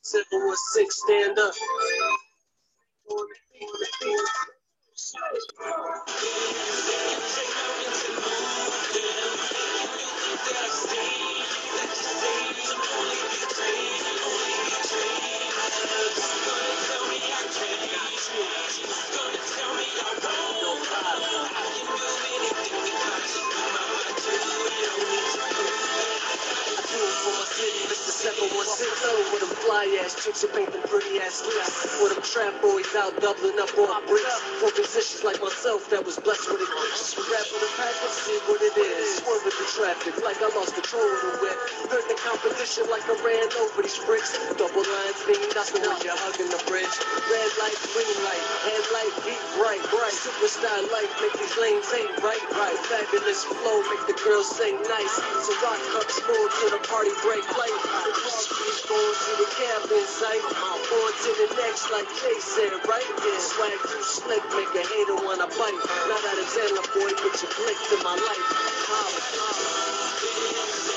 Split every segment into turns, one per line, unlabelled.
716, stand up. chicks and painting pretty ass lips. For them trap boys out doubling up on bricks. For musicians like myself that was blessed with a glitch. Rap with a pack and see what it is. Swerving the traffic like I lost control of the whip. Heard the competition like I ran over these bricks. Double lines being nothing when you're hugging the bridge. Red light, green light, headlight, beat bright, bright. Superstar light make these lanes ain't right, right. Fabulous flow make the girls sing nice. So rock cups full to the party break light. The car keys full to the cabin sight. On to the next, like Jay said, right? Yeah, swag too slick, make a hater wanna bite. Not out of jail, boy, put your blick to my life. Holla, holla.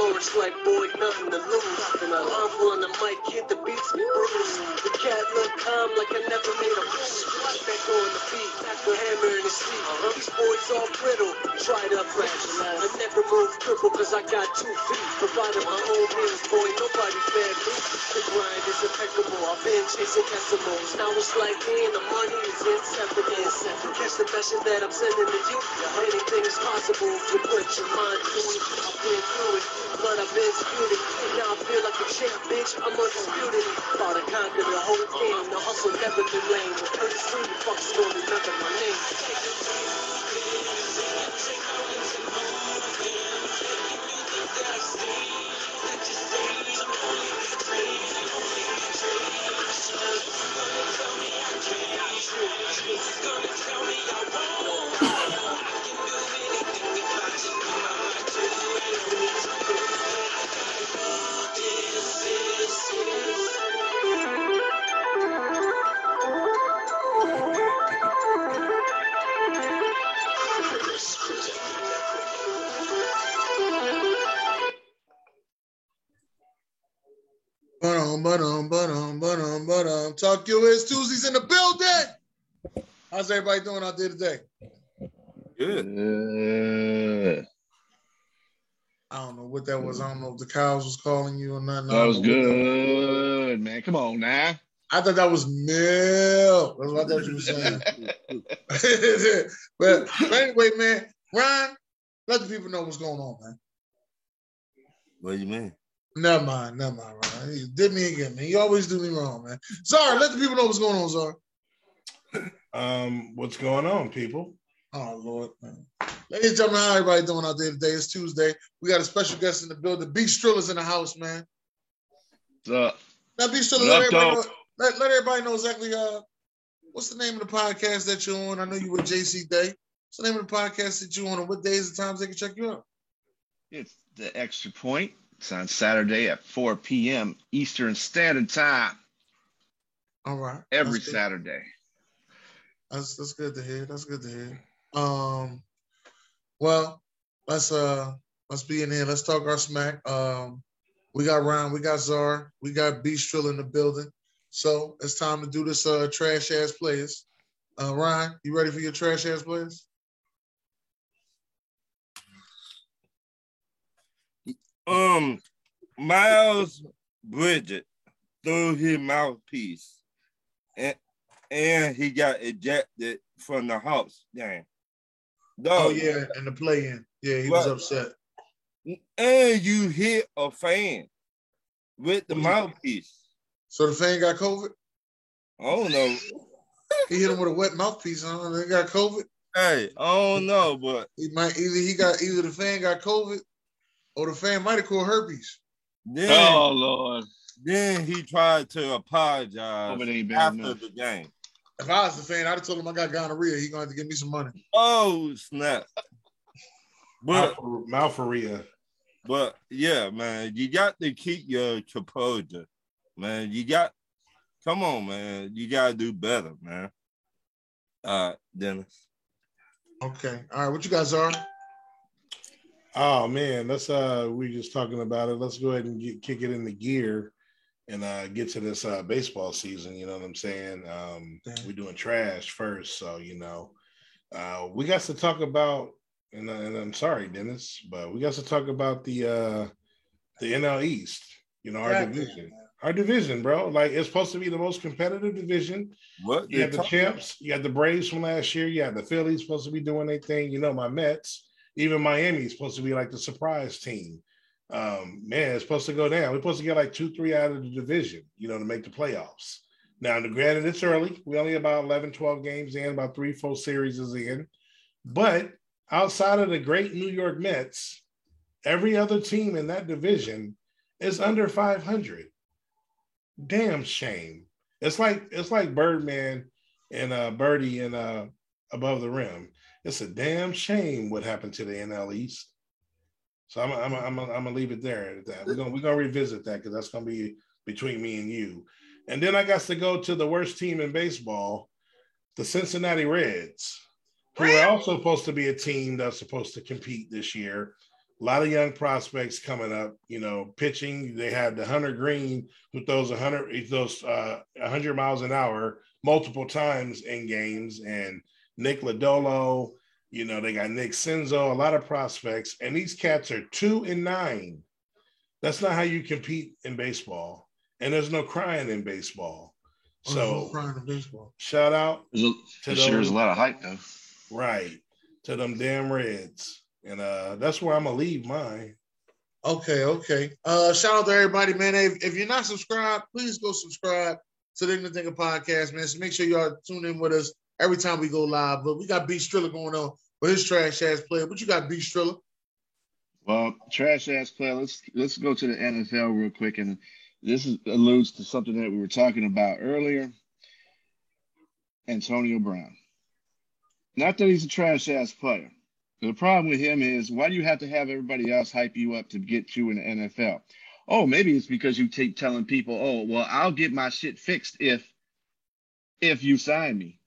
Lawrence like boy, nothing to lose. Nothing to lose. I'm on the mic, hit the beats, me bruise. The cat look calm like I never made a move. Back on the beat, the hammer in the seat. These boys all brittle, tried up rashes. I never move triple cause I got two feet. Provided my own meals, boy, nobody fed me. The grind is impeccable, I've been chasing decimals. Now it's like me and the money is inseparable. inseparable. Catch the passion that I'm sending to you. Anything is possible if you put your mind to it. I've been through it but I've been disputed. Now I feel like a champ, bitch. I'm undisputed. Thought I conquered the whole game. The hustle never be lame. But pretty soon, the fuck's gonna remember my name.
Talk QS Tuesdays in the building. How's everybody doing out there today?
Good. Yeah.
I don't know what that was. I don't know if the cows was calling you or nothing.
That was good, man. Come on now.
I thought that was milk. That's what I thought you were saying. but, but anyway, man, Ryan, let the people know what's going on, man.
What do you mean?
Never mind, never mind, Ron. He did me again, man. You always do me wrong, man. Sorry, let the people know what's going on, Zara.
Um, what's going on, people?
Oh Lord, man. Ladies and gentlemen, how everybody doing out there today? It's Tuesday. We got a special guest in the building. Beach Striller's in the house, man.
Uh,
now, Beach Striller, let everybody, know, let, let everybody, know, exactly uh, what's the name of the podcast that you're on. I know you with JC Day. What's the name of the podcast that you're on, and what days and times they can check you out?
It's the Extra Point. It's on Saturday at 4 p.m. Eastern Standard Time.
All right.
Every that's Saturday.
That's that's good to hear. That's good to hear. Um well, let's uh let's be in here. Let's talk our smack. Um we got Ryan, we got Czar, we got B Strill in the building. So it's time to do this uh trash ass players. Uh Ryan, you ready for your trash ass players?
Um, Miles Bridget through his mouthpiece, and and he got ejected from the house. Damn.
Dog, oh yeah, and the play-in. Yeah, he but, was upset.
And you hit a fan with the mouthpiece.
So the fan got COVID.
I don't know.
he hit him with a wet mouthpiece. I don't know. They got COVID.
Hey, I don't know, but
he might either he got either the fan got COVID or oh, the fan might have caught herpes.
Then,
oh Lord.
Then he tried to apologize after enough. the game.
If I was the fan, I'd have told him I got gonorrhea. He gonna have to give me some money.
Oh snap! But
Malfa- Malfaria.
but yeah, man, you got to keep your composure, man. You got come on, man. You gotta do better, man. Uh Dennis.
Okay. All right. What you guys are?
Oh man, let's uh we just talking about it. Let's go ahead and get, kick it into gear and uh get to this uh baseball season, you know what I'm saying? Um
Yeah.
we're doing trash first, so you know. Uh we got to talk about and, uh, and I'm sorry, Dennis, but we got to talk about the uh the NL East, you know, our
Yeah,
division. Our division, bro. Like it's supposed to be the most competitive division.
What
You
they
had the
talk-
champs. You had the Braves from last year. You had the Phillies supposed to be doing their thing. You know, my Mets. Even Miami is supposed to be like the surprise team. Um, man, it's supposed to go down. We're supposed to get like two, three out of the division, you know, to make the playoffs. Now, granted, it's early. We only about 11, 12 games in, about three, four series is in. But outside of the great New York Mets, every other team in that division is under 500. Damn shame. It's like it's like Birdman and uh Birdie and uh above the rim. It's a damn shame what happened to the NL East. So I'm I'm I'm I'm gonna leave it there at that. We're gonna we're gonna revisit that because that's gonna be between me and you. And then I got to go to the worst team in baseball, the Cincinnati Reds, who are also supposed to be a team that's supposed to compete this year. A lot of young prospects coming up, you know, pitching. They had the Hunter Green who throws 100 he throws uh, 100 miles an hour multiple times in games and Nick Lodolo, you know, they got Nick Senzo, a lot of prospects and these cats are 2 and 9. That's not how you compete in baseball. And there's no crying in baseball.
So
So
Oh, crying in baseball.
shout out
There's a-
to
This year
those
is a lot of hype though.
right to them damn Reds. And uh that's where I'm going to leave mine.
Okay, okay. Uh, shout out to everybody, man. If, if you're not subscribed, please go subscribe to the Ignorant Thinker podcast, man. So make sure y'all tune in with us every time we go live. But we got B Striller going on with his trash ass player. But you got B Striller.
Well, trash ass player. Let's let's go to the NFL real quick, and this is, alludes to something that we were talking about earlier. Antonio Brown. Not that he's a trash ass player. The problem with him is why do you have to have everybody else hype you up to get you in the NFL? Oh, maybe it's because you keep telling people, oh, well, I'll get my shit fixed if if you sign me.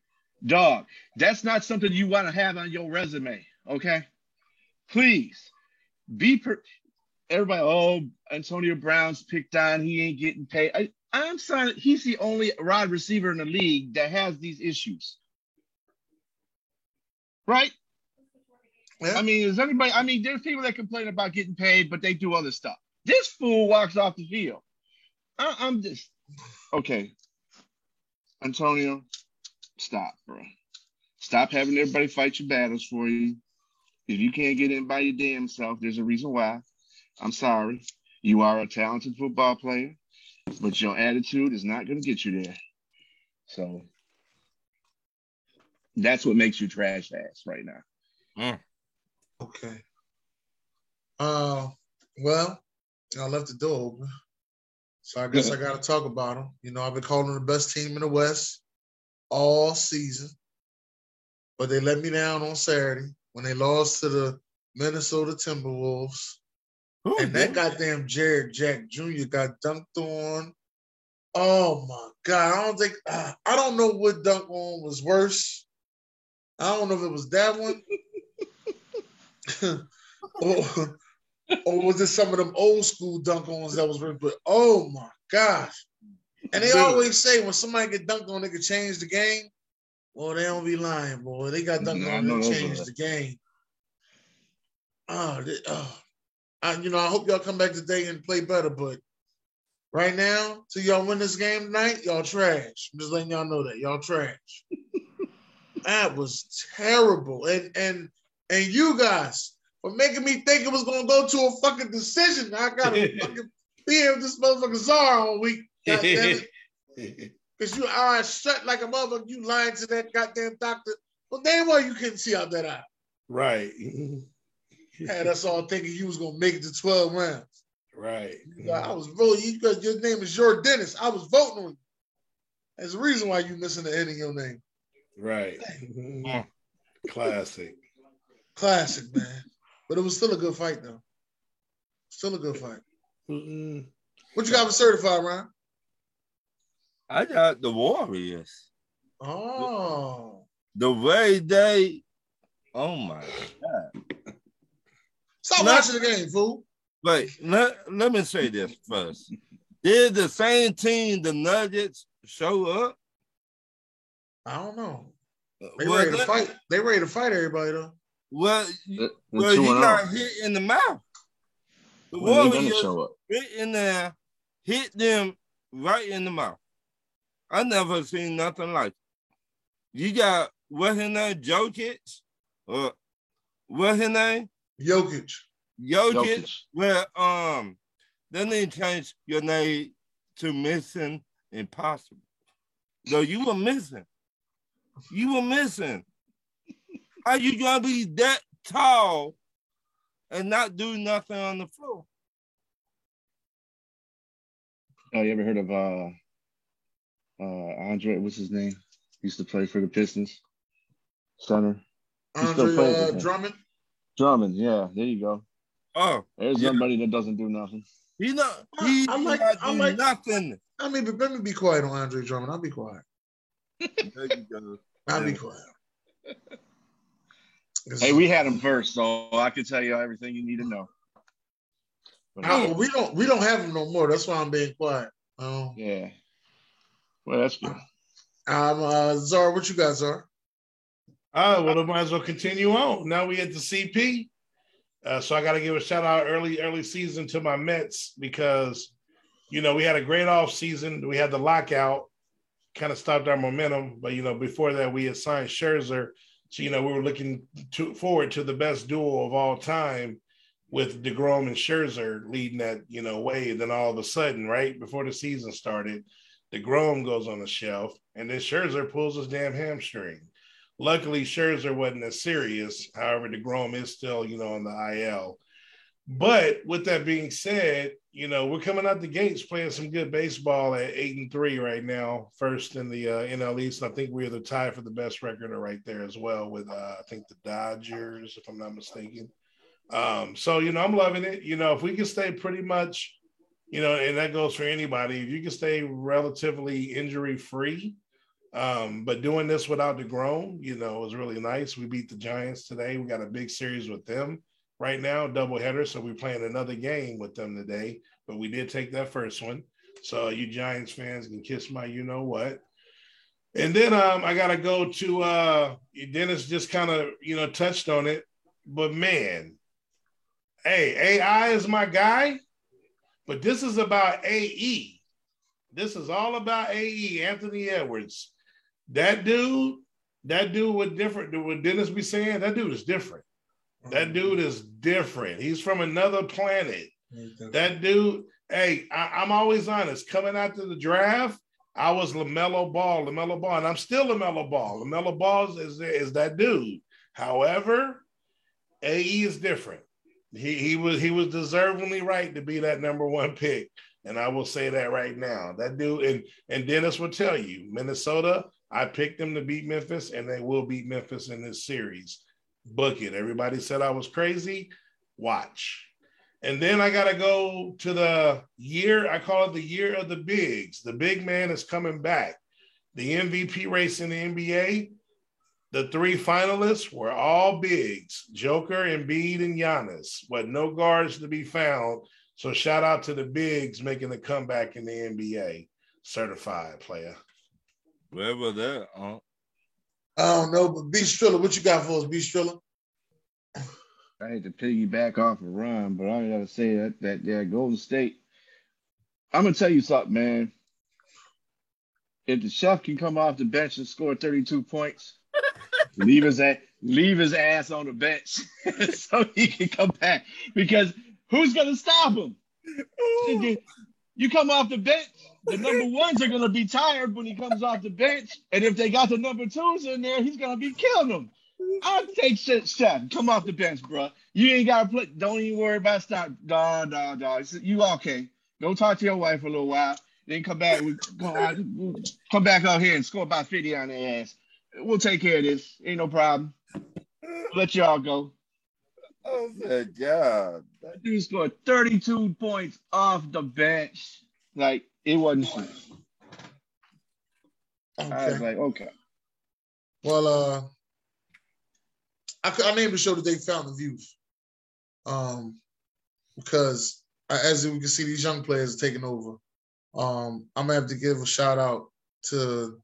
Dog, that's not something you want to have on your resume, okay? Please be per- everybody. Oh, Antonio Brown's picked on. He ain't getting paid. I, I'm sorry. He's the only rod receiver in the league that has these issues. Right?
Yeah.
I mean, is anybody? I mean, there's people that complain about getting paid, but they do other stuff. This fool walks off the field. I, I'm just okay. Antonio, stop, bro. Stop having everybody fight your battles for you. If you can't get in by your damn self, there's a reason why. I'm sorry. You are a talented football player, but your attitude is not going to get you there. So that's what makes you trash ass right now.
Okay. Uh, well, I left the door open, so I guess I got to talk about them. You know, I've been calling them the best team in the West all season, but they let me down on Saturday when they lost to the Minnesota Timberwolves.
Who,
And that goddamn Jared Jack Jr. got dunked on. Oh my god! I don't think ah, I don't know what dunk on was worse. I don't know if it was that one, or, or was it some of them old school dunk ons that was worse. But oh my gosh! And they
Dude.
always say when somebody get dunked on, they can change the game. Well, they don't be lying, boy. They got dunked
Nah, I
on
know
and
those
changed
are-
the game. Oh, they, oh. I, you know, I hope y'all come back today and play better, but right now, till y'all win this game tonight, y'all trash. I'm just letting y'all know that y'all trash. that was terrible, and and and you guys for making me think it was gonna go to a fucking decision. I gotta fucking be here with this motherfucker Czar all week. God damn it. Cause you are shut like a motherfucker. You lying to that goddamn doctor. Well, damn well you couldn't see out that eye.
right.
Had us all thinking you was gonna make it to twelve rounds.
right.
Yeah, I was really you because your name is your dentist. I was voting on you. There's a reason why you missing the end of your name.
Mm.
Right. Classic.
Classic, man. But it was still a good fight, though. Still a good fight.
Mm-mm.
What you got for certified, Ron?
I got the Warriors.
Oh.
The way they, oh my
Stop
Not-
watching the game, fool.
But let, let me say this first. Did the same team, the Nuggets, show up?
I don't know. They
Well,
ready to
that-
fight. They ready to fight everybody though.
Well, you-
The, the
well
two
you're
and
not
oh.
hit in the mouth. The
When they gonna
Warriors
show up?
bit in there, hit them right in the mouth. I never seen nothing like it. You got what his name, Jokic, or what his name,
Jokic.
Jokic.
Jokic.
Well, um, then they changed your name to Missing Impossible. No, you were missing. You were missing. How you gonna be that tall and not do nothing on the floor?
Oh, you ever heard of uh uh Andre, what's his name? Used to play for the Pistons. Center. He's still
Andre
playing
uh,
with him.
Drummond.
Drummond, yeah, there you go.
Oh,
There's
Yeah.
somebody that doesn't do nothing.
he not
I-
he
I
do
like-
not
I
do
like-
nothing.
I mean, but let me be quiet on Andre Drummond. I'll be quiet.
There you go.
I'll be
Yeah.
quiet.
Hey, we had him first, so I could tell you everything you need to know. But,
I- we don't. We don't have him no more. That's why I'm being quiet. Um,
yeah. Well, that's good.
I'm uh, Zara. What you got, Zara?
Oh, well, then might as well continue on. Now we at the CP. Uh, so I got to give a shout out early, early season to my Mets because, you know, we had a great off season. We had the lockout, kind of stopped our momentum. But, you know, before that, we had signed Scherzer. So, you know, we were looking to, forward to the best duo of all time with DeGrom and Scherzer leading that, you know, way. And then all of a sudden, right before the season started, DeGrom goes on the shelf and then Scherzer pulls his damn hamstring. Luckily, Scherzer wasn't as serious. However, DeGrom is still, you know, on the IL. But with that being said, you know, we're coming out the gates playing some good baseball at eight and three right now, first in the uh, NL East. I think we're the tie for the best record right there as well with, uh, I think, the Dodgers, if I'm not mistaken. Um, so, you know, I'm loving it. You know, if we can stay pretty much, you know, and that goes for anybody, if you can stay relatively injury free, um, but doing this without DeGrom, you know, was really nice. We beat the Giants today. We got a big series with them right now, doubleheader. So we're playing another game with them today. But we did take that first one. So you Giants fans can kiss my you know what. And then um, I gotta go to uh Dennis just kind of you know touched on it, but man, hey, AI is my guy, but this is about AE. This is all about AE, Anthony Edwards. That dude, that dude was different. What Dennis be saying, that dude is different.
Mm-hmm.
That dude is different. He's from another planet.
Um,
That dude, hey, I, I'm always honest. Coming after the draft, I was LaMelo Ball, LaMelo Ball, and I'm still LaMelo Ball. LaMelo Ball is, is that dude. However, AE is different. He, he was he was deservingly right to be that number one pick. And I will say that right now. That dude and and Dennis will tell you, Minnesota, I picked them to beat Memphis, and they will beat Memphis in this series. Book it. Everybody said I was crazy. Watch. And then I gotta go to the year. I call it the year of the bigs. The big man is coming back. The MVP race in the NBA. The three finalists were all bigs: Joker, Embiid, and Giannis. But no guards to be found. So shout out to the bigs making the comeback in the NBA. Certified player.
Where was that? Uh,
I don't know, but B Striller, what you got for us, B Striller?
I hate to piggyback off of Ron, but I gotta say that that yeah, Golden State. I'm gonna tell you something, man. If the chef can come off the bench and score 32 points, leave his ass, leave his ass on the bench so he can come back. Because who's gonna stop him? You come off the bench, the number ones are gonna be tired when he comes off the bench, and if they got the number twos in there, he's gonna be killing them. I'll take shit, Chef. Come off the bench, bro. You ain't gotta play. Don't even worry about stop. Nah, nah, nah. It's- You okay? Go talk to your wife for a little while. Then come back. We go out, come back out here and score about fifty on their ass. We'll take care of this. Ain't no problem. Let y'all go.
I said, God.
That dude scored 32 points off the bench. Like it wasn't. fair. I was
Okay.
like, okay.
Well, uh, I, cou- I named the show today Fountain of Youth, um, because uh, as we can see, these young players are taking over. Um, I'm gonna have to give a shout out to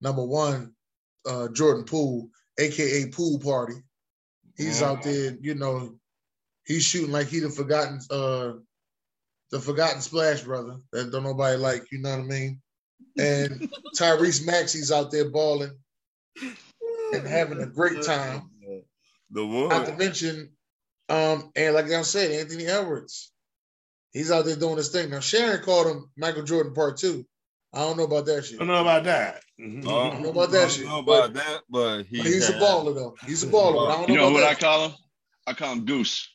number one, uh, Jordan Poole, aka Pool Party. He's out there, you know, he's shooting like he the forgotten, uh, the forgotten splash brother that don't nobody like. You know what I mean? And Tyrese Maxey's out there balling and having a great time.
The Uh, one.
Not to mention, um, and like I said, Anthony Edwards. He's out there doing his thing. Now Sharon called him Michael Jordan part two. I don't know about that shit.
I don't know about that. Mm-hmm.
Uh,
don't know about that
I don't
shit,
know
but-
about that, but he
But he's a
had-
baller though. He's a baller. but I don't
You know
about
what I
that.
call him? I call him Goose.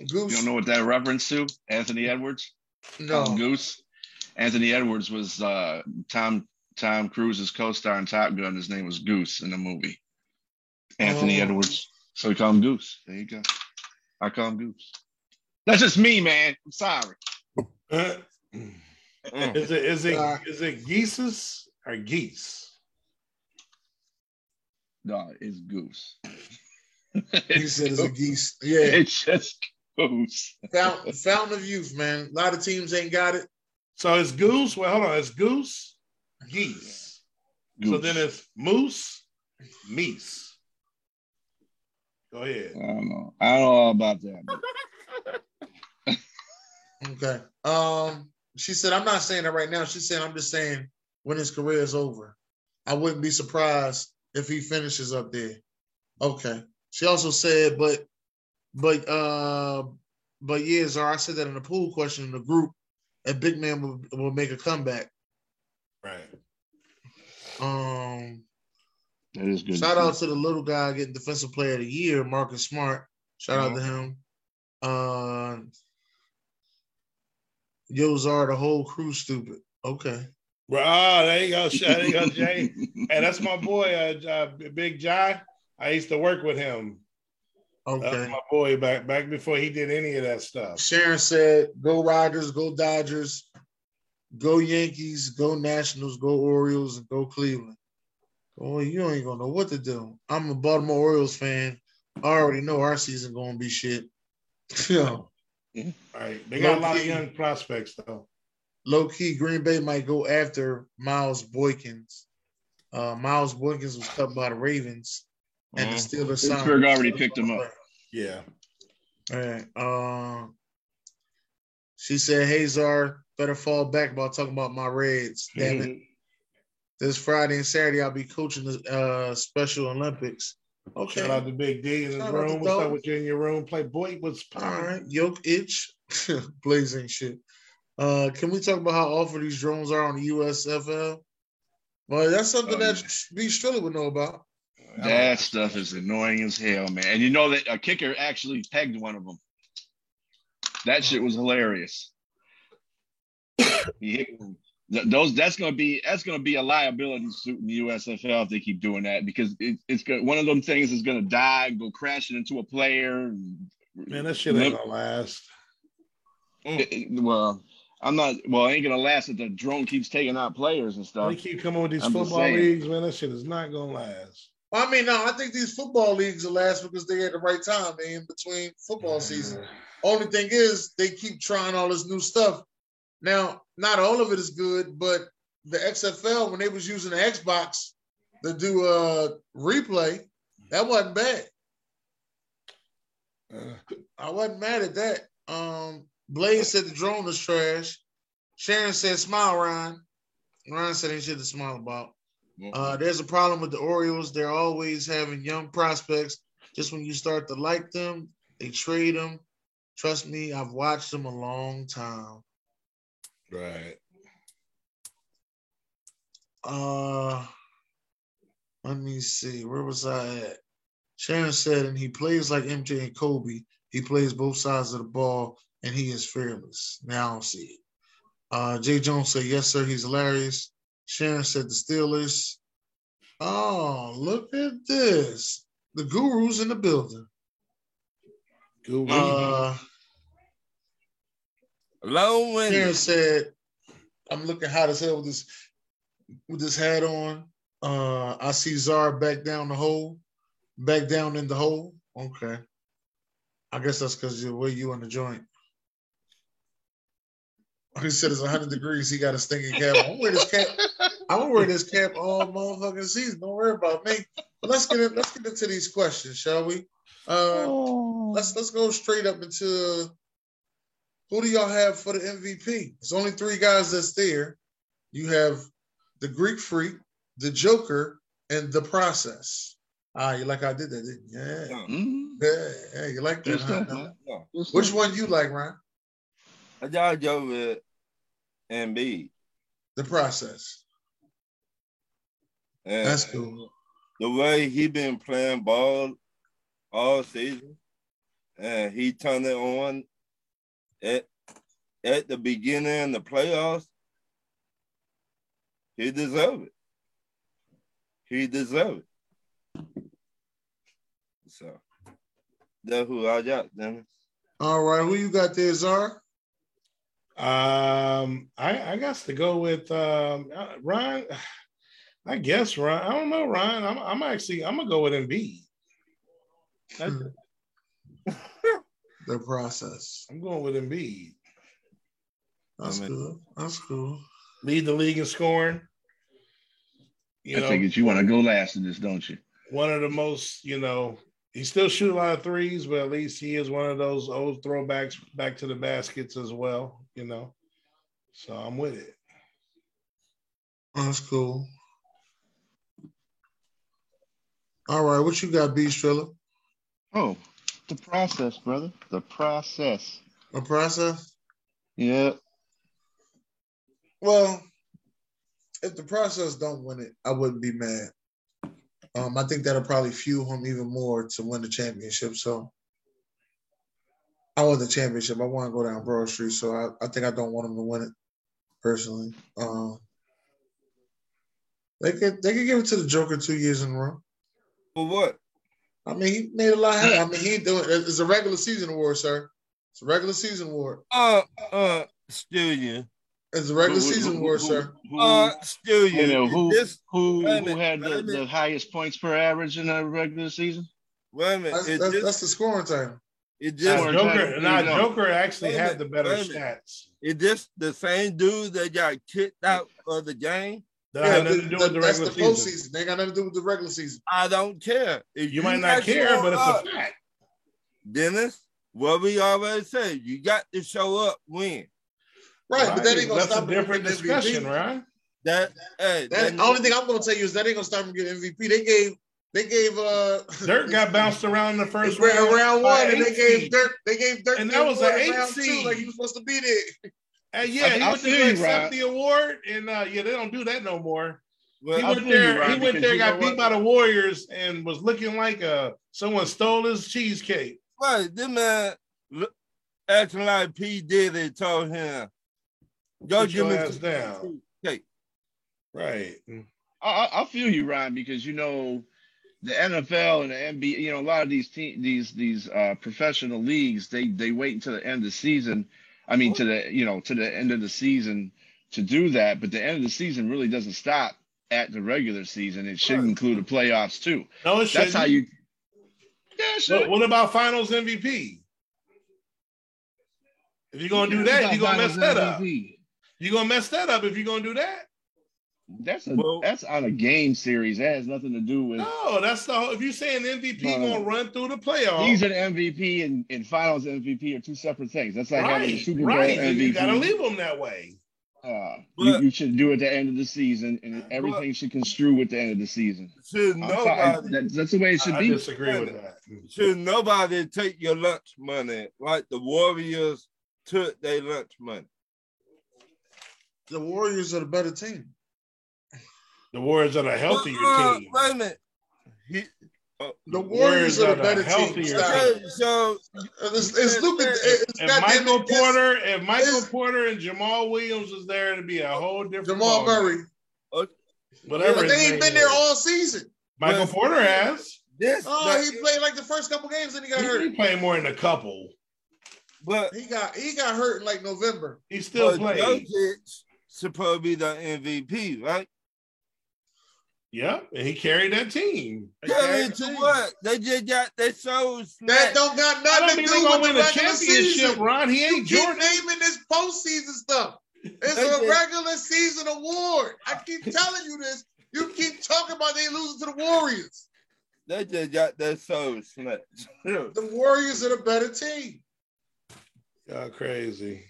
You
Goose.
don't know what that reference to? Anthony Edwards. Call him
no.
Goose. Anthony Edwards was uh, Tom Tom Cruise's co-star in Top Gun. His name was Goose in the movie. Anthony
Oh.
Edwards. So we call him Goose. There you go. I call him Goose. That's just me, man. I'm sorry.
Mm.
Uh-huh. is it is it
Uh,
is it geese or geese?
No, it's Goose.
He said it's a
Goose.
geese. Yeah.
It's just Goose.
Fountain, fountain of youth, man. A lot of teams ain't got it.
So it's goose. Well, hold on. It's goose, geese. So
Goose.
then it's moose, meese. Go ahead.
I don't know. I don't know about that. but-
Okay. Um, she said, I'm not saying that right now. She said, I'm just saying when his career is over. I wouldn't be surprised if he finishes up there. Okay. She also said, but but uh but yeah, Zara, I said that in the pool question in the group and Big Man will, will make a comeback.
Right.
Um
That is good.
Shout out to the little guy getting defensive player of the year, Marcus Smart. Shout out to him. Uh, Yozar, the whole crew stupid. Okay.
Bro, ah, there you go. Sh- There you go, Jay. hey, that's my boy, uh, J- uh, Big Jai. I used to work with him. That's
Okay.
my boy back back before he did any of that stuff.
Sharon said, go Rodgers, go Dodgers, go Yankees, go Nationals, go Orioles, and go Cleveland. Boy, you ain't gonna know what to do. I'm a Baltimore Orioles fan. I already know our season gonna be shit. Yeah.
All right, they got a lot of
Low-key.
young prospects though.
low key, Green Bay might go after Miles Boykins. Uh, Miles Boykins was cut by the Ravens, and
Mm.
the Steelers signed.
Pittsburgh already picked him up.
Yeah,
All right. Uh, she said, Hazar, better fall back about talking about my Reds. Damn
Mm-hmm.
it. This Friday and Saturday, I'll be coaching the uh, Special Olympics. Okay.
Shout out to Big D in his
Shout out to
room. What's
Dog.
up with you in your room? Play boy, what's
All
poppin'?
right, yoke itch, blazing shit. Uh, can we talk about how awful these drones are on the USFL? Well, that's something
Oh,
that
yeah.
B. Striller would know about.
That stuff is annoying as hell, man. And you know that a kicker actually pegged one of them. That shit was hilarious. he hit him. Th- Those that's gonna be that's gonna be a liability suit in the USFL if they keep doing that because it, it's gonna, one of them things is gonna die, go crashing into a player. and-
Man, that shit ain't gonna last.
It- it- well, I'm not. Well, it ain't gonna last if the drone keeps taking out players and
They
stuff.
keep coming with these
I'm just
football
saying.
leagues, man. That shit is not gonna last.
I mean, no, I think these football leagues will last because they at the right time. They in between football
Mm-hmm.
season. Only thing is, they keep trying all this new stuff. Now, not all of it is good, but the XFL when they was using the Xbox to do a replay, that wasn't bad.
Uh,
I wasn't mad at that. Um, Blaze said the drone was trash. Sharon said, "Smile, Ryan." Ryan said, "Ain't shit to smile about." Uh, there's a problem with the Orioles. They're always having young prospects. Just when you start to like them, they trade them. Trust me, I've watched them a long time.
right.
Uh, let me see. Where was I at? Sharon said, and he plays like MJ and Kobe. He plays both sides of the ball, and he is fearless. Now I don't see it. Uh, Jay Jones said, yes, sir. He's hilarious. Sharon said, the Steelers. Oh, look at this. The guru's in the building.
Good
Uh,
Low
Karen
winded.
said, "I'm looking hot as hell with this with this hat on." Uh, I see Zara back down the hole, back down in the hole. Okay, I guess that's because you're where you in the joint. He said it's 100 degrees. He got a stinking cap. I'm gonna wear this cap. I'm gonna wear this cap all motherfucking season. Don't worry about me. But let's get it. Let's get into these questions, shall we? Uh, let's let's go straight up into who do y'all have for the MVP? There's only three guys that's there. You have the Greek Freak, the Joker, and the Process. Ah, you like how I did that, didn't you? Yeah,
Mhm.
yeah, yeah you like that?
Good
Huh?
stuff, man.
Yeah.
Good
Which
stuff.
one you like, Ryan?
I gotta go with Embiid.
The Process.
And
That's cool.
The way he been playing ball all season, and he turned it on at at the beginning of the playoffs. He deserved it. He deserved it. So that's who I got, Dennis.
All right, who you got there, Zara?
Um, I I guess to go with um uh, Ryan. I guess Ryan. I don't know Ryan. I'm I'm actually I'm gonna go with Embiid. That-
The Process.
I'm going with Embiid.
That's
I mean-
cool. That's cool.
Lead the league in scoring. You
I
know,
think it's you want to go last in this, don't you?
one of the most. You know, he still shoot a lot of threes, but at least he is one of those old throwbacks back to the baskets as well. You know, so I'm with it.
That's cool. All right, what you got, B Striller?
Oh, the process, brother. The process.
The Process?
Yeah.
Well, if the process don't win it, I wouldn't be mad. Um, I think that'll probably fuel him even more to win the championship. So I want the championship. I want to go down Broad Street. So I, I think I don't want him to win it personally. Um, they could they could give it to the Joker two years in a row.
For what?
I mean, he made a lot. Of, I mean, he ain't doing it's a regular season award, sir. It's a regular season award.
Uh, uh, Studio.
It's a regular
Who- who-
season
who-
award,
who-
sir.
who-
Uh, Studio.
you know who
This,
who,
wait a minute,
who had
wait
the,
a minute.
the highest points per average in the regular season?
wait a minute.
That's,
It
that's, that's
just,
the scoring title.
it just
Now,
Scoring
Joker,
title.
nah,
There you go.
Joker actually
Wait a
had the
minute,
better
wait a minute.
stats.
Is this the same dude that got kicked out of the game?
That
Yeah,
had nothing to do with the
that's
regular
the
season.
postseason. They ain't got nothing to do with the regular season.
I don't care. If
You might not
got
care,
shown
but
up,
it's a fact.
Dennis. What we already said, you got to show up when.
Right, but that
Right,
ain't gonna
that's
stop
a different
him getting
discussion,
MVP.
right?
That, hey,
That, the only thing I'm gonna tell you is that ain't gonna stop him getting MVP. They gave they gave uh
Dirk got bounced around in the
they
first
ran
round,
round
by
one and they
eight
gave
seed.
Dirk they gave Dirk
And
the
that was
award
an eight
round two
seed.
like he was supposed to be there.
And yeah, he
I- I
went to
feel
go
you,
accept
Rod.
the award, and uh, yeah, they don't do that no more.
well,
He
I
went
feel you,
there,
Rod,
he went
because
there,
you
got
know what?
beat by the Warriors, and was looking like uh someone stole his cheesecake.
right, this man look, acting like P Diddy told him, "Go
Put
give
your
me
ass
some
down.
cheesecake."
Right.
I, I- I feel you, Ryan, because you know the NFL and the NBA. You know a lot of these team, these these uh, professional leagues, they they wait until the end of the season. I mean, to the you know to the end of the season to do that, but the end of the season really doesn't stop at the regular season. It should
Right.
include the playoffs too.
No, it
That's
shouldn't.
how you. Yeah, it
What,
should.
what about Finals MVP? If you're gonna do that, you're gonna mess that up.
MVP.
You're gonna mess that up if you're gonna do that.
That's a,
Well-
that's on a game series. That has nothing to do with.
No, that's the whole. If you say an MVP
No.
gonna run through the playoffs,
He's an MVP and, and Finals MVP are two separate things. That's like having a
right,
Super Bowl
right.
MVP.
You gotta leave him that way.
Uh, you,
But-
you should do it at the end of the season, and everything should construe with the end of the season.
Should
I'm sorry,
nobody,
that, that's the way it should
I, I
be.
disagree with that.
should nobody take your lunch money like the Warriors took their lunch money?
The Warriors are the better team.
The Warriors are the healthier
Uh,
team.
Wait a minute. He, uh,
The Warriors are the better team.
healthier
Stop.
team.
okay, so
It's, it's Luka. It's
If
goddamn
Michael
it, yes,
Porter, if Michael
Yes.
Porter and Jamal Williams was there, it'd be a whole different.
Jamal
ball game.
Murray.
whatever.
But
his
they ain't
name
been there
is.
all season.
Michael
Well,
Porter has.
This,
Oh,
but-
he played like the first couple games, then he got
He, he
hurt.
played more than a couple.
but
He got he got hurt in like November.
He still
but
played.
Jokic supposed to be the MVP, right?
Yep, and he carried that team.
Carrying to
guarantee.
what? They just got they sold
That
snacks.
don't got
I
nothing to
don't mean
do
they're gonna
with
win
the
a
regular
championship,
season.
Ron. He
You
ain't
keep
Jordan.
naming this postseason stuff. It's
They
a
did.
regular season award. I keep telling you this. You keep talking about they losing to the Warriors.
They just got their sold snacks.
The Warriors are the better team.
Y'all crazy.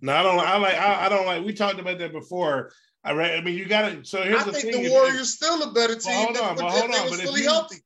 No, I don't. I like. I, I don't like. We talked about that before. I read. I mean, you got to. So here's
I
the
think
thing.
the
is-
Warriors still a better team
hold
than
on,
if
but hold
they
on,
was
but if
fully
you-
healthy.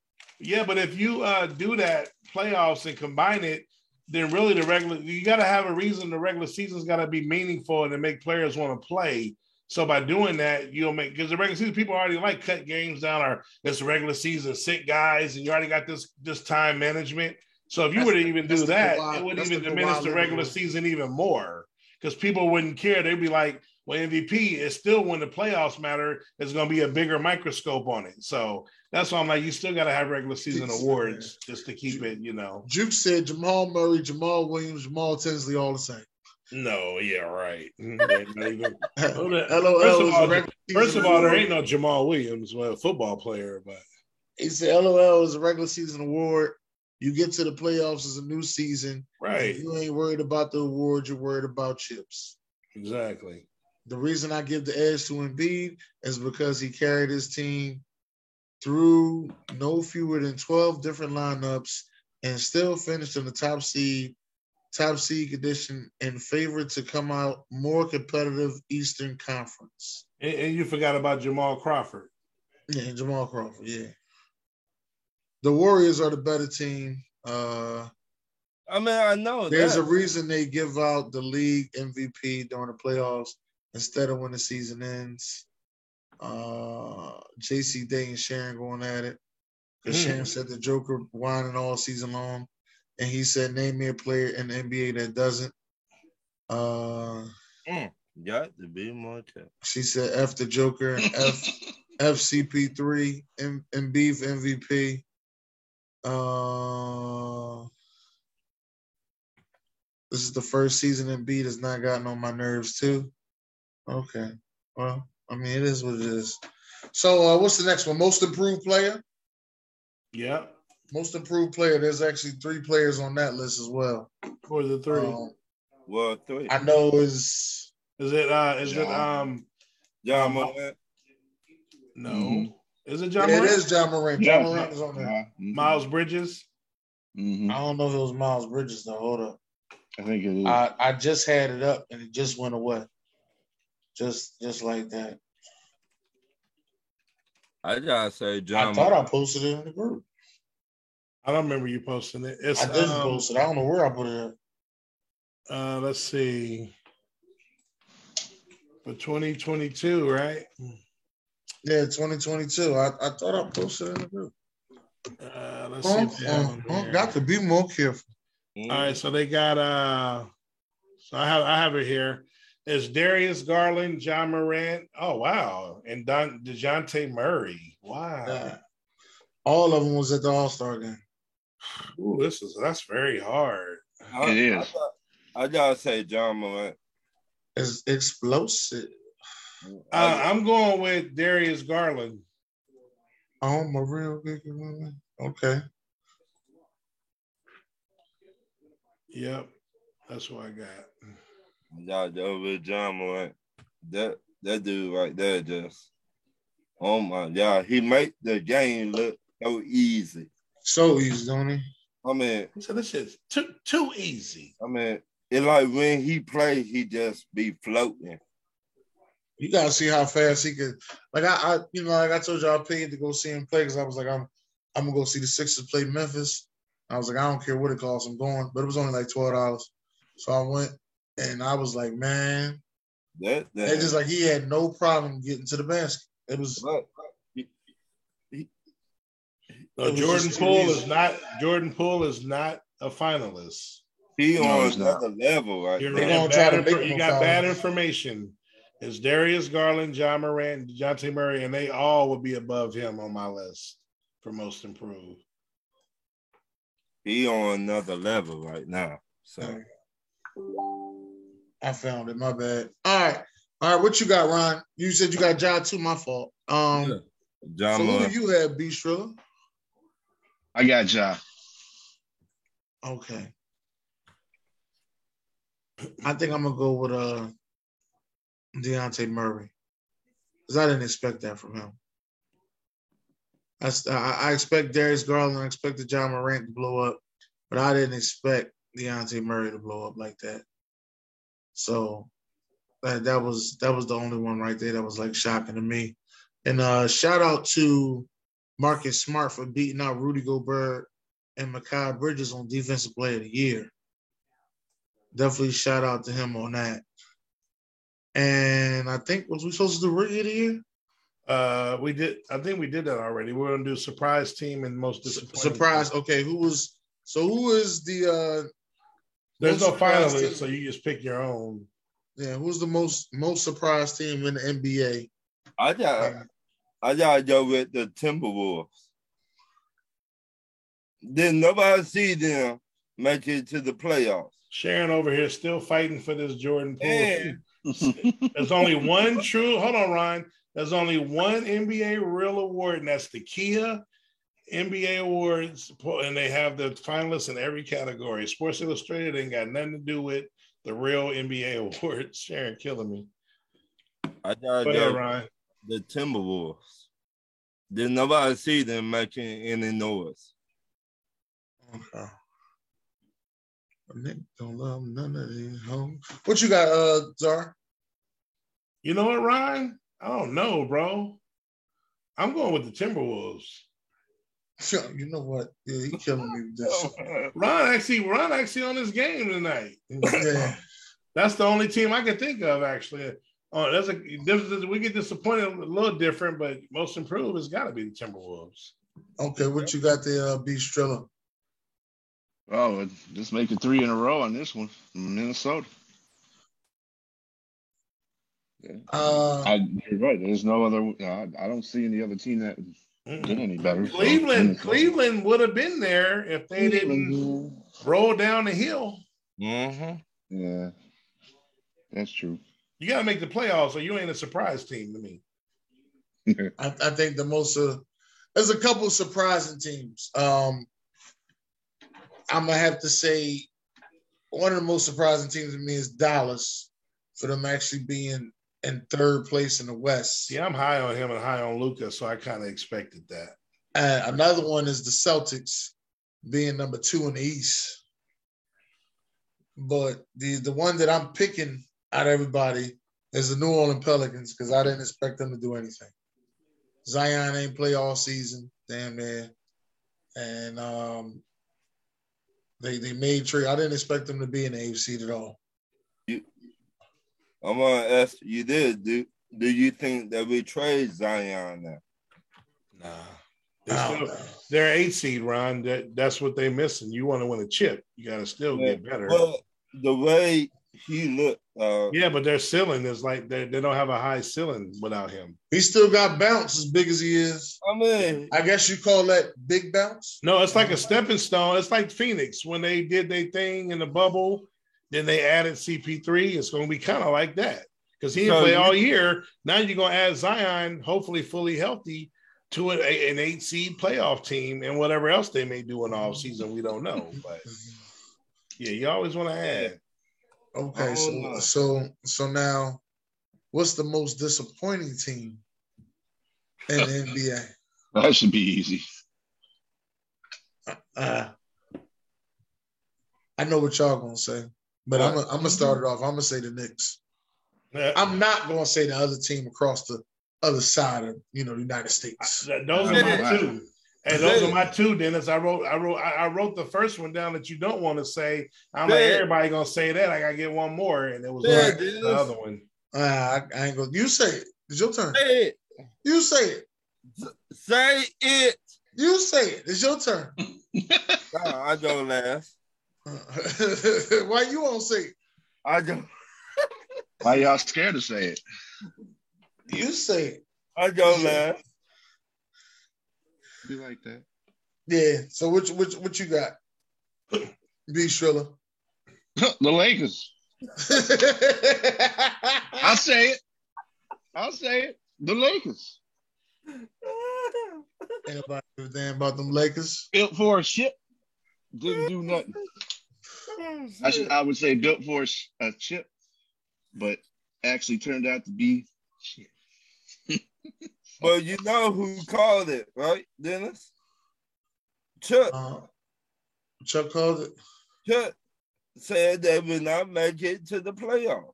Yeah, but if you uh, do that playoffs and combine it, then really the regular you got to have a reason. The regular season's got to be meaningful and to make players want to play. So by doing that, you'll make because the regular season people already like cut games down or it's a regular season sick guys and you already got this this time management. So if you
That's
were to
the-
even
that's
do
the
that,
Kawhi-
it would
that's
even
the Kawhi
diminish the regular
Leonard.
season even more because people wouldn't care. They'd be like, "Well, MVP is still when the playoffs matter. It's going to be a bigger microscope on it." So that's why I'm like, you still got to have regular season
Jesus,
awards just to keep it, you know.
Juke said Jamal Murray, Jamal Williams, Jamal Tinsley, all the same.
No, yeah, right. Yeah, not even-
LOL.
that-
is
all,
a regular
First
season
of all, there
award.
ain't no Jamal Williams, well, football player, but
He said LOL is a regular season award. You get to the playoffs as a new season.
right,
You ain't worried about the award, you're worried about chips.
exactly.
The reason I give the edge to Embiid is because he carried his team through no fewer than 12 different lineups and still finished in the top seed, top seed condition, and favored to come out more competitive Eastern Conference.
And, and you forgot about Jamal Crawford.
Yeah, and Jamal Crawford, yeah. The Warriors are the better team. Uh,
I mean, I know
There's
that.
a reason they give out the league MVP during the playoffs instead of when the season ends. Uh, JC Day and Sharon going at it. Because
Mhm.
Sharon said the Joker whining all season long. And he said, name me a player in the NBA that doesn't. Uh,
Got to be more careful.
she said F the Joker and F FCP3 and, and B for MVP. Uh, this is the first season Embiid has not gotten on my nerves too. Okay, well, I mean it is what it is. So uh, what's the next one? Most improved player.
Yep.
Most improved player. There's actually three players on that list as well.
For the three.
Um,
Well, three.
I know is
is it uh is it
John.
um
John Morant.
no.
Mhm.
Is it
Mm-hmm. yeah,
John
it
Morant?
is John Morant. John Morant
Uh,
is on there.
Miles Bridges?
hmm
I don't know if it was Miles Bridges though. Hold up.
I think it is.
I, I just had it up and it just went away. Just just like that.
I gotta say
I
John.
thought
Morant.
I posted it in the group.
I don't remember you posting it. It's
I did
um,
post it. I don't know where I put it. At.
uh let's see. For 2022, right?
Yeah, 2022. I, I thought I posted it in the group.
Uh let's see.
Huh?
if they have
Uh,
one
huh?
there.
Got to be more careful.
Mm.
All right, so they got uh so I have I have it here. It's Darius Garland, John Morant. Oh wow, and Don DeJounte Murray. Wow.
Uh, all of them was at the All Star game.
Ooh, this is that's very hard.
I,
It is.
I, got- I gotta say John Morant.
It's explosive.
Uh, I'm going with Darius Garland.
Oh, my real big woman. Okay.
Yep, that's what I got.
Y'all over John Morant. That that dude right there just oh my god, he make the game look so easy.
So easy, don't he?
I mean,
He said this shit's too too easy.
I mean, it like when he play, he just be floating.
You gotta see how fast he could. Like I, I you know, like I told you, I paid to go see him play because I was like, I'm, I'm gonna go see the Sixers play Memphis. I was like, I don't care what it costs, I'm going. But it was only like twelve dollars, so I went, and I was like, man,
That that
it's just like he had no problem getting to the basket. It was
Look,
No,
It was
Jordan
just too
Poole
easy.
is not Jordan Poole is not a finalist.
he
No,
on
it's not.
another level right
You're
there.
gonna
reading
try
bad
to
info-
make
you
them
got
foul.
bad information. It's Darius Garland, John Morant, Dejounte Murray, and they all would be above him on my list for most improved.
He on another level right now. So
I found it. My bad. All right. All right. What you got, Ron? You said you got John too. My fault. Um,
John
so who
Moran.
do you have, B Shriller?
I got Ja.
Okay. I think I'm gonna go with uh Deontay Murray. Because I didn't expect that from him. That's I, I expect Darius Garland, I expected John Morant to blow up, but I didn't expect Deontay Murray to blow up like that. So that that was that was the only one right there that was like shocking to me. And uh shout out to Marcus Smart for beating out Rudy Gobert and Makai Bridges on Defensive Player of the Year. Definitely shout out to him on that. And I think was we supposed to do rookie of the year?
Uh, we did. I think we did that already. We're gonna do surprise team and most disappointing.
Surprise. Okay, who was so who is the uh
There's no
most surprised
finalists,
team?
so you just pick your own.
yeah, who's the most most surprise team in the NBA?
I got I gotta go with the Timberwolves. Did nobody see them make it to the playoffs?
Sharon over here still fighting for this Jordan Poole.
And
There's only one true. Hold on, Ryan. There's only one NBA real award, and that's the Kia NBA Awards, and they have the finalists in every category. Sports Illustrated ain't got nothing to do with the real NBA awards. Sharon killing me.
I
Go
gotta go
ahead,
with
Ryan.
the Timberwolves. Did nobody see them making any noise?
Okay. Nick don't love none of these home. What you got, uh Zar?
You know what, Ryan? I don't know, bro. I'm going with the Timberwolves.
You know what? Yeah, he killing me with this.
Ron actually, Ron actually on this game tonight.
Yeah.
That's the only team I can think of, actually. Oh, that's a this is, we get disappointed a little different, but most improved has got to be the Timberwolves.
Okay, what you got there, uh, B Strilla?
Oh, just making three in a row on this one. Minnesota.
Uh,
I, you're right. There's no other. I, I don't see any other team that did
Mm-mm.
any better. so
Cleveland,
Minnesota.
Cleveland would have been there if they didn't
Mm-hmm. Cleveland,
roll down the hill.
Mm-hmm.
Yeah, that's true.
You got to make the playoffs, or you ain't a surprise team to me.
I, I think the most uh, there's a couple of surprising teams. Um, I'm gonna have to say one of the most surprising teams to me is Dallas for them actually being in third place in the West.
Yeah, I'm high on him and high on Luca, so I kind of expected that.
And another one is the Celtics being number two in the East. But the the one that I'm picking out of everybody is the New Orleans Pelicans because I didn't expect them to do anything. Zion ain't play all season, damn near. And um, they they made trade. I didn't expect them to be in the eighth seed at all.
I'm gonna ask you this: Do do you think that we trade Zion now?
Nah, they're,
Oh,
still, they're eight seed, Ron. That, that's what they missing. You want to win a chip, you got to still get better.
Well, the way he looked, uh,
Yeah, but their ceiling is like they, they don't have a high ceiling without him.
He still got bounce as big as he is.
I mean,
I guess you call that big bounce.
No, it's like a stepping stone. It's like Phoenix when they did their thing in the bubble, then they added CP3. It's going to be kind of like that because he didn't
So
play
you-
all year. Now you're going to add Zion, hopefully fully healthy, to an, a- an eight seed playoff team and whatever else they may do in off season. We don't know, but yeah, you always want to add.
Okay,
Oh,
so
no.
so so now, what's the most disappointing team in the NBA?
That should be easy.
Uh, I know what y'all gonna say, but I'm gonna I'm gonna start it off. I'm gonna say the Knicks.
Uh,
I'm not gonna say the other team across the other side of you know the United States.
Th- Those are my
Wow.
two. Hey, those are my two, Dennis. I wrote, I wrote, I I wrote the first one down that you don't want to say. I'm like,
Yeah.
everybody gonna say that. I gotta get one more, and it was
Yeah,
like
Dennis.
the other one.
Uh, I, I ain't gonna. You say it. It's your turn.
say it,
You say it.
say it.
You say it. It's your turn.
No, I go last.
Why you won't say it?
I go,
Why y'all scared to say it?
You say it.
I go last.
Be like that.
Yeah. So which which what you got? B Shrilla.
Uh, the Lakers. I'll say it. I'll say it. The Lakers.
Anybody give a damn about them Lakers?
Built for a ship. Didn't do nothing. I, should, I would say built for a, sh- a chip, but actually turned out to be shit.
But you know who called it, right, Dennis? Chuck,
Uh, Chuck called it.
Chuck said they would not make it to the playoffs.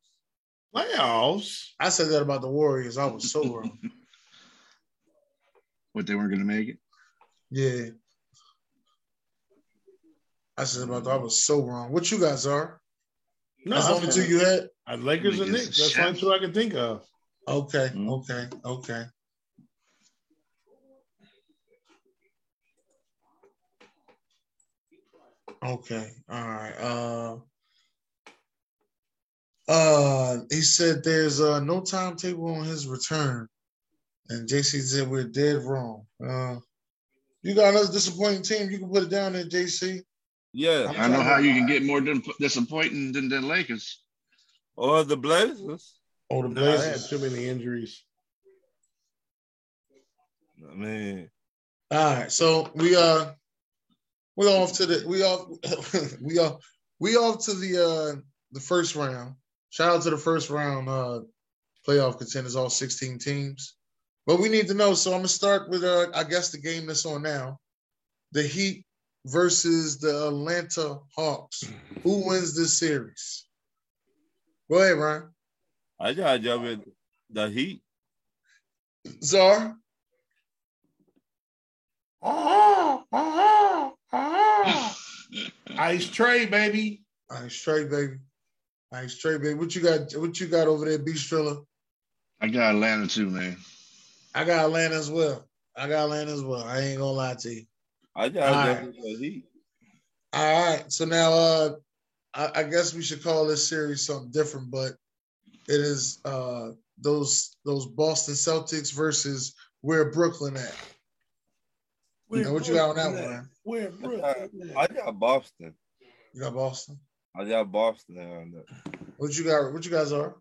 Playoffs.
I said that about the Warriors. I was so wrong.
But they weren't going to make it.
Yeah. I said about the, I was so wrong. What you guys are?
No,
That's the only two you had?
I- Uh, Lakers and
Lakers
Knicks. That's
is
the only two I can think of.
Okay,
Mm-hmm.
Mhm.
okay, okay. Okay, all right. Uh, uh, he said there's uh, no timetable on his return, and JC said we're dead wrong. Uh, you got another disappointing team. You can put it down there, JC.
Yeah.
I'm
I know
trying
how
to-
you can get more dis- disappointing than the Lakers.
Or the Blazers.
Oh, the
No, I had
Blazers.
too many injuries.
I mean,
All right, so we uh we off to the we off we off we off to the uh the first round. Shout out to the first round uh playoff contenders, all 16 teams. But we need to know. So I'm gonna start with uh I guess the game that's on now. The Heat versus the Atlanta Hawks. Who wins this series? Go ahead, Ryan.
I got you with the Heat.
Czar.
Ice Trey, baby.
All right, straight, baby. All right, straight, baby. What you got? What you got over there, B Striller?
I got Atlanta too, man.
I got Atlanta as well. I got Atlanta as well. I ain't gonna lie to you.
I got you
Alright.
with the Heat.
All right. So now uh I, I guess we should call this series something different, but it is uh those those Boston Celtics versus where Brooklyn at. Now, what you got on that one? man?
Where Uh,
I got Boston.
You got Boston.
I got Boston on that.
What you got? What you guys are?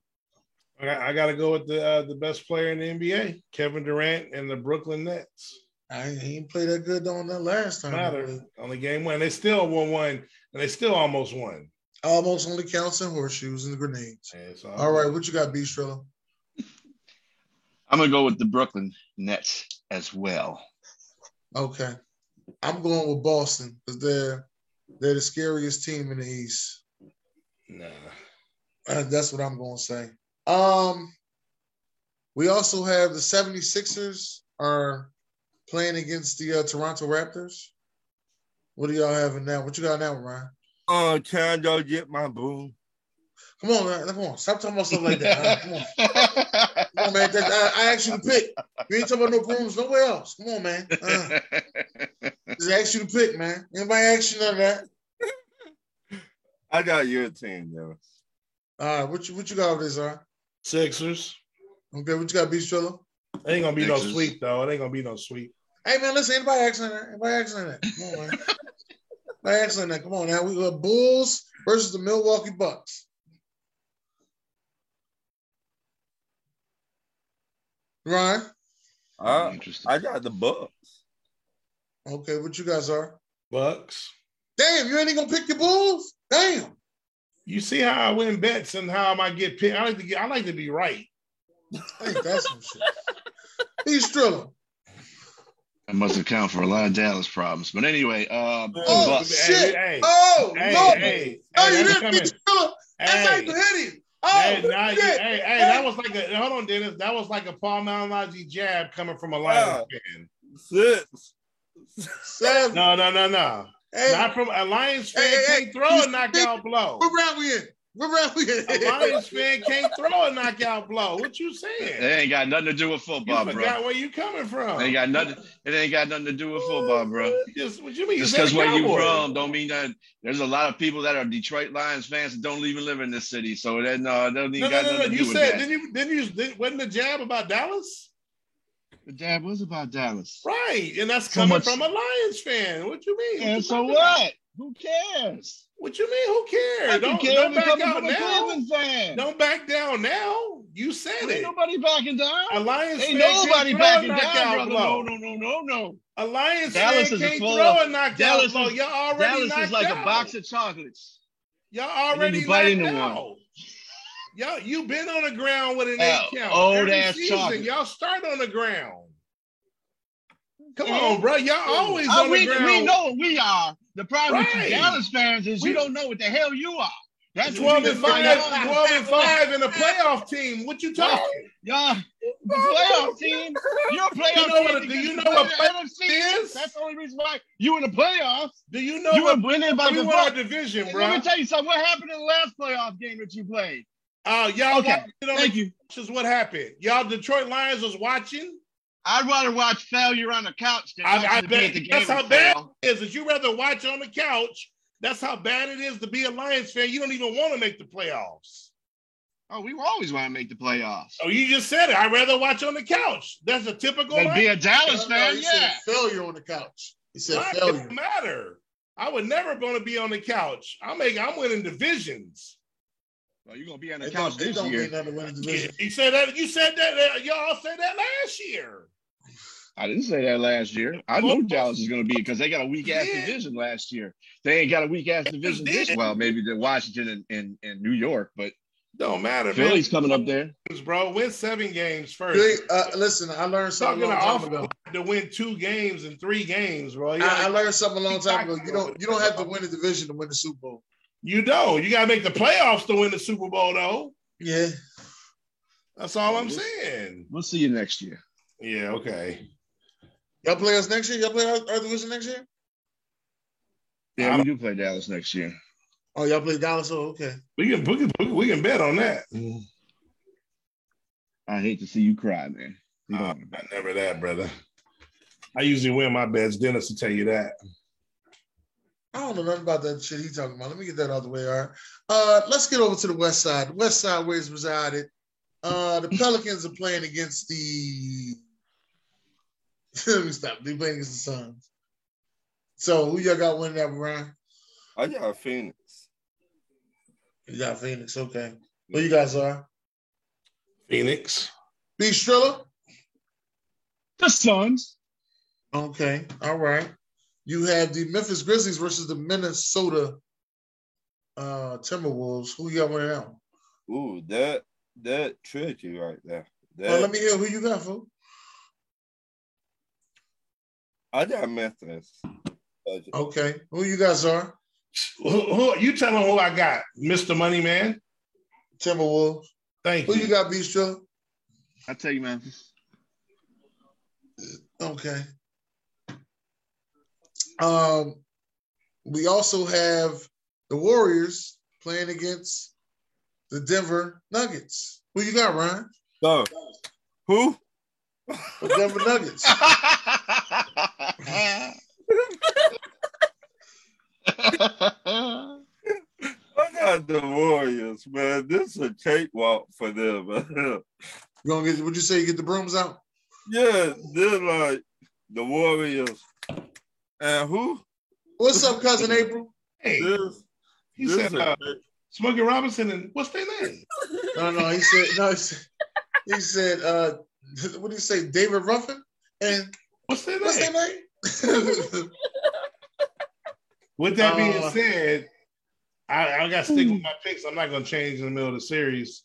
I, got to go with the uh, the best player in the NBA, Kevin Durant and the Brooklyn Nets.
I ain't- he ain't play that good on that last time.
Matter only game one. They still won one, and they still almost won.
Almost only counts in horseshoes and grenades.
And so-
All right, what you got, B Striller?
I'm gonna go with the Brooklyn Nets as well.
Okay. I'm going with Boston because they're they're the scariest team in the East.
Nah.
Uh, that's what I'm going to say. Um, we also have the 76ers are playing against the uh, Toronto Raptors. What do y'all have in that? What you got now, Ryan?
Oh, can I go get my boom?
Come on, man. come on. Stop talking about stuff like that. Ryan. Come on, Come on, man. That- I, I asked you to pick. You ain't talking about no brooms nowhere else. Come on, man. Uh, just asked you to pick, man. Anybody ask you none of that?
I got your team, Dennis.
All right, what you what you got over there, Zion?
Sixers.
Okay, what you got, B Striller?
It ain't gonna be no
Sixers.
sweep though. It ain't gonna be no sweep.
Hey man, listen, anybody asking that? Anybody asking that? Come on, man. anybody asking that? Come on now. We got Bulls versus the Milwaukee Bucks. Ryan.
I,
Interesting.
I got the Bucks.
Okay, what you guys are?
Bucks.
Damn, you ain't even gonna pick your Bulls? Damn.
You see how I win bets and how I might get picked. I like to get. I like to be right.
Ain't that some shit? B Striller.
That must account for a lot of Dallas problems. But anyway, uh, the
Oh,
Bucks.
shit.
Hey,
Oh,
hey,
no. oh,
hey, hey, hey,
you
that's
didn't
coming.
pick Striller. That's how
Hey.
you hit him. Oh,
Hey, nah, you-
shit.
hey, hey, that was like a hold on, Dennis. That was like a Paul Malignaggi jab coming from a Lions
Oh.
fan.
Six.
Seven.
No, no, no, no,
Hey,
not from a Lions fan.
Hey, hey,
can't throw a
you
knockout blow.
what round we in? What round we
A
in?
Lions fan can't throw a knockout blow. What you
It
saying?
ain't got nothing to do with
You
football, bro.
forgot where you coming from.
It ain't got nothing. It ain't got nothing to do with football, bro.
Just what Oh, you mean?
Just
said
because where you
Cowboys.
from don't mean that. There's a lot of people that are Detroit Lions fans that don't even live in this city, so that no, it doesn't
No,
even
no,
got
no, no.
nothing to do
You
with
said
that.
didn't you? Didn't you? Didn't, wasn't the jab about Dallas?
The dad was about Dallas.
Right, and that's
So
coming
much-
from a Lions fan. What you mean?
And so what? Who cares?
What you mean? Who cares?
I
don't
don't care
don't
if it
back
comes
out
from a
now.
Cleveland fan.
Don't back down now. You said
Ain't
it.
nobody backing down.
Alliance
Ain't
fan can't
nobody
throw a
backing down,
knockout
brother.
blow.
No, no, no, no, no.
Alliance
Dallas
fan
is a
can't
full
throw
up.
a knockout
Dallas
blow.
is-
Y'all already
Dallas
knocked
is like
out.
a box of chocolates.
Y'all
And then
already
you bite into
knocked
one.
out. Y'all, you been on the ground with an
Ow,
eight count.
old
Every
ass
season,
chocolate.
y'all start on the ground. Come
Mhm.
on, bro. Y'all always
Uh,
on
we,
the ground.
we know what we are. The problem with
Right.
you Dallas fans is
We-
you don't know what the hell you are. That's what
12
you
and
just find
5,
out.
12 and 5 in a playoff team. What you talking?
Y'all, the playoff team. You're a playoff
You know
team.
what- do you
because
know
play
what
the
playoff
NFC?
is?
That's the only reason why you in the playoffs.
Do you know
you
what
were winning by
we
the
won our
buck.
division, bro?
Let me tell you something. What happened in the last playoff game that you played?
uh, y'all
Okay,
watched it on
Thank
the
you.
couches. What happened? Y'all Detroit Lions was watching.
I'd rather watch failure on the couch than
I-
watch
I
it be
bet
at the game.
that's how
itself.
bad- Is that you rather watch on the couch? That's how bad it is to be a Lions fan. You don't even want to make the playoffs.
Oh, we always want to make the playoffs.
Oh, you just said it. I'd rather watch on the couch. That's a typical.
But be
Lions
a Dallas
No, no,
fan,
he said
yeah.
failure on the couch. He said
Why? It
failure.
don't matter. I would never going to be on the couch. I'm making. I'm winning divisions.
Well, you're gonna be on the
It
couch
don't, it
this
don't mean
year.
nothing to win the division.
You said that. You said that. that- y'all said that last year.
I didn't say that last year. I know Dallas is gonna be because they got a weak ass
Yeah.
division last year. They ain't got a weak ass division this.
did.
Well, maybe the Washington and, and, and New York, but
Don't matter,
Philly's coming up there.
man. Bro, win seven games first.
They- uh, listen, I learned something a
Talking
long
to
time
off-
ago.
to win two games and three games, bro. You,
I, I
gotta-
learned something a long time ago. You don't you don't have to win the division to win the Super Bowl.
you know, you got to make the playoffs to win the Super Bowl, though.
Yeah.
That's all
Mm-hmm.
I'm saying.
We'll see you next year.
Yeah, okay.
Y'all play us next year? Y'all play our, our division next year?
Yeah, we do play Dallas next year.
Oh, y'all play Dallas. Oh, okay.
We can, we can we can bet on that.
Mm-hmm.
I hate to see you cry, man. You don't
Uh,
wanna bet.
not never that, brother. I usually win my bets. Dennis will tell you that.
I don't know nothing about that shit he talking about. Let me get that out of the way. All right. Uh, let's get over to the West Side. West Side where it's resided. Uh, the Pelicans are playing against the. Let me stop. They're playing against the Suns. So who y'all got winning that round?
I got Phoenix.
You got Phoenix. Okay. Who you guys are?
Phoenix.
B Striller.
The Suns.
Okay. All right. You have the Memphis Grizzlies versus the Minnesota uh, Timberwolves. Who you got winning that one?
Ooh, that that tricky right there. That,
Well, let me hear who you got, fool.
I got Memphis. Oh.
Okay. Who you guys are?
Who, who you tell him who I got, Mister Money Man?
Timberwolves.
Thank
Who you got, B Striller?
I tell you, man.
Okay. Um, we also have the Warriors playing against the Denver Nuggets. Who you got, Ryan?
So, who?
The Denver Nuggets.
I got the Warriors, man. This is a cakewalk for them.
You gonna get? Would you say you get the brooms out?
yeah, they're like the Warriors. And who?
What's up, cousin April?
Hey,
This,
he
this
said
a
uh, Smokey Robinson and what's their name?
No, no. He said no. He said, he said uh, what did he say? David Ruffin and
What's their
what's
name?
their name?
With that being
Uh,
said, I, I got to stick with my picks. I'm not going to change in the middle of the series.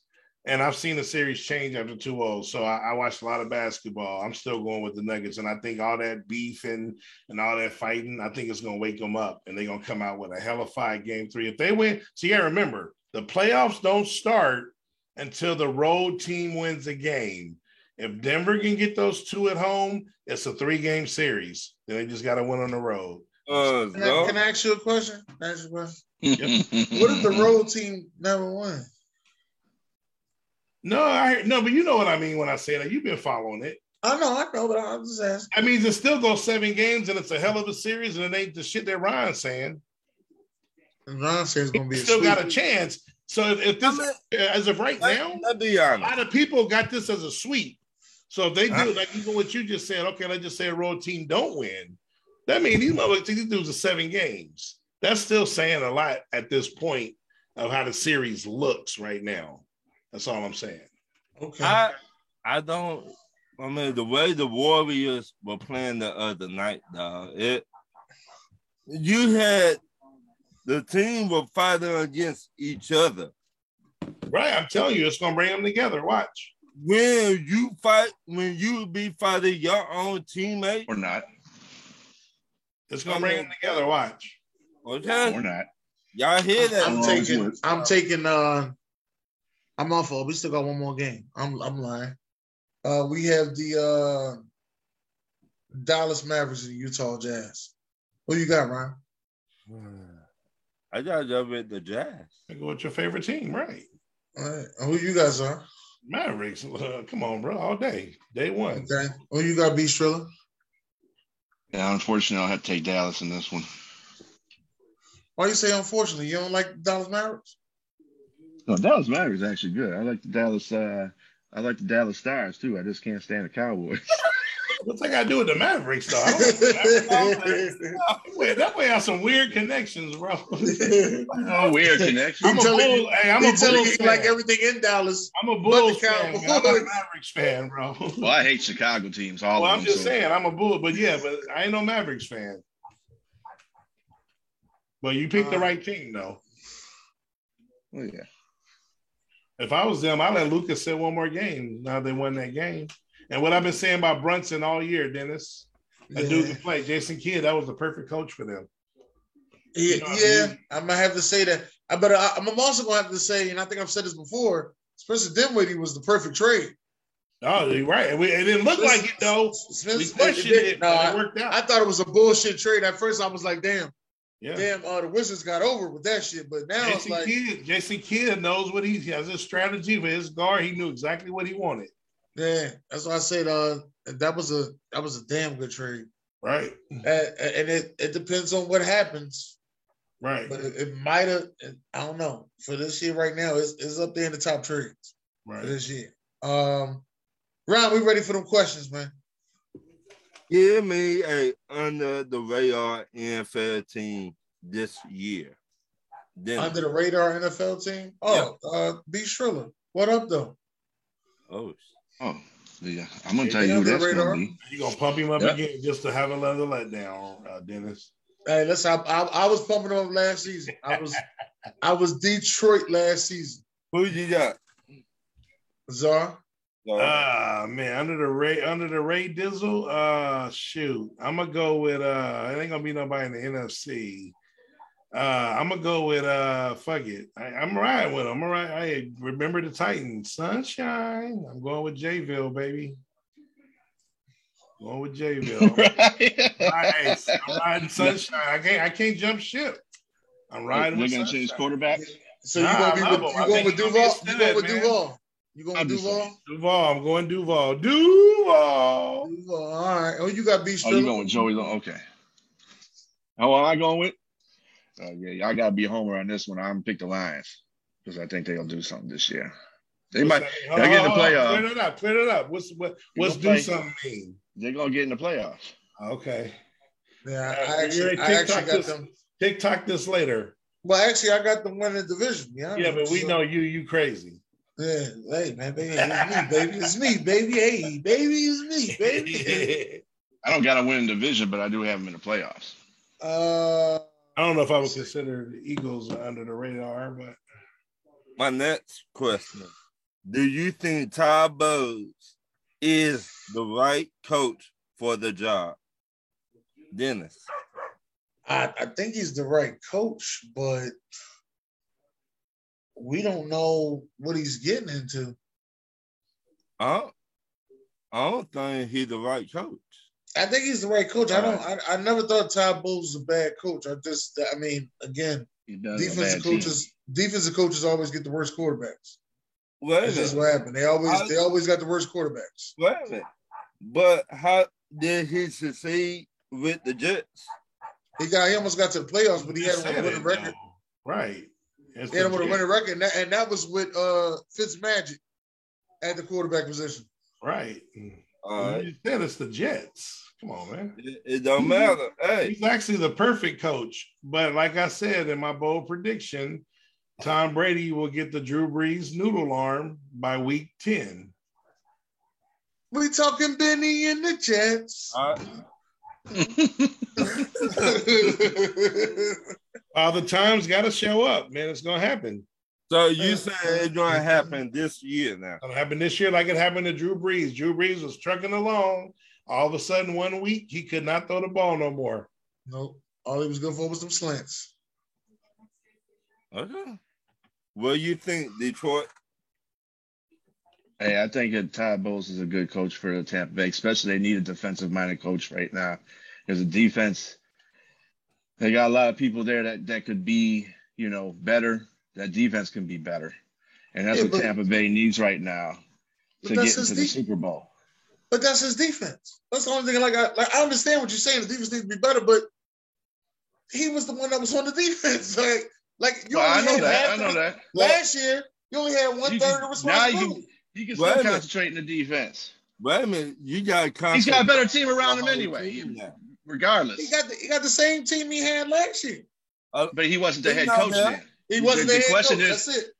And I've seen the series change after 2 0. So I, I watched a lot of basketball. I'm still going with the Nuggets. And I think all that beef and, and all that fighting, I think it's going to wake them up. And they're going to come out with a hell of a fight game three. If they win, so yeah, remember, the playoffs don't start until the road team wins a game. If Denver can get those two at home, it's a three game series. Then they just got to win on the road.
uh,
can, I,
Zoe?
can I ask you a question? Can I ask you a question? What
What
if the road team never won?
No, I hear- no, but you know what I mean when I say that. You've been following it.
I know, I know, but I- I'm just asking.
I mean, it still goes seven games, and it's a hell of a series, and it ain't the shit that Ryan's saying.
And Ron says it's gonna be a
Still got a
sweep.
chance. So if, if
I
this, uh,
mean,
as of right now,
let, let be
a
honest.
lot of people got this as a sweep. So if they do,
Huh?
like even what you just said, okay, let's just say a road team don't win. That means these motherfuckers, these dudes are seven games. That's still saying a lot at this point of how the series looks right now. That's all I'm saying.
Okay.
I I don't. I mean, the way the Warriors were playing the other night, dog, it you had the team were fighting against each other.
Right. I'm telling you, it's gonna bring them together. Watch.
When you fight, when you be fighting your own teammate,
Or not.
It's gonna bring them together. Watch.
Or
okay,
not.
oh, y'all hear that?
I'm
Well,
taking.
it's-
I'm taking. Uh, I'm off. We still got one more game. I'm. I'm lying. Uh, we have the uh, Dallas Mavericks and Utah Jazz. Who you got, Ryan?
I got to with the Jazz.
Go with your favorite team, right?
All right. Who you guys are?
Mavericks. Uh, come on, bro. All day. Day one.
Okay. Who you got, B Striller?
Yeah, unfortunately, I'll have to take Dallas in this one.
Why you say unfortunately? You don't like the Dallas Mavericks?
No, Dallas Mavericks is actually good. I like the Dallas. Uh, I like the Dallas Stars too. I just can't stand the Cowboys.
What's that got to do with the Mavericks, though? I don't know. Wait, that way out some weird connections, bro.
oh, weird connection.
I'm a
telling
bull.
you-
hey, I'm
he
a
telling
Bulls
you
fan.
like everything in Dallas.
I'm a
but the
Bulls fan. man. I'm not a
Cowboys.
Mavericks fan, bro.
Well, I hate Chicago teams. All
Well,
of
I'm
them.
just
so-
saying I'm a Bull, but yeah, but I ain't no Mavericks fan. But you picked the
Uh,
right team, though.
Well, yeah.
If I was them, I'd let Lucas sit one more game. Now they won that game. And what I've been saying about Brunson all year, Dennis, a dude
Yeah.
can play. Jason Kidd, that was the perfect coach for them.
Yeah,
You know what I
yeah,
mean?
I might have to say that. I but I, I'm also gonna have to say, and I think I've said this before. Spencer Dinwiddie was the perfect trade.
Oh, you're right. And we- It didn't look like it, though. We
Spencer,
questioned
it-
it,
no,
but it
I,
worked out.
I thought it was a bullshit trade at first. I was like, damn,
yeah.
damn, uh, the Wizards got over with that shit. But now it's
Jason
like,
Kidd, Jason Kidd knows what he's, he has his strategy for his guard. He knew exactly what he wanted.
yeah, that's why I said uh, that was a that was a damn good trade.
Right.
Uh, and it it depends on what happens,
Right.
but it, it might have. I don't know. For this year, right now, it's, it's up there in the top trades. for
Right.
this year. Um, Ron, we ready for them questions, man.
Give me a under the radar NFL team this year. Then,
Under the radar NFL team. Oh, uh, B. Shriller, what up though?
oh,
Oh, yeah. I'm gonna
Yeah,
tell you who
under the
that's
radar.
gonna be.
you going to pump him up
Yeah.
again just to have another letdown, uh, Dennis.
Hey, listen, I, I, I was pumping them up last season. I was I was Detroit last season.
who you got?
Czar.
Ah, man. Under the Ray, under the Ray Dizzle. Uh, shoot. I'm going to go with, uh, it ain't going to be nobody in the NFC. Uh, I'm gonna go with uh fuck it. I, I'm riding with him. I'm right. I remember the Titans, sunshine. I'm going with Jayville, baby. Going with Jayville. Nice. I'm riding sunshine. I can't. I can't jump ship. I'm
They're
riding
gonna
with
change
sunshine.
quarterback.
So
Nah,
you
I
gonna
love
be with
him.
you
I
going
think
with
he's gonna
Duval?
be a
You going with Duval? You
stud, man.
going with
I'm just
Duval?
saying.
Duval. I'm going Duval. Duval.
Duval. All right. Oh, you got B.
Oh, you
Shriller.
going with Joey? Lo- Okay. Oh, am I going with? Oh yeah, y'all gotta be homer on this one. I'm pick the Lions because I think they'll do something this year. They might.
Hold on,
get in the
hold on.
playoff.
Clear it up. Clear it up. What's what?
You
What's
gonna
do
play-
something mean?
They're gonna get in the playoffs.
Okay.
yeah,
Uh,
I actually,
yeah,
I actually
TikTok
got
this-
them.
TikTok this later.
Well, actually, I got them winning the division. Yeah,
Yeah, but we
So-
know you. You crazy.
Yeah, hey man, baby, it's me, baby, it's me, baby, hey, baby, it's me, baby.
I
I don't gotta win the division, but I do have them in the playoffs.
Uh,
don't know if I would consider the Eagles under the radar, but
My next question: Do you think Ty Bowles is the right coach for the job, Dennis?
I, I think he's the right coach, but we don't know what he's getting into.
I don't, Oh, I don't think he's the right coach.
I think he's the right coach. I don't. I, I never thought Todd Bowles was a bad coach. I just, I mean, again,
He does have a
defensive
bad team.
coaches, defensive coaches always get the worst quarterbacks.
Wait a
That's just
minute,
what happened. They always, they always got the worst quarterbacks.
wait a minute. But how did he succeed with the Jets?
He got, he almost got to the playoffs, but he had
Just
him
said
with a
it,
record.
though. Right. It's
Yeah,
the
with a
Jets.
winning record, and that, and that was with uh Fitzmagic at the quarterback position.
Right.
All right.
You said it's the Jets. Come on, man.
Mm-hmm.
It, it don't matter. Hey,
He's actually the perfect coach. But like I said in my bold prediction, Tom Brady will get the Drew Brees noodle arm by week 10.
We talking Benny and the Jets.
all right.
Uh, the time's got to show up, man. It's going to happen.
so you saying it's gonna happen this year now?
It'll happen this year like it happened to Drew Brees. Drew Brees was trucking along. All of a sudden, one week, he could not throw the ball no more.
nope. All he was good for was some slants.
Okay. Well, you think Detroit?
Hey, I think that Todd Bowles is a good coach for Tampa Bay, especially they need a defensive minded coach right now. There's a defense. They got a lot of people there that, that could be, you know, better. That defense can be better. And that's
Yeah,
what
but-
Tampa Bay needs right now
But
to get
that's
into
his
the
de-
Super Bowl.
But that's his defense. That's the only thing. Like I, like I understand what you're saying. The defense needs to be better, but he was the one that was on the defense. Like, like you
Well, I
only
know
had
that. I
half the-
know that.
Last year, you only had one
You
third
can-
of
now you-
responsibility.
He can
Wait a
still
minute.
concentrate in the defense.
Wait a minute, you got.
He's got a better team around him anyway,
He
regardless.
got the, he got the same team he had last year.
But he wasn't the
He's
head
not
coach
there.
then.
He wasn't
The-
the,
the
head
question
coach.
is-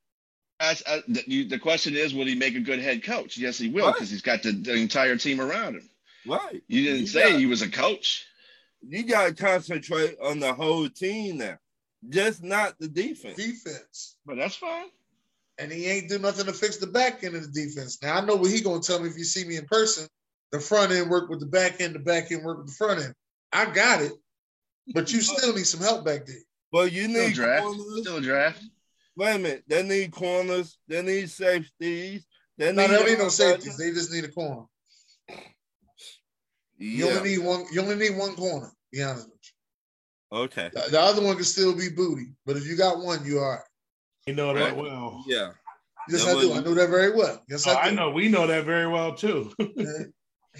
That's it.
I, I, uh, the, you, the question is, will he make a good head coach? Yes, he will,
Right.
because he's got the, the entire team around him.
Right.
You didn't
You
say
got-
he was a coach.
You got to concentrate on the whole team now, just not the defense.
defense,
But that's fine.
and he ain't do nothing to fix the back end of the defense. Now I know what he gonna tell me if you see me in person. The front end work with the back end, the back end work with the front end. I got it, but you still need some help back there.
But you
Still
need
draft.
corners.
Still a draft.
Wait a minute. They need corners. They need safeties. They need
No, they don't need no safeties. They just need a corner. You
Yeah.
only need one. You only need one corner. to Be honest with
Okay.
you. The, the other one can still be booty, but if you got one, you are.
You know
Right.
that well.
Yeah.
Yes,
That
I do.
was-
I know that very well. Yes,
Oh,
I
I
do.
know. We know that very well, too.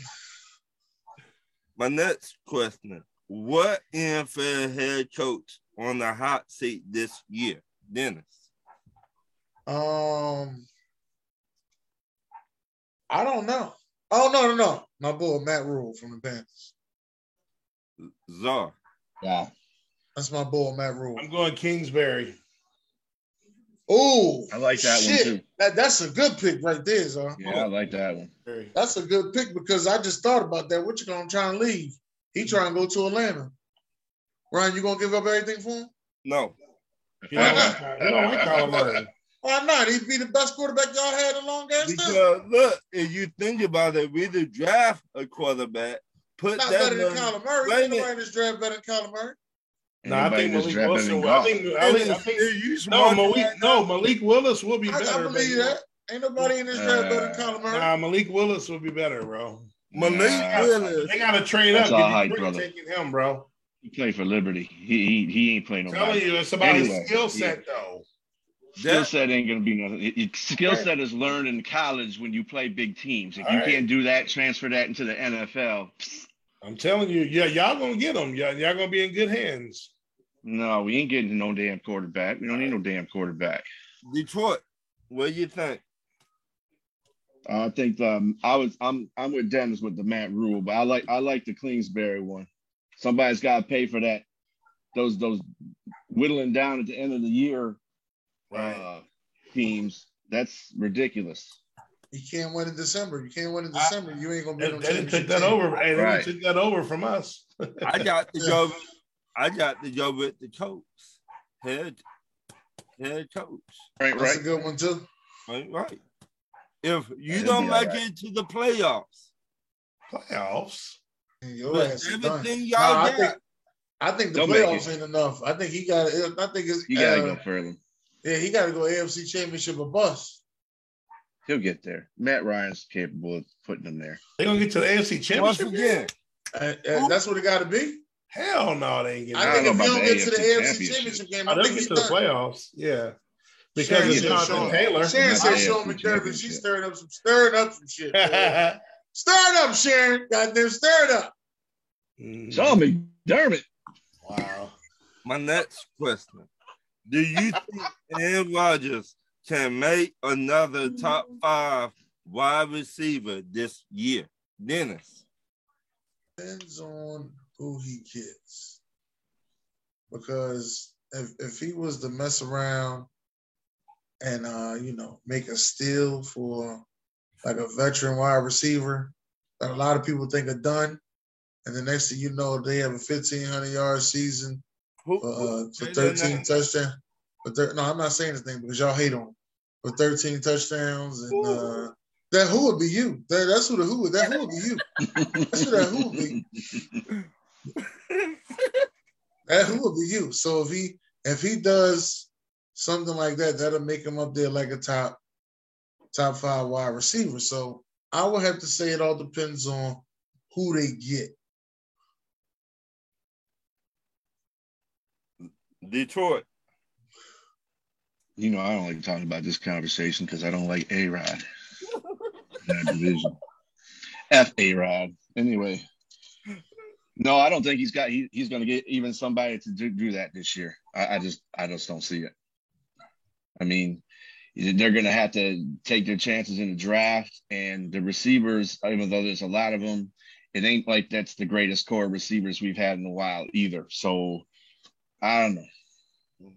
My next question: What NFL head coach on the hot seat this year, Dennis?
Um, I don't know. Oh no, no, no! My boy Matt Rule from the Panthers.
Czar.
Wow.
That's my boy Matt Rule.
I'm going Kingsbury.
Oh,
I like that one, too.
That, that's a good pick right there, Zon.
Yeah, I like that one.
Kingsbury.
That's a good pick because I just thought about that. What you gonna try and leave? He trying to go to Atlanta. Ryan, you gonna give up everything for him?
No.
You don't like, you don't like Kyler Murray.
Why Oh, not? He'd be the best quarterback y'all had in a long ass time.
Because look, if you think about it, we did draft a quarterback, put
Not
that
better than
money-
Kyler Murray.
Wait a
Ain't
minute.
Nobody in this draft better than Kyler Murray.
No, I think
Anybody that's
Malik
drafted
Wilson.
in
will- I
golf.
think, I think, I
Dennis,
think
if you
no,
smart
Malik.
right
No,
now-
Malik Willis will be
I,
better.
I believe
but-
that. Ain't nobody in this draft better than Kyler Murray.
Nah, Malik Willis will be better, bro.
Malik
Nah.
Willis.
They gotta trade
That's
up.
all
Get
hype,
Detroit
brother.
taking him, bro.
He played for Liberty. He he, he ain't playing
I'm
no.
telling you, it's about
Anyway,
his skill set, though.
Skill
That-
set ain't gonna be nothing. It- it- Skill set is learned in college when you play big teams. If
All
you
right.
can't do that, transfer that into the NFL.
I'm telling you, yeah, y'all gonna get him. Y'all, y'all gonna be in good hands.
No, we ain't getting no damn quarterback. We don't need no damn quarterback.
Detroit. What do you think?
I think um, I was I'm I'm with Dennis with the Matt Rule, but I like I like the Kingsbury one. Somebody's got to pay for that. Those those whittling down at the end of the year uh, teams. That's ridiculous.
You can't win in December. You can't win in December. you ain't gonna be
They,
on
they didn't
championship
take that
team.
over. Hey, they
Right.
didn't take that over from us.
I got to go. I got to go with the coach, head head coach.
Right,
That's
right.
a good one too.
Right, right. If you
That'd
don't
be
make
alright.
it to the playoffs,
Playoffs.
And
with
Your ass is done.
everything
Nah,
y'all
I
got,
think I think the
Don't make
playoffs ain't enough. I think he got. I think it's.
You gotta
uh,
go further.
Yeah, he got to go AFC Championship or bust.
He'll get there. Matt Ryan's capable of putting him there.
They gonna get to the AFC
once
championship game?
again,
Uh, uh, that's what it got to be.
Hell no, they ain't getting.
I
I
I
think
don't
if
know
you
about
don't
the
get to the
AFC
AFC
championship.
Championship game,
oh,
I
they'll
think
get
he's
to the
done.
playoffs. Yeah,
Sharon
because
said
it's Jonathan
Sean-
Taylor.
Sharon
Not
said
the
Sean
AFC
McDermott. She's
championship.
stirring up some stirring up some shit. man. stir it up, Sharon. Goddamn, stir it up.
Mm,
Sean McDermott.
Wow.
my next question: Do you think Aaron Rodgers can make another top five wide receiver this year? Dennis.
Depends on who he gets. Because if, if he was to mess around and uh, you know, make a steal for like a veteran wide receiver that a lot of people think are done, and the next thing you know, they have a fifteen hundred yard season
Who,
for, uh, for
who-
thirteen touchdowns. But thir- no, I'm not saying this thing because y'all hate on him. For thirteen touchdowns and uh, that who would be you? That, that's who the who would that who would be you? That's who that who would be. That Eh, who would be you? So if he if he does something like that, that'll make him up there like a top top five wide receiver. So I would have to say it all depends on who they get.
Detroit.
You know, I don't like talking about this conversation because I don't like A Rod in that division. F A Rod. Anyway. No, I don't think he's got. He, he's going to get even somebody to do, do that this year. I, I just, I just don't see it. I mean, they're going to have to take their chances in the draft, and the receivers, even though there's a lot of them, it ain't like that's the greatest core of receivers we've had in a while either. So, I don't know.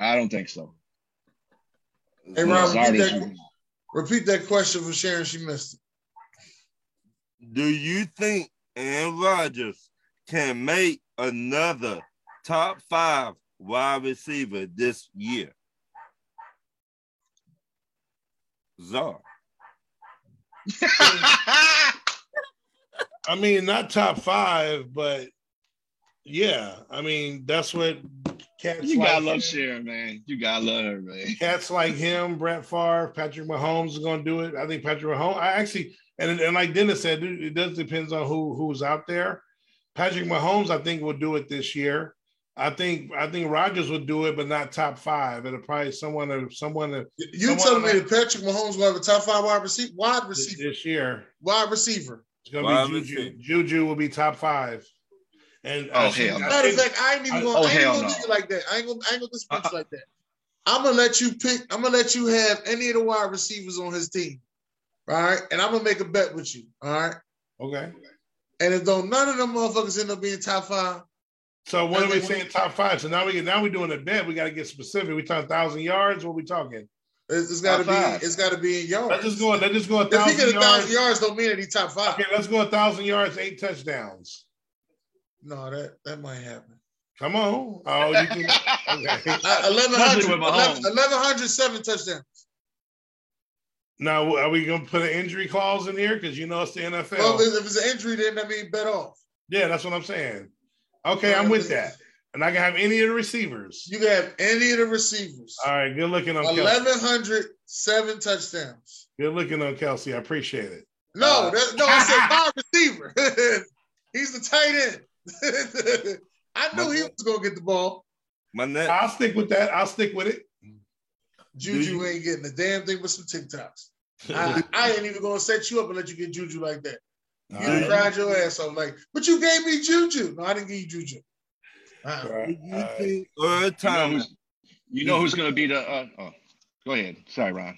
I don't think so.
Hey
Well,
Rob, repeat
Zardes-
that, repeat that question for Sharon. She missed it.
Do you think Aaron Rodgers can make another top five wide receiver this year? Czar.
I mean, not top five, but yeah, I mean that's what cats
you
like.
gotta love Sharon, man. You gotta love her, man.
Cats like him, Brett Favre, Patrick Mahomes is going to do it. I think Patrick Mahomes. I actually, and, and like Dennis said, dude, it does depends on who who's out there. Patrick Mahomes, I think, will do it this year. I think I think Rogers will do it, but not top five. It'll probably someone or someone that-
You- You
Someone
telling me
like-
that Patrick Mahomes will have a top five wide receiver? Wide
this,
receiver.
this year.
Wide receiver.
It's going
Well, I
to be
would
Juju.
say-
Juju will be top five. And
Oh,
I think-
hell no.
I
Matter of
think-
fact, I ain't even
I-
gonna, I
oh,
ain't
hell
gonna
no. Uh,
do you like that. I ain't gonna, I ain't gonna dispense you like that. I'm gonna let you pick. I'm gonna let you have any of the wide receivers on his team, all right? And I'm gonna make a bet with you, all right?
okay.
And if though none of them motherfuckers end up being top five,
So what
I
are we
think-
saying? Top five. So now we now we're doing a bet. We got to get specific. We talking thousand yards. What we talking?
it's, it's gotta
Top five.
be, it's gotta be in
Let's
yards.
just go. Let's just go a
If he
thousand
get a thousand
yards.
yards, don't mean that he top five.
Okay, let's go a thousand yards, eight touchdowns.
No, that that might happen.
Come on. Oh, you can. Okay.
Uh, 1100,
Especially with Mahomes.
1107 touchdowns.
Now are we gonna put an injury clause in here? Because you know it's the NFL.
Well, if it's an injury, then that means bet off.
yeah, that's what I'm saying. Okay, I'm with that. And I can have any of the receivers.
You can have any of the receivers.
All right, good looking on Kelsey.
Eleven hundred seven touchdowns.
Good looking on Kelsey. I appreciate it.
No, that, no, I said wide receiver. He's the tight end. I knew he was gonna get the ball.
My next,
I'll stick with that. I'll stick with it.
Juju ain't getting a damn thing but some TikToks. I, I ain't even gonna set you up and let you get Juju like that. You
All right.
cried your ass off like, but you gave me Juju. No, I didn't give you Juju.
All
Uh,
do
right.
you think Earl
You know
Thomas?
who's, you know who's gonna be the? Uh, oh, go ahead. Sorry, Ron.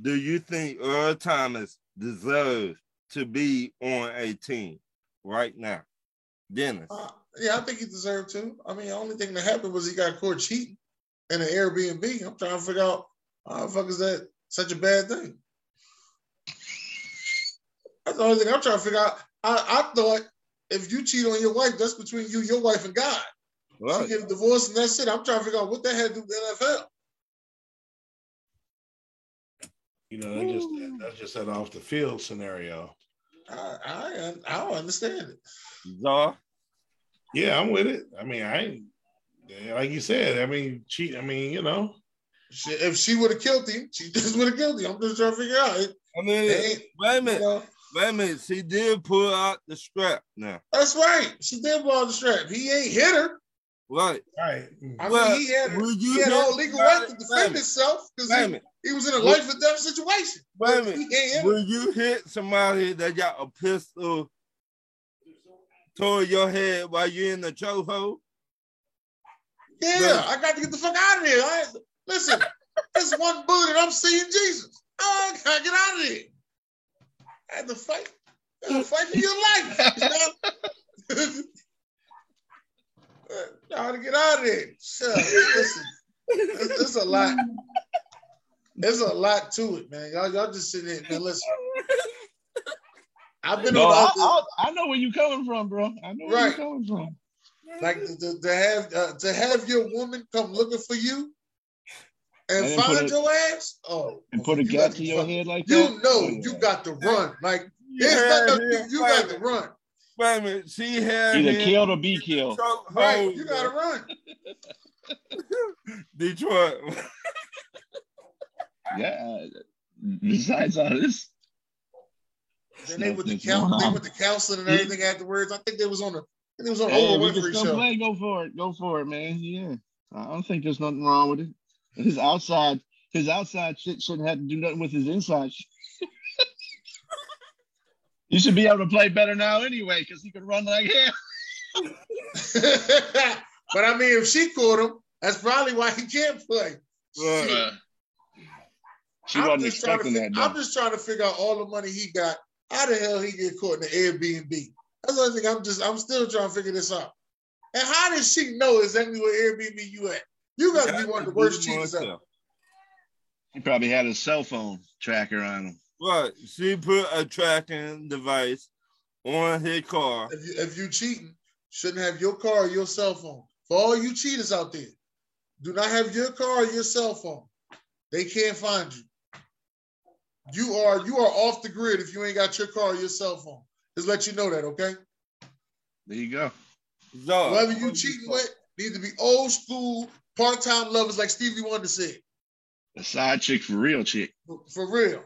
Do you think Earl Thomas deserves to be on a team right now, Dennis?
uh, yeah, I think he deserved to. I mean, the only thing that happened was he got caught cheating in an Airbnb. I'm trying to figure out how the fuck is that such a bad thing? That's the only thing I'm trying to figure out. I, I thought if you cheat on your wife, that's between you, your wife, and God. You
Right.
get a divorce and that's it. I'm trying to figure out what the hell do with the NFL.
You know, that just that's just that off the field scenario.
I, I, I don't understand it.
Czar?
Yeah, I'm with it. I mean, I ain't- yeah, like you said. I mean, cheat. I mean, you know,
She, if she would have killed him, she just would have killed him. I'm just trying to figure out. It,
I mean,
it ain't,
wait a
you
minute,
know,
wait a minute. She did pull out the strap now,
that's right. She did blow the strap. He ain't hit her.
right?
all right.
I
Well,
mean, he had,
would you
he had
hit
all legal
somebody-
right to
wait a
defend
minute,
himself because
Wait a
he,
minute.
he was in a
Would-
life or death situation.
Wait a
But he ain't
minute.
hit her.
Will you hit somebody that got a pistol toward your head while you're in the chokehold?
Yeah,
Right.
I got to get the fuck out of here. I, listen, it's one bullet and I'm seeing Jesus. I gotta get out of here. I had to fight. That's the fight for your life. You know? Y'all to get out of there. Sure. Listen, there's, there's a lot. There's a lot to it, man. Y'all, y'all just sitting here. Man, listen. I've been
No,
on
I,
all
I, I know where you coming from, bro. I know where
Right.
you coming
the,
from.
like to, to, to have uh, to have your woman come looking for you and,
And then put
find
a-
your ass. Oh,
And put a
you got
gap
to
to your
fuck-
head like
You
that.
know
Oh,
you
yeah.
got to run. Like
She
it's
had
not no,
him-
you, you
wait a
got to
minute,
run.
Wait a minute. She had
either
him
killed or be killed.
chokehold,
Right, you gotta run.
Detroit.
Yeah. Besides all this,
Then they with the
Nothing's going
count, they
on.
with the counseling and
Yeah.
everything afterwards. I think they was on a, I think it was on
hey,
Oprah
Oh, we just
Winfrey
don't
show.
play. Go for it. Go for it, man. Yeah. I don't think there's nothing wrong with it. His outside, his outside shit shouldn't have to do nothing with his inside. shit. you should be able to play better now anyway, because he can run like hell.
but I mean, if she caught him, that's probably why he can't play.
Right.
Shit.
She
I'm
wasn't
just trying to
expecting that.
fig-
Though.
I'm just trying to figure out all the money he got. How the hell he get caught in the Airbnb? That's the only thing I'm just I'm still trying to figure this out. And how does she know exactly where Airbnb you at? You got to be one of the worst cheaters out.
he probably had his cell phone tracker on him.
Right. She put a tracking device on his car.
If you if you cheating, shouldn't have your car or your cell phone. For all you cheaters out there, do not have your car or your cell phone. They can't find you. You are you are off the grid if you ain't got your car or your cell phone. Just let you know that, okay?
There you go.
Zara,
Whoever
what
you cheating
fuck?
with needs to be old school part-time lovers like Stevie Wonder said.
A side chick for real chick.
For- For real.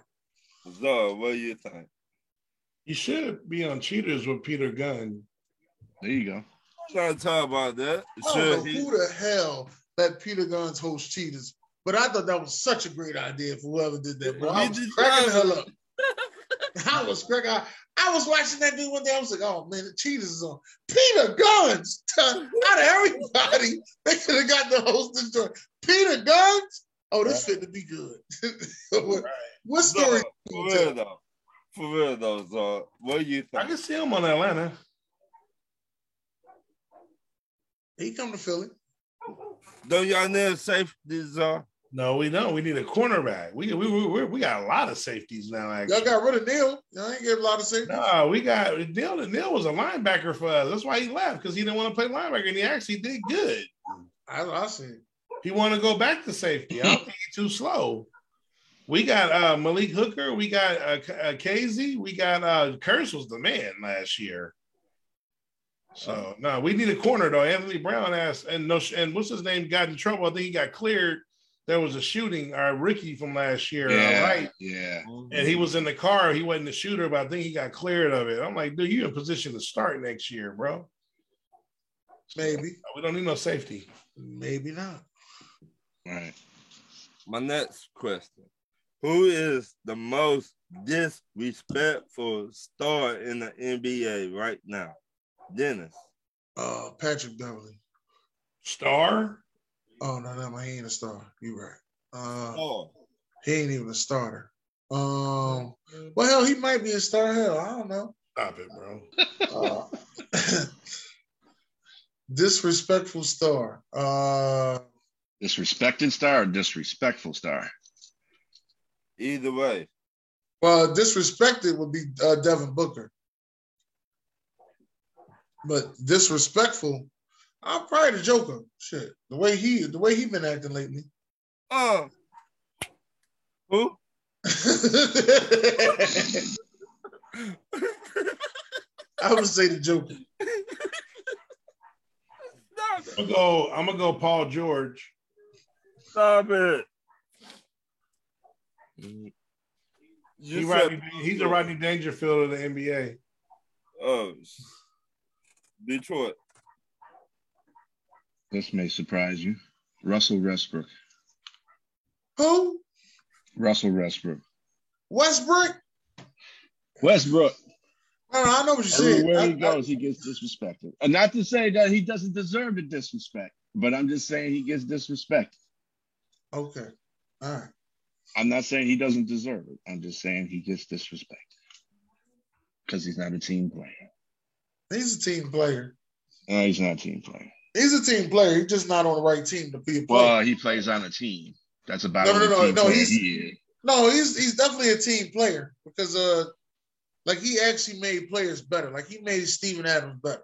Zara, what do you think?
You should be on Cheaters with Peter Gunn.
There you go.
I'm not talking about that.
I don't know
Should he?
who the hell let Peter Guns host cheaters, but I thought that was such a great idea for whoever did that, bro. I
He
was
just
cracking the
tried
hell up. I was cracking. I, I was watching that dude one day. I was like, oh man, the cheaters is on. Peter Guns out of everybody, they could have got the host this joint. Peter Guns? Oh, this fit to be good. what, what story?
Zara,
you
for
gonna tell?
real though. For real though, Zara. What do you
I
think?
can see him on Atlanta.
He come to Philly.
Don't y'all need a safety, Zara?
No, we don't. We need a cornerback. We we we, we, we got a lot of safeties now. Actually,
Y'all got rid of Neil. Y'all ain't get a lot of safety.
no, we got Neil. Neil was a linebacker for us. That's why he left because he didn't want to play linebacker, and he actually did good.
I, I see.
He wanted to go back to safety. I don't think he's too slow. We got uh, Malik Hooker. We got uh, K- uh, Casey. We got uh, Curse was the man last year. So no, we need a corner though. Anthony Brown asked, and no, and what's his name got in trouble. I think he got cleared. There was a shooting. Our Ricky from last year,
yeah.
yeah. right?
Yeah.
And he was in the car. He wasn't the shooter, but I think he got cleared of it. I'm like, dude, you in position to start next year, bro.
Maybe.
We don't need no safety.
Maybe not.
Right.
My next question. Who is the most disrespectful star in the NBA right now? Dennis.
Uh, Patrick Beverly.
Star.
Oh no, no, he ain't a star. You right. Uh,
Oh,
he ain't even a starter. Um, well, hell, he might be a star. Hell, I don't know.
Stop it, bro.
Uh, disrespectful star. Uh,
Disrespected star or disrespectful star?
either way.
well, disrespected would be uh, Devin Booker, but disrespectful. I'm probably the Joker. Shit, the way he, the way he been acting lately.
Uh, who?
I would say the Joker.
Stop it.
I'm gonna go. I'm gonna go. Paul George.
Stop it.
He
Mm. You
Rodney,
said-
he's a Rodney Dangerfield of the NBA.
Oh, Detroit.
This may surprise you. Russell Westbrook.
Who?
Russell Westbrook.
Westbrook?
Westbrook.
I, don't know, I know what you said.
Everywhere
I-
he
I-
goes, he gets disrespected. And not to say that he doesn't deserve the disrespect, but I'm just saying he gets disrespected.
okay. All right.
I'm not saying he doesn't deserve it. I'm just saying he gets disrespected. because he's not a team player.
He's a team player.
No, he's not a team player.
He's a team player. He's just not on the right team to be a player.
Well, he plays on a team. That's about
No, no,
all the
no,
team
no,
player
he's-
he is.
no, he's he's definitely a team player because uh, like he actually made players better. Like he made Steven Adams better.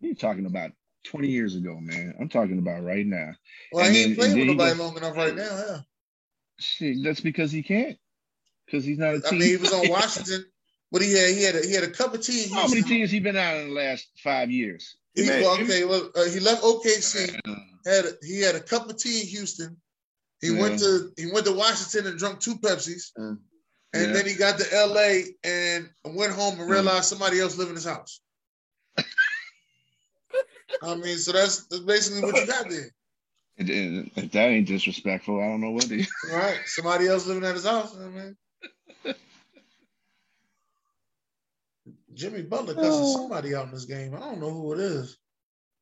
You're talking about 20 years ago, man. I'm talking about right now.
Well,
And
he
then-
ain't playing
and
with
then he
nobody
got-
long enough right now. Yeah,
Shit, that's because he can't. Because he's not a
I
team.
mean he was on
player.
Washington, but he had he had a, he had a cup of tea. in
How many
Houston.
teams he been out in the last five years?
He,
Man,
well,
he-
okay, well uh, he left OKC.
Uh,
had he had a cup of tea in Houston. He
Yeah.
went to he went to Washington and drunk two Pepsis,
Yeah.
and
Yeah. Hmm.
then he got to L.A. and went home and
Yeah.
realized somebody else lived in his house. I mean, so that's, that's basically what you got there,
and- and if that ain't disrespectful, I don't know what is.
right? Somebody else living at his house. I mean, Jimmy Butler cussing
Oh.
somebody out in this game. I don't know who it is.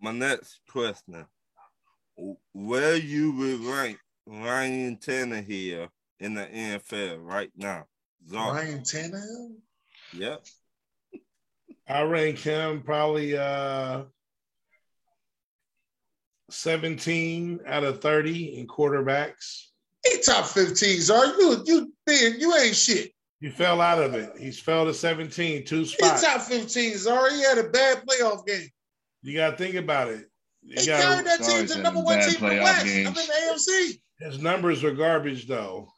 My next question: Where you would rank Ryan Tannehill in the NFL right now? Zara.
Ryan Tannehill.
Yep.
I rank him probably uh 17 out of 30 in quarterbacks.
He top fifteen. Zar, you you being you ain't shit.
He fell out of it. He's fell to 17, two
He
spots.
top fifteen. Zar, he had a bad playoff game.
You gotta think about it. You
He
gotta-
carried that team
Sorry,
to
Sam,
number one
bad
team in the
playoff
West.
games.
I mean, the AFC.
his numbers were garbage though.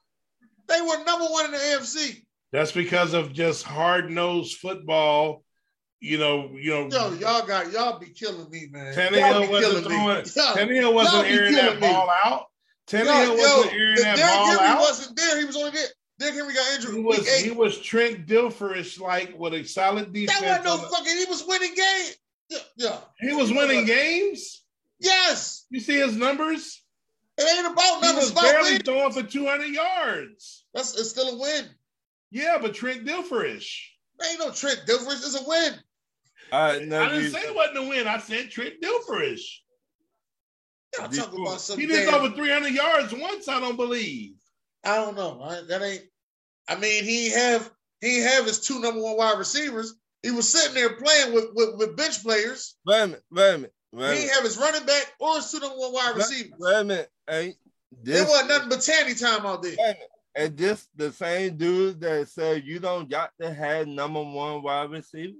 They were number one in the AFC.
That's because of just hard nosed football. You know, you know,
Yo, y'all got y'all be killing me, man. Y'all
Tannehill
be
wasn't
killing me. Yo,
throwing. Tannehill wasn't
Y'all be
airing
killing me.
that ball out.
yo,
Tannehill
yo,
wasn't airing
the
that
Derrick
ball
Henry
out.
wasn't there. He was only there. Derrick Henry got injured.
He
Week
was
eight.
he was Trent Dilferish like with a solid defense.
that wasn't no
on the-
fucking. He was winning game. Yeah, yeah.
he was winning games.
Yes,
You see his numbers.
it ain't about
He
numbers. It's
was
about
barely
win.
throwing for two hundred yards.
That's it's still a win.
Yeah, but Trent Dilferish.
There ain't no trick difference. It's a win.
All right, now
I didn't
you-
say it wasn't a win. I said Trent Dilferish.
Y'all
He
talking about some
He did
damn-
over three hundred yards once. I don't believe.
I don't know. I, that ain't. I mean, he ain't have he ain't have his two number one wide receivers. He was sitting there playing with with, with bench players.
wait a minute, wait a minute,
He
wait a
ain't
minute,
have his running back or his two number one wide
That-
receivers.
wait a minute. Hey,
There
this,
wasn't nothing but Tanny time out there.
and this the same dude that said you don't got to have number one wide receivers.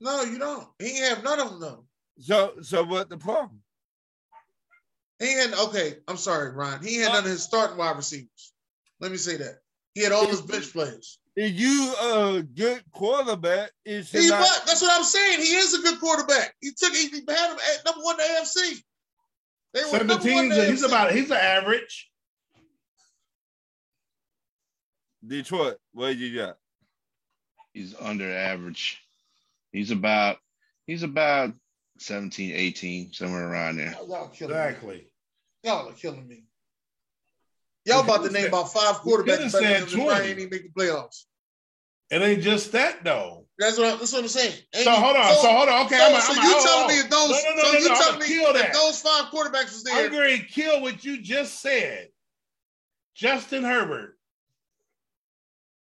No, you don't. He ain't have none of them though.
So, so what the problem?
He had okay. I'm sorry, Ryan. He had none of his starting wide receivers. Let me say that. He had all his bench players.
If you a good quarterback, it should
He
not.
was. That's what I'm saying. He is a good quarterback. He took. He had him at number one in the AFC. They were number one.
Seventeen.
in the
He's
AFC.
about. He's an average.
Detroit, what you got?
He's under average. He's about he's about 17, 18, somewhere around there.
Y'all killing me.
Exactly.
Y'all are killing me. Y'all about to name about five quarterbacks
could've
better
said
than them that
20.
ain't even making playoffs.
It ain't just that though.
That's what, I, that's what I'm saying. Ain't
So
even-
hold on. So, hold on. Okay,
so-
I'm. A,
so
I'm a-
you
hold
telling
on.
me if those?
No, no, no,
so
no,
you
no, I'm
telling
gonna
me
kill
if
that.
those five quarterbacks was there?
I'm going to kill what you just said. Justin Herbert.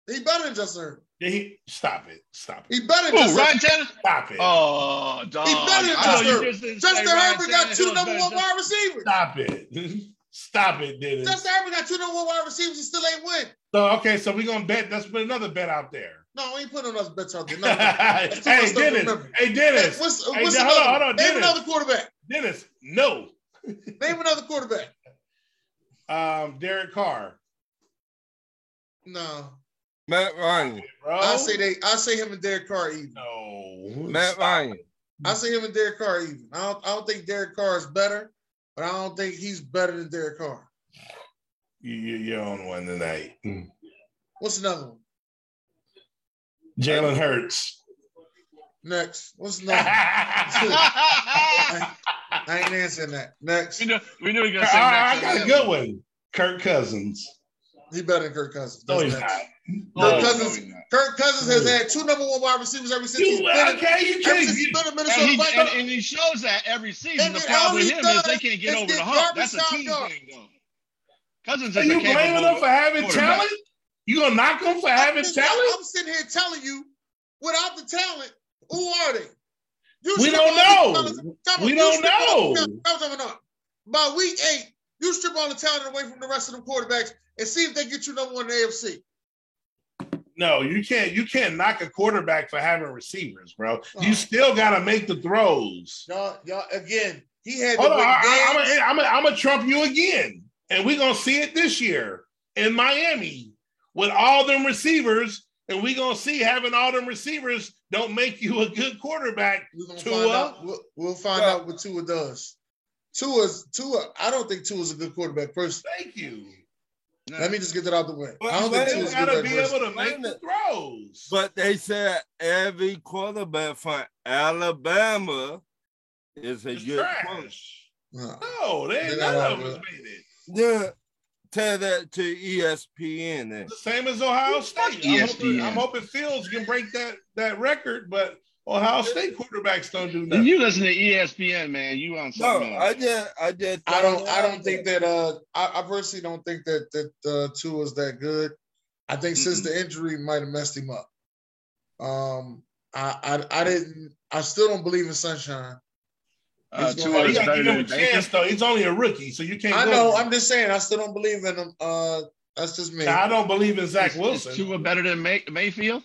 He better than Justin. Herbert.
Did he stop it? Stop it.
He better than
Oh,
Justin.
Ryan Tannehill.
Stop it.
Oh, dog.
He better than
I know you
Justin
just didn't
Justin
say Ryan
Herbert got two
Tannehill's
number
better
one
than-
wide receivers.
Stop it. Stop it, Dennis.
Justin Herbert got two number one wide receivers. He still ain't win.
so okay, so we're gonna bet. Let's put another bet out there.
No, we ain't putting those bets out there. No, no.
hey,
That's too much stuff
Dennis.
to remember.
Hey,
Hey,
Dennis.
what's
Hey,
what's
now,
another?
hold on, hold on,
name
Dennis.
another quarterback.
Dennis. No.
Name another quarterback.
Um, Derek Carr.
No,
Matt Ryan,
Bro.
I say they. I say him and Derek Carr even.
no.
Matt Ryan.
I see him and Derek Carr even. I don't, I don't think Derek Carr is better, but I don't think he's better than Derek Carr.
You, you- you're on one tonight.
Mm.
What's another one?
Jalen Hurts.
Next. What's another one?
I,
I ain't answering that. Next.
we knew we knew he was gonna say
Ah,
Max
I got a
Duggan.
good one. Kirk Cousins.
He better than Kirk Cousins.
No,
That's
he's
next.
not.
No,
Kirk
no,
Cousins.
he's not.
Kirk Cousins has had two number one wide receivers ever since he's
You,
been, in-
okay, you
ever
can't.
since he's been a
And
Minnesota
he, and,
Viking.
and he shows that every season.
And
the
then all
problem with
he
him is
does
they can't get
is
over the
get
hump. That's a
garbage
team
time
thing, though. Cousins
Are
is a
you
capable.
blaming him for having
quarterback.
talent? You gonna knock them for having
I'm-
talent?
I'm sitting here telling you, without the talent, who are they? You
We
strip
don't
all the
know.
talent- Tell
We
you
don't
strip all the
know.
talent- tell me something else. By week eight, you strip all the talent away from the rest of the quarterbacks and see if they get you number one in the AFC.
No, you can't. You can't knock a quarterback for having receivers, bro.
Oh.
You still gotta make the throws.
Y'all, y'all again. He had
Hold
to
on,
win
I,
games.
am gonna I'm gonna trump you again, and we're gonna see it this year in Miami with all them receivers, and we're gonna see having all them receivers don't make you a good quarterback.
We're gonna
Tua?
find out. We'll, we'll find
Well-
out what Tua does. Tua's Tua. I don't think Tua's a good quarterback person.
Thank you.
Let me just get that out the way.
Well,
I don't think
well,
You
Tua's a
gotta
good
be
quarterback person.
able to make the throws.
But they said every quarterback from Alabama is a
it's
good quarterback.
trash.
No.
No, they
They're
ain't
not
none of
out
us
there.
made it.
Yeah, tell that to E ESPN. Then.
The same as Ohio State. I'm hoping,
ESPN.
I'm hoping Fields can break that that record, but Ohio State quarterbacks don't do
If
nothing.
you listen to E ESPN, man, you on
No,
something
I
else.
just, I just,
I don't. I don't think that. Uh, I, I personally don't think that that uh, Tua's that good. I think since
Mm-mm.
the injury might have messed him up. Um, I, I I didn't. I still don't believe in sunshine.
Uh,
He's
Tua
gonna-
You
is
gotta
better
give him
than
a
Baker.
chance, though. He's only a rookie, so you can't.
I
go-
know. I'm just saying. I still don't believe in him. Uh, that's just me.
Now, I don't believe in Zach
Is-
Wilson.
Is
Tua,
Tua better than May- Mayfield?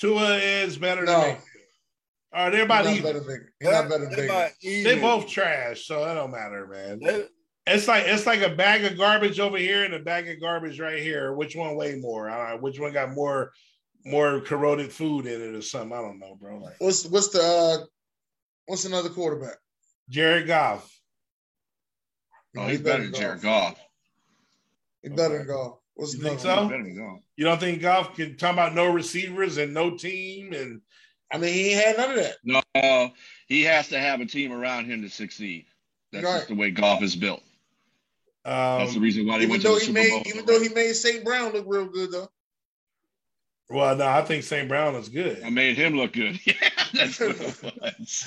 is better
No.
than me. All right,
He's not
everybody,
better than Baker. He's not better than Baker.
they both trash, so it don't matter, man.
They-
It's like it's like a bag of garbage over here and a bag of garbage right here. Which one weigh more? I don't know. Which one got more more corroded food in it or something? I don't know, bro. Like
What's what's the uh, what's another quarterback?
Jared Goff.
Oh, he's better than Jared
Goff.
Goff.
He's better than golf. What's
You
another
think
one?
so?
He's better than Goff.
You don't think Goff can talk about no receivers and no team and
I mean, he ain't had none of that.
No, he has to have a team around him to succeed. That's
Right.
just the way golf is built. That's the
um,
reason why they
Even
went to
though
the
he
Super Bowl.
made, even though he made St. Brown look real good though.
well, no, I think St. Brown is good.
I made him look good. Yeah, that's what it was.
That's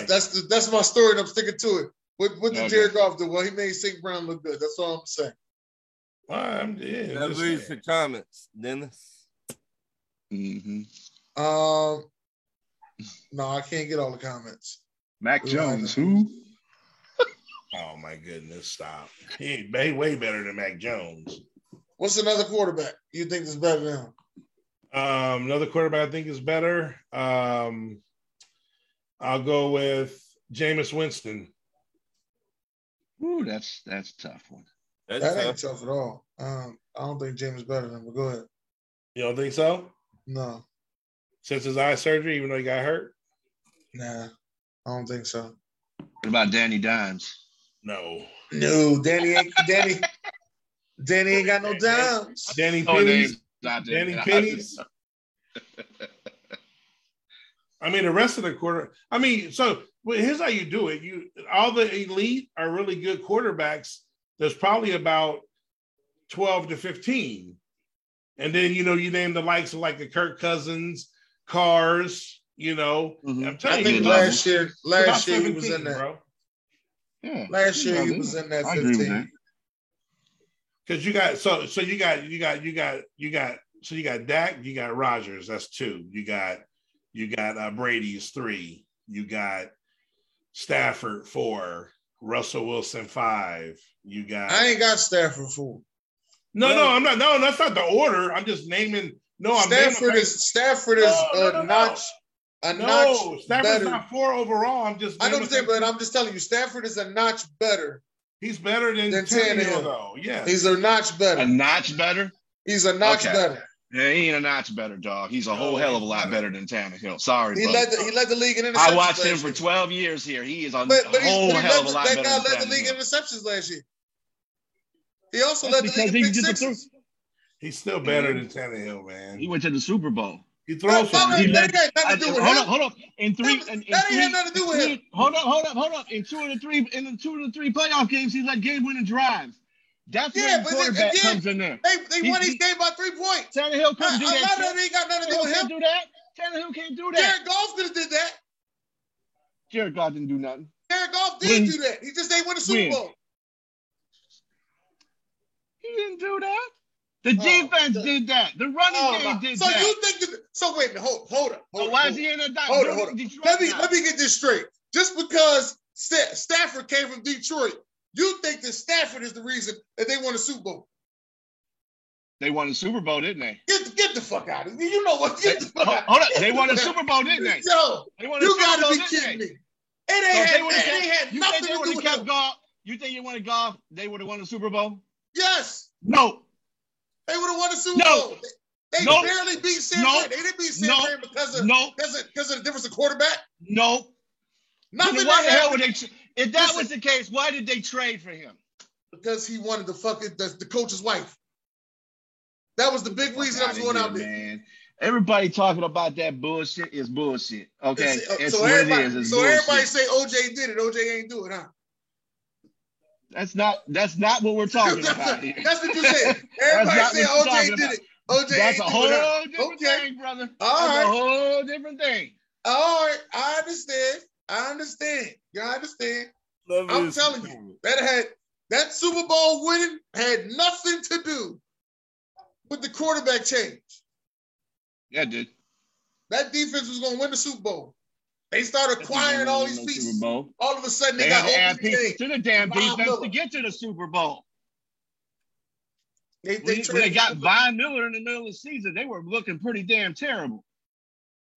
Right.
that's the, that's my story, and I'm sticking to it. What what did
Okay.
Jared Goff do? Well, he made St. Brown look good. That's all I'm saying.
Well, I'm- yeah,
That
just
reads the
saying.
comments, Dennis.
Mhm.
Um, no, I can't get all the comments.
Mac
Right.
Jones, who?
oh my goodness, stop. He ain't he way better than Mac Jones.
What's another quarterback you think is better than him?
Um, another quarterback I think is better. Um, I'll go with Jameis Winston.
Ooh, that's that's a tough one.
That's
That
tough.
ain't tough at all. Um, I don't think James is better than him. But go ahead.
You don't think so?
No,
Since his eye surgery, even though he got hurt?
nah, I don't think so.
What about Danny Dimes?
No.
No, Danny ain't Danny. Danny ain't got no dimes.
Danny
No
Pennies.
names Oh, out there.
Danny Pennies. I mean, the rest of the quarter. I mean, so well, here's how you do it. You all the elite are really good quarterbacks. There's probably about twelve to fifteen, and then you know you name the likes of like the Kirk Cousins, Cars. You know,
Mhm.
I'm
Mm-hmm. I
telling you,
think
bro,
last year,
it's about
last year he was
17,
in that.
bro.
Yeah.
Last year he
Yeah,
was in that
I agree with that.
fifteen.
Because you got so so you got you got you got you got so you got Dak, you got Rogers, that's two. You got you got uh, Brady's three. You got Stafford four. Russell Wilson five. You got
I ain't got Stafford fool.
no no I'm not no that's not the order. I'm just naming no I'm
Stafford
naming,
is Stafford is
No, no,
a
no, no.
notch, a
no
notch
Stafford's
better.
not four overall. I'm just
I know what
naming-
I'm saying, but I'm just telling you, Stafford is a notch better.
he's better than,
than
Tannehill,
Tannehill.
though. Yeah,
He's a notch
A
better.
notch better?
He's a notch
Okay.
better.
Yeah, he ain't a notch better, dog. He's a whole hell of a lot better than Tannehill. Sorry,
He
buddy.
led the, he led the league in interceptions.
I watched him
last
for
year.
12 years here. He is a
But but, he's,
whole
but he
hell
led,
of a
the-
lot
that
better
guy
than
led the league in
Tannehill.
interceptions last year. He also
That's
led the league
because
in
he
pick
did the
sixes.
he's still better than Tannehill, man.
He went to the Super Bowl.
He
No,
throws.
no,
some
no,
He
good.
that
led-
ain't got
I-
nothing to do with
hold
him.
up, hold up. In three,
That-
in, in
that ain't
three,
had nothing to do with
three-
him.
Hold up, hold up, hold up. In two of the three, in the two of the three playoff games, he led game-winning drives. That's
Yeah,
where the
but it-
quarterback
again-
comes in there.
They they
He-
won
he-
these games by three points.
Tannehill
A,
couldn't do
a lot
that.
of it ain't got nothing to do
Tannehill
with
can't
him.
do that. Tannehill can't do that.
Jared Goff could have did that.
Jared Goff didn't do nothing.
Jared Goff did
When-
do that. He just ain't win the Super
when?
Bowl.
He didn't do that. The defense did that. The running
Oh,
game
my-
did
so
that.
you think? that- So wait a minute. Hold, hold up. Hold
so
up,
why
hold
is
up.
he in the doc?
Hold on,
Billy
hold on.
Detroit
Let me
now?
let me get this straight. Just because Sta- Stafford came from Detroit, you think that Stafford is the reason that they won a Super Bowl?
They won the Super Bowl, didn't they?
Get get the fuck out of here. You know what? Get the fuck
Hold,
out.
hold up. They won the Super Bowl, didn't they?
Yo,
They won the
you
Super
gotta
Bowl,
be
didn't
kidding me.
they?
It ain't
So if
had,
they would've
it ain't
kept-
had
You think
nothing
they
to
would
do
have
with
kept
him.
golf? You think they would have golf? They would have won the Super Bowl?
Yes,
No.
they would have won the Super
No.
Bowl. They, they
No.
barely beat San
No.
Fran. They didn't beat San
No.
Fran because of
No.
because of, because of the difference of quarterback.
No. Then
Nothing
why the
that
hell
happened
would they? tra- If that
Listen.
was the case, why did they trade for him?
because he wanted the fucking the, the coach's wife. That was the big reason I was
Outta
going
here,
out there.
man. Everybody talking about that bullshit is bullshit. Okay,
It's- uh,
it's
so
what it
everybody,
is. It's
so
bullshit.
everybody say OJ did it. OJ ain't do it, huh?
That's not. That's not what we're talking
that's,
about here.
that's what you said.
That's
Everybody
not
say
what you're
OJ
talking
did
about.
it. OJ
That's a
ain't do it. huh?
whole different
Okay.
thing, brother.
All
that's
right.
a whole different thing.
All right, I understand. I understand. You understand.
Love
I'm
is-
telling you. That had that Super Bowl winning had nothing to do with the quarterback change.
Yeah, dude.
That defense was gonna win the Super Bowl. They started acquiring all these pieces.
Super Bowl.
All of a sudden, they,
They, had
got
to
whole
add
new
pieces
thing.
to the damn
Von
defense
Miller.
to get to the Super Bowl.
They,
When
they
you- when they
traded-
got Von Miller in the middle of the season, they were looking pretty damn terrible.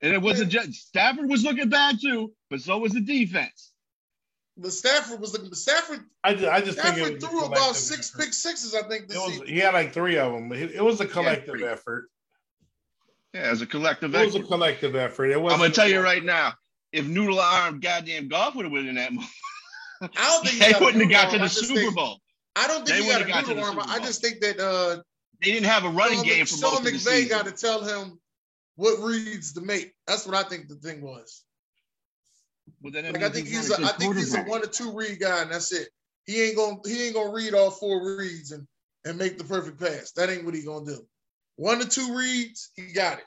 And it wasn't just Stafford was looking bad too, but so was the defense.
but Stafford was looking. Stafford,
I just, I just think it
Stafford
was a
threw about
collective
six
effort.
pick sixes, I think,
It
this
was,
season.
he had like three of them. It, it was a collective
three.
effort.
Yeah, as a collective
It was a
effort.
collective effort. It was.
I'm gonna tell you right now, if Noodle Arm goddamn golf would have went in that movie,
I don't think he
they
got a
wouldn't have
noodle
got to
arm. I
the
just
Super
think-
Bowl.
I don't
They
think he got
wouldn't
a
have got to
noodle arm.
the Super
I
Bowl.
just think that uh,
They didn't have a running
Sean,
game
Mc-
for
Sean
most of the
McVay
season.
got to tell him what reads to make. That's what I think the thing was.
Well, then that
Like I
means
think
not
he's a,
good
I think he's a
quarterback.
one or two read guy, and that's it. He ain't gonna he ain't gonna read all four reads and and make the perfect pass. That ain't what he gonna do. One or two reads, he got it.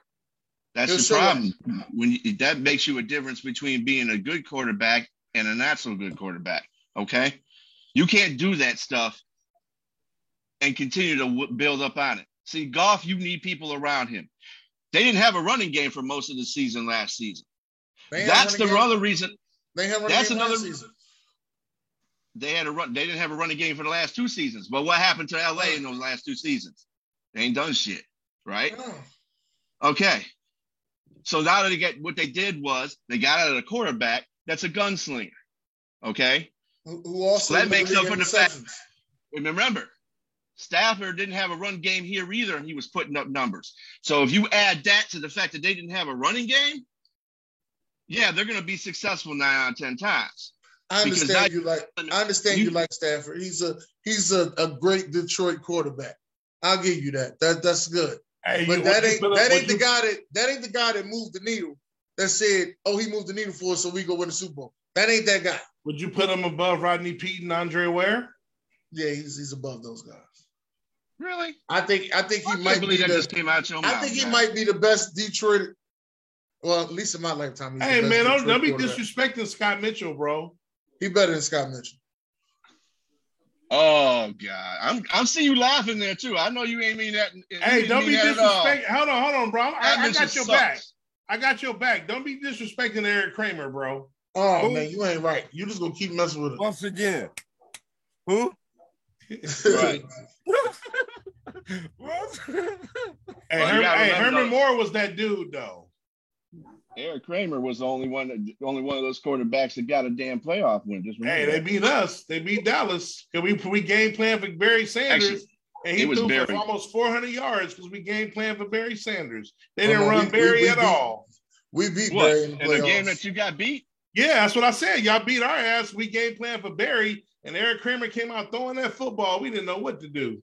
He'll
That's the
show up.
problem. When you, that makes you a difference between being a good quarterback and a not so good quarterback. Okay, you can't do that stuff and continue to w- build up on it. See, golf, you need people around him. They didn't have a running game for most of the season last season.
They ain't
that's the
running game-
other reason
They ain't running
that's
game
another-
last season.
they had a run. They didn't have a running game for the last two seasons. But what happened to LA in those last two seasons? They ain't done shit, right?
Yeah.
Okay. So now they get what they did was they got out of the quarterback that's a gunslinger. Okay.
who who also
That
led the
makes
league
up
in
for the fact-
interceptions.
And remember, Stafford didn't have a run game here either, and he was putting up numbers. So if you add that to the fact that they didn't have a running game, yeah, they're going to be successful nine out of ten times.
I
because
understand you like I understand you,
you-
like Stafford. He's a he's a, a great Detroit quarterback. I'll give you that. That that's good.
Hey,
But
you-
that
what you
ain't that
feel- what
ain't the
you-
guy that that ain't the guy that moved the needle that said, Oh, he moved the needle for us, so we go win the Super Bowl. That ain't that guy.
Would you put him above Rodney Pete and Andre Ware?
Yeah, he's he's above those guys.
Really?
I think I think
I
he
can't
might be
believe that just
the,
came out your
I
mouth,
think he
man.
might be the best Detroit. Well, at least in my lifetime. he's the
Hey,
best
man, don't,
Detroit
don't be
quarterback.
disrespecting Scott Mitchell, bro.
He better than Scott Mitchell.
Oh God, I'm I'm seeing you laughing there too. I know you ain't mean that. you
Hey,
didn't
don't
mean
be
that at all.
disrespecting. Hold on, hold on, bro.
That
I, I got
mention
your
sucks.
back. I got your back. Don't be disrespecting Eric Kramer, bro.
Oh
Who?
man, you ain't right. You just gonna keep messing with him.
Once again, who?
Right.
What?
Hey,
Well, you
Herman,
gotta
hey,
remember
Herman
those-
Moore was that dude, though.
Eric Kramer was the only one, that, only one of those quarterbacks that got a damn playoff win. Just remember
Hey, they
that.
beat us. They beat Dallas. And we we game plan for Barry Sanders.
Actually,
and
it
he
was
threw
Barry.
for almost 400 yards because we game plan for Barry Sanders. They
Oh,
didn't
no,
run
we- we-
Barry
we
at
beat-
all.
We beat
what
Barry in the
in the game
playoffs.
that you got beat?
Yeah, that's what I said. Y'all beat our ass. We game plan for Barry. And Eric Kramer came out throwing that football. We didn't know what to do.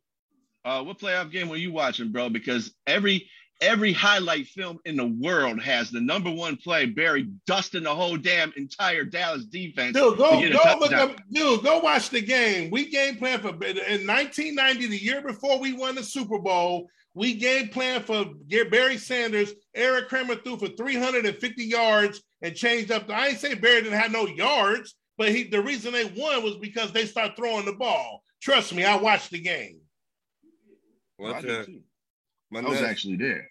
Uh, what playoff game were you watching, bro? Because every every highlight film in the world has the number one play, Barry dusting the whole damn entire Dallas defense.
Dude, go
to get a
go look
touchdown.
up. Dude, go watch the game. We game plan for in 1990, the year before we won the Super Bowl. We game plan for Barry Sanders. Eric Kramer threw for 350 yards and changed up. The, I ain't say Barry didn't have no yards, but he the reason they won was because they start throwing the ball. Trust me, I watched the game.
I
What's
did
that?
too.
My
I was
nephew-
actually there.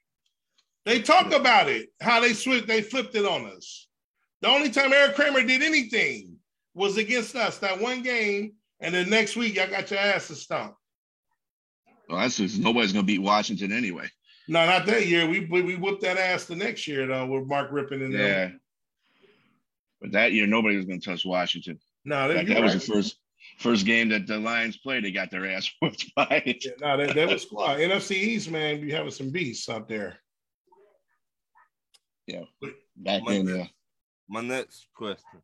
They talk about it, how they switched, they flipped it on us. The only time Eric Kramer did anything was against us that one game, and then next week y'all got your asses stomped.
Well, that's just nobody's gonna beat Washington anyway.
No, not that year. We we, we whooped that ass the next year though with Mark Rippon and them.
Yeah. But that year, nobody was gonna touch Washington.
No,
In
they,
fact,
you
that was
right.
the first first game that the Lions played. They got their ass whooped by. It.
Yeah, no, that, that was squad. NFC East, man, you having some beasts out there.
Back uh, then, yeah.
my next question.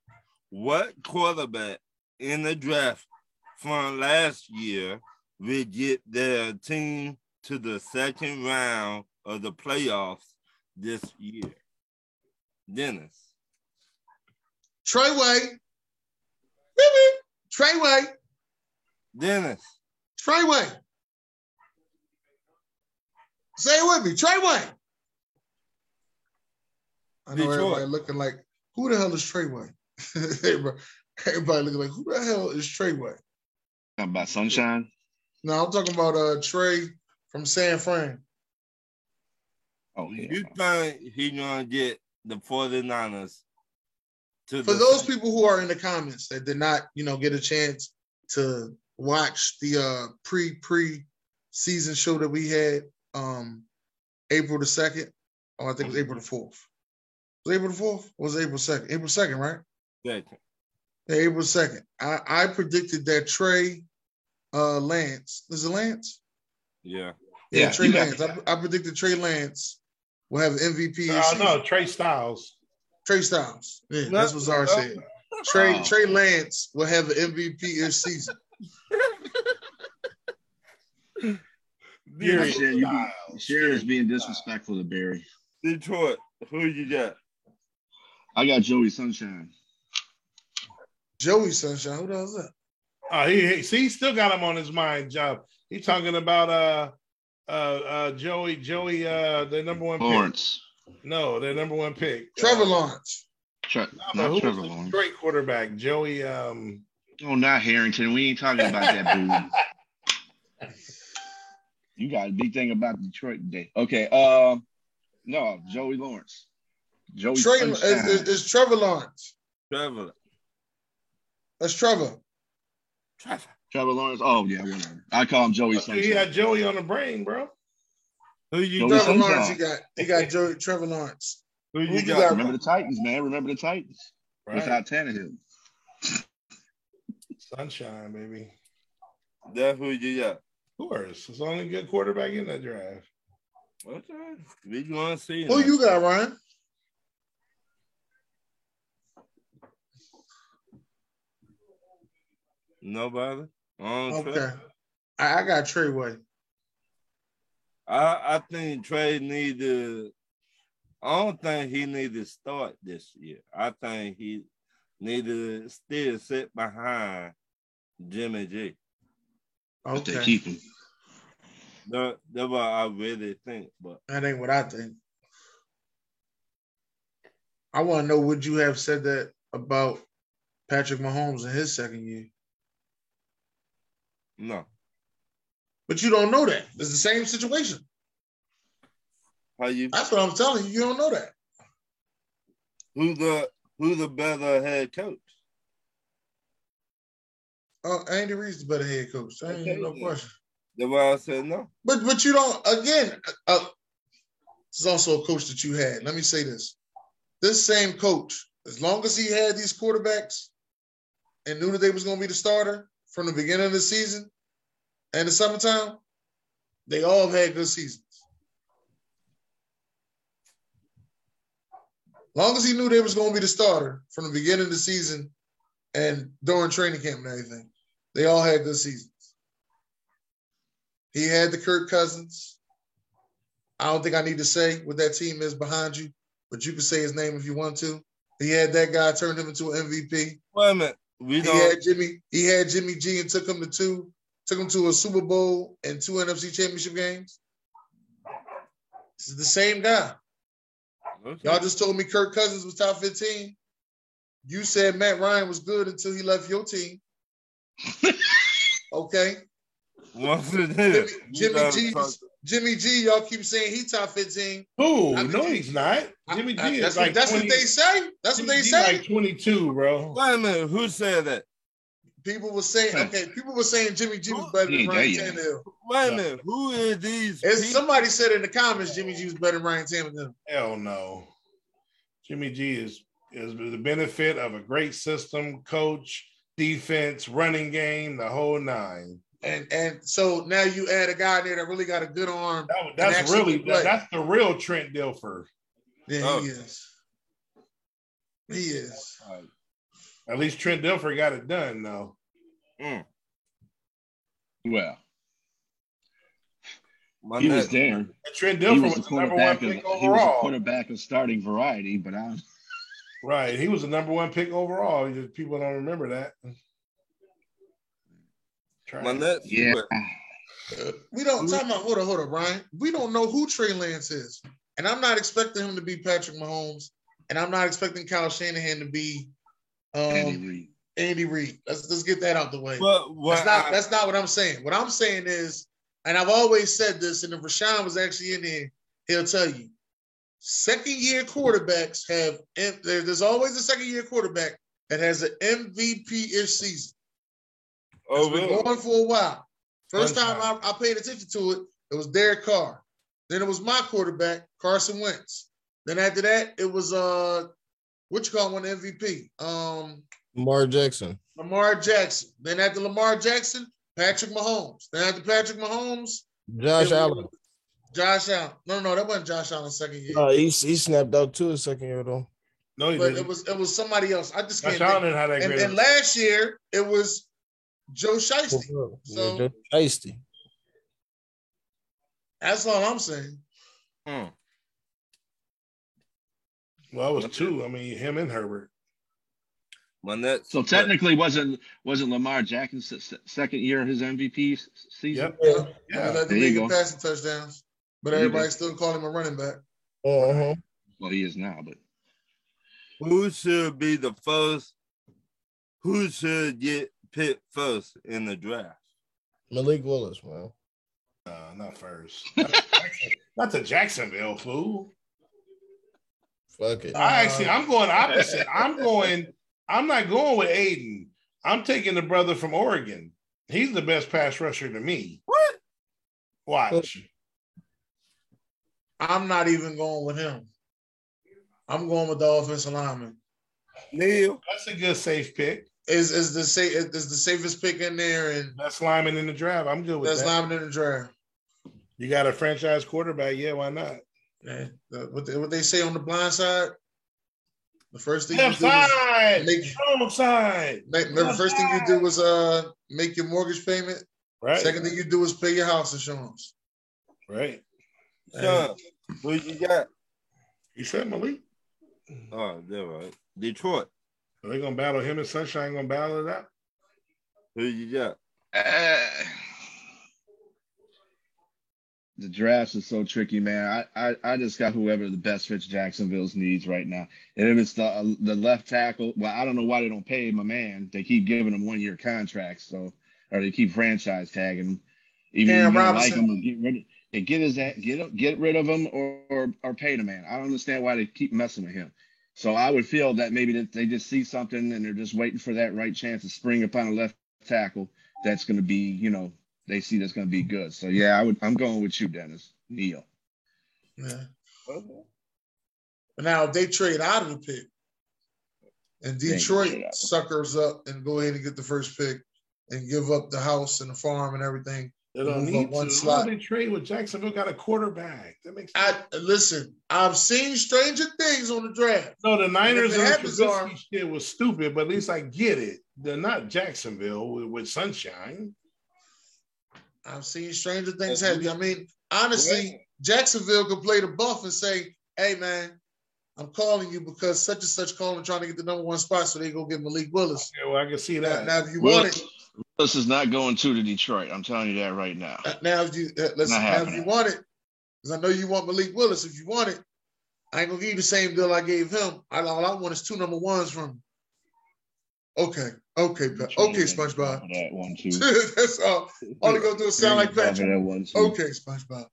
What quarterback in the draft from last year will get their team to the second round of the playoffs this year? Dennis.
Trey Way. Beep, beep. Trey Way.
Dennis.
Trey Way. Say it with me. Trey Way. I know
Detroit.
everybody looking like, who the hell is Trey Way? everybody, everybody looking like, who the hell is Trey Way?
Talking about sunshine.
No, I'm talking about uh Trey from San Fran.
Oh yeah.
You think he's gonna get the 49ers to
For
the
those people who are in the comments that did not, you know, get a chance to watch the uh pre pre season show that we had um April the second, or I think it was April the fourth. Was it April the fourth? Was it April second? April second, right?
second?
Yeah, April second. I I predicted that Trey uh Lance is it Lance?
Yeah.
Yeah,
Yeah,
Trey
you
Lance.
got me.
I, I predicted Trey Lance will have MVP. this
No,
season.
Uh, no, Trey Styles.
Trey Styles. Yeah,
No,
that's what Zara
no.
said. Trey
Oh.
Trey Lance will have an MVP this season.
You're
Trey
saying you be-
Styles.
Sharon is being disrespectful to Barry.
Detroit, who you got?
I got Joey Sunshine.
Joey Sunshine. Who the hell's that?
Oh, he, he see, he still got him on his mind, job. He's talking about uh uh uh Joey Joey uh the number one
Lawrence.
pick. No, their number one pick.
Trevor
Uh,
Lawrence.
Tre-
no, but
not
who
Trevor
was the
Lawrence.
Detroit quarterback? Joey um
Oh, not Harrington. We ain't talking about that boo. You got a big thing about Detroit today. Okay. Um, no, Joey Lawrence. Joey
Trey is,
Sunshine.
is, is Trevor Lawrence.
Trevor.
That's Trevor.
Trevor.
Trevor Lawrence. Oh yeah, whatever. I call him
Uh,
Joey Sunshine.
uh, he had Joey on the brain, bro.
Who you
Joey
Trevor
Sunshine.
Lawrence. He got he got Joey Trevor Lawrence.
who you
you
got?
Remember the Titans, man. Remember the Titans
Right.
without Tannehill.
Sunshine, baby.
That who you got?
Of course. It's the only good quarterback in that draft.
Okay. We gonna see.
Who
now.
you got, Ryan?
Nobody. I don't
Okay.
trust-
I, I got Trey Way.
I, I think Trey need to. I don't think he need to start this year. I think he need to still sit behind Jimmy G.
But They
Okay.
keep him.
That, that's what I really think. But
That ain't what I think. I want to know would you have said that about Patrick Mahomes in his second year?
no,
But you don't know that. It's the same situation.
how you
That's what I'm telling you. You don't know that.
who the who the better head coach?
Oh, Andy Reid's the better head coach. There ain't
Okay,
no
then.
question.
That's why I said no.
But but you don't. Again, uh, this is also a coach that you had. Let me say this: this same coach, as long as he had these quarterbacks and knew that they was going to be the starter from the beginning of the season and the summertime, they all had good seasons. Long as he knew they was going to be the starter from the beginning of the season and during training camp and everything, they all had good seasons. He had the Kirk Cousins. I don't think I need to say what that team is behind you, but you can say his name if you want to. He had that guy turned him into an MVP.
Wait a minute. We
He
don't.
had Jimmy. He had Jimmy G and took him to two, took him to a Super Bowl and two NFC Championship games. This is the same guy.
okay.
Y'all just told me Kirk Cousins was top fifteen. You said Matt Ryan was good until he left your team. okay,
Once it is,
Jimmy, Jimmy G. Jimmy G, y'all keep saying he top 15.
Who?
I mean,
no, he's not.
I-
Jimmy G
I-
is
that's
like
what, that's
20,
what they say. That's what
Jimmy
they
G
say.
Like 22, bro.
Wait a minute, who said that?
people were saying,
Huh.
okay, people were saying Jimmy G was
Who-
better than
Yeah,
Ryan
yeah, yeah.
Tannehill.
Wait a
No.
minute, who is these?
And
people?
somebody said in the comments Jimmy G was better than Ryan Tannehill.
Hell no. Jimmy G is is the benefit of a great system, coach, defense, running game, the whole nine.
And and so now you add a guy in there that really got a good arm.
That, that's
actually
really
can play.
that's the real Trent Dilfer.
Yeah,
Oh.
he is. He is.
At least Trent Dilfer got it done though.
Mm,
Well,
my
he was
neck.
there.
And Trent
He
Dilfer
was
was,
the
the number one
quarterback of
pick
he was the
overall.
quarterback of starting variety, but I
right. He was the number one pick overall. You- People don't remember that.
My
Trash.
next
yeah.
sweat.
We don't talk about hold on, hold on, Ryan. We don't know who Trey Lance is. And I'm not expecting him to be Patrick Mahomes. And I'm not expecting Kyle Shanahan to be
Andy
um,
Reid.
Andy Reed. Let's let's get that out the way.
But what
That's not
I-
that's not what I'm saying. What I'm saying is, and I've always said this, and if Rashawn was actually in here, he'll tell you. Second year quarterbacks have if there- there's always a second year quarterback that has an MVP ish season.
oh,
It's
really?
been going for a while. First
One
time I, I paid attention to it, it was Derek Carr. Then it was my quarterback, Carson Wentz. Then after that, it was uh what you call one MVP? Um
Lamar Jackson.
Lamar Jackson. Then after Lamar Jackson, Patrick Mahomes. Then after Patrick Mahomes,
Josh
it
Allen.
was Josh Allen. No, no, that wasn't Josh Allen's second year.
No, he, he snapped out to his second year though.
No, he
but it
didn't.
was it was somebody else. I just can't.
Josh
Think.
Allen had that
And,
great.
and last year it was Joe Shiesty. So-
Yeah, tasty.
That's all I'm saying.
Mm.
well, it was two. I mean, him and Herbert.
My next
So
sweat.
technically, wasn't wasn't Lamar Jackson's se- second year of his MVP s- season?
Yep.
Yeah.
Yeah,
Yeah.
let the
there you
league
go.
in passing touchdowns, but
There you
everybody still call him a running back.
Uh-huh.
Well, he is now, but
who should be the first? Who should get picked first in the draft?
Malik Willis, man.
No, Uh, not first. Not to, Jackson- not to Jacksonville, fool.
Fuck it.
I actually, I'm going opposite.
Uh,
I'm going. I'm not going with Aiden. I'm taking the brother from Oregon. He's the best pass rusher to me.
What?
Watch.
I'm not even going with him. I'm going with the offensive lineman.
Neil,
That's a good safe pick.
Is is the safe is the safest pick in there, and
Best lineman in the draft. I'm good with
that's
that.
lineman in the draft.
you got a franchise quarterback. Yeah, why not?
Yeah, the- what they, what they say on the blind side, the first thing you
Left
do is
side.
make,
Wrong side.
make the first thing you do is uh make your mortgage payment.
Right.
Second thing you do is pay your house insurance.
Right.
Sean, who you got?
You said Malik.
Oh, they're right. Detroit,
Are they gonna battle him and Sunshine? Gonna battle it out?
who you got?
Uh, the drafts are so tricky, man. I, I I just got whoever the best fits Jacksonville's needs right now. And if it's the uh, the left tackle, well, I don't know why they don't pay my man. They keep giving him one year contracts, so or they keep franchise tagging him. Even
Aaron
if you don't like
Robinson.
him, get rid of they get his a- get get rid of him or or, or pay the man. I don't understand why they keep messing with him. So I would feel that maybe that they just see something and they're just waiting for that right chance to spring upon a left tackle that's going to be, you know, they see that's going to be good. So yeah, I would. I'm going with you, Dennis Neal.
Yeah.
Okay.
But now if they trade out of the pick, and
They ain't
Detroit
gonna trade out.
suckers up and go ahead and get the first pick and give up the house and the farm and everything.
They don't
Move
need
up one
to.
slot.
Why would they trade with Jacksonville? Got a quarterback. That makes
I listen. I've seen stranger things on the draft.
no. The Niners
if it
and the
happens, Zara-
Trubisky shit was stupid, but at least I get it. They're not Jacksonville with, with sunshine.
I've seen stranger things
Mhm.
happen. I mean, honestly, Jacksonville could play the buff and say, "Hey, man, I'm calling you because such and such calling trying to get the number one spot, so they go get Malik Willis."
Yeah, well, I can see
Now,
that.
now if you want
Willis, Willis is not going to to Detroit. I'm telling you that right now.
it, now if you uh, listen, now if
happening.
you want it, because I know you want Malik Willis. If you want it, I ain't gonna give you the same deal I gave him. I, all I want is two number ones from. him. Okay, okay, Pa- Uh, okay, SpongeBob.
For that one too.
That's all. All he gonna do is sound like Patrick.
That one too.
Okay, SpongeBob.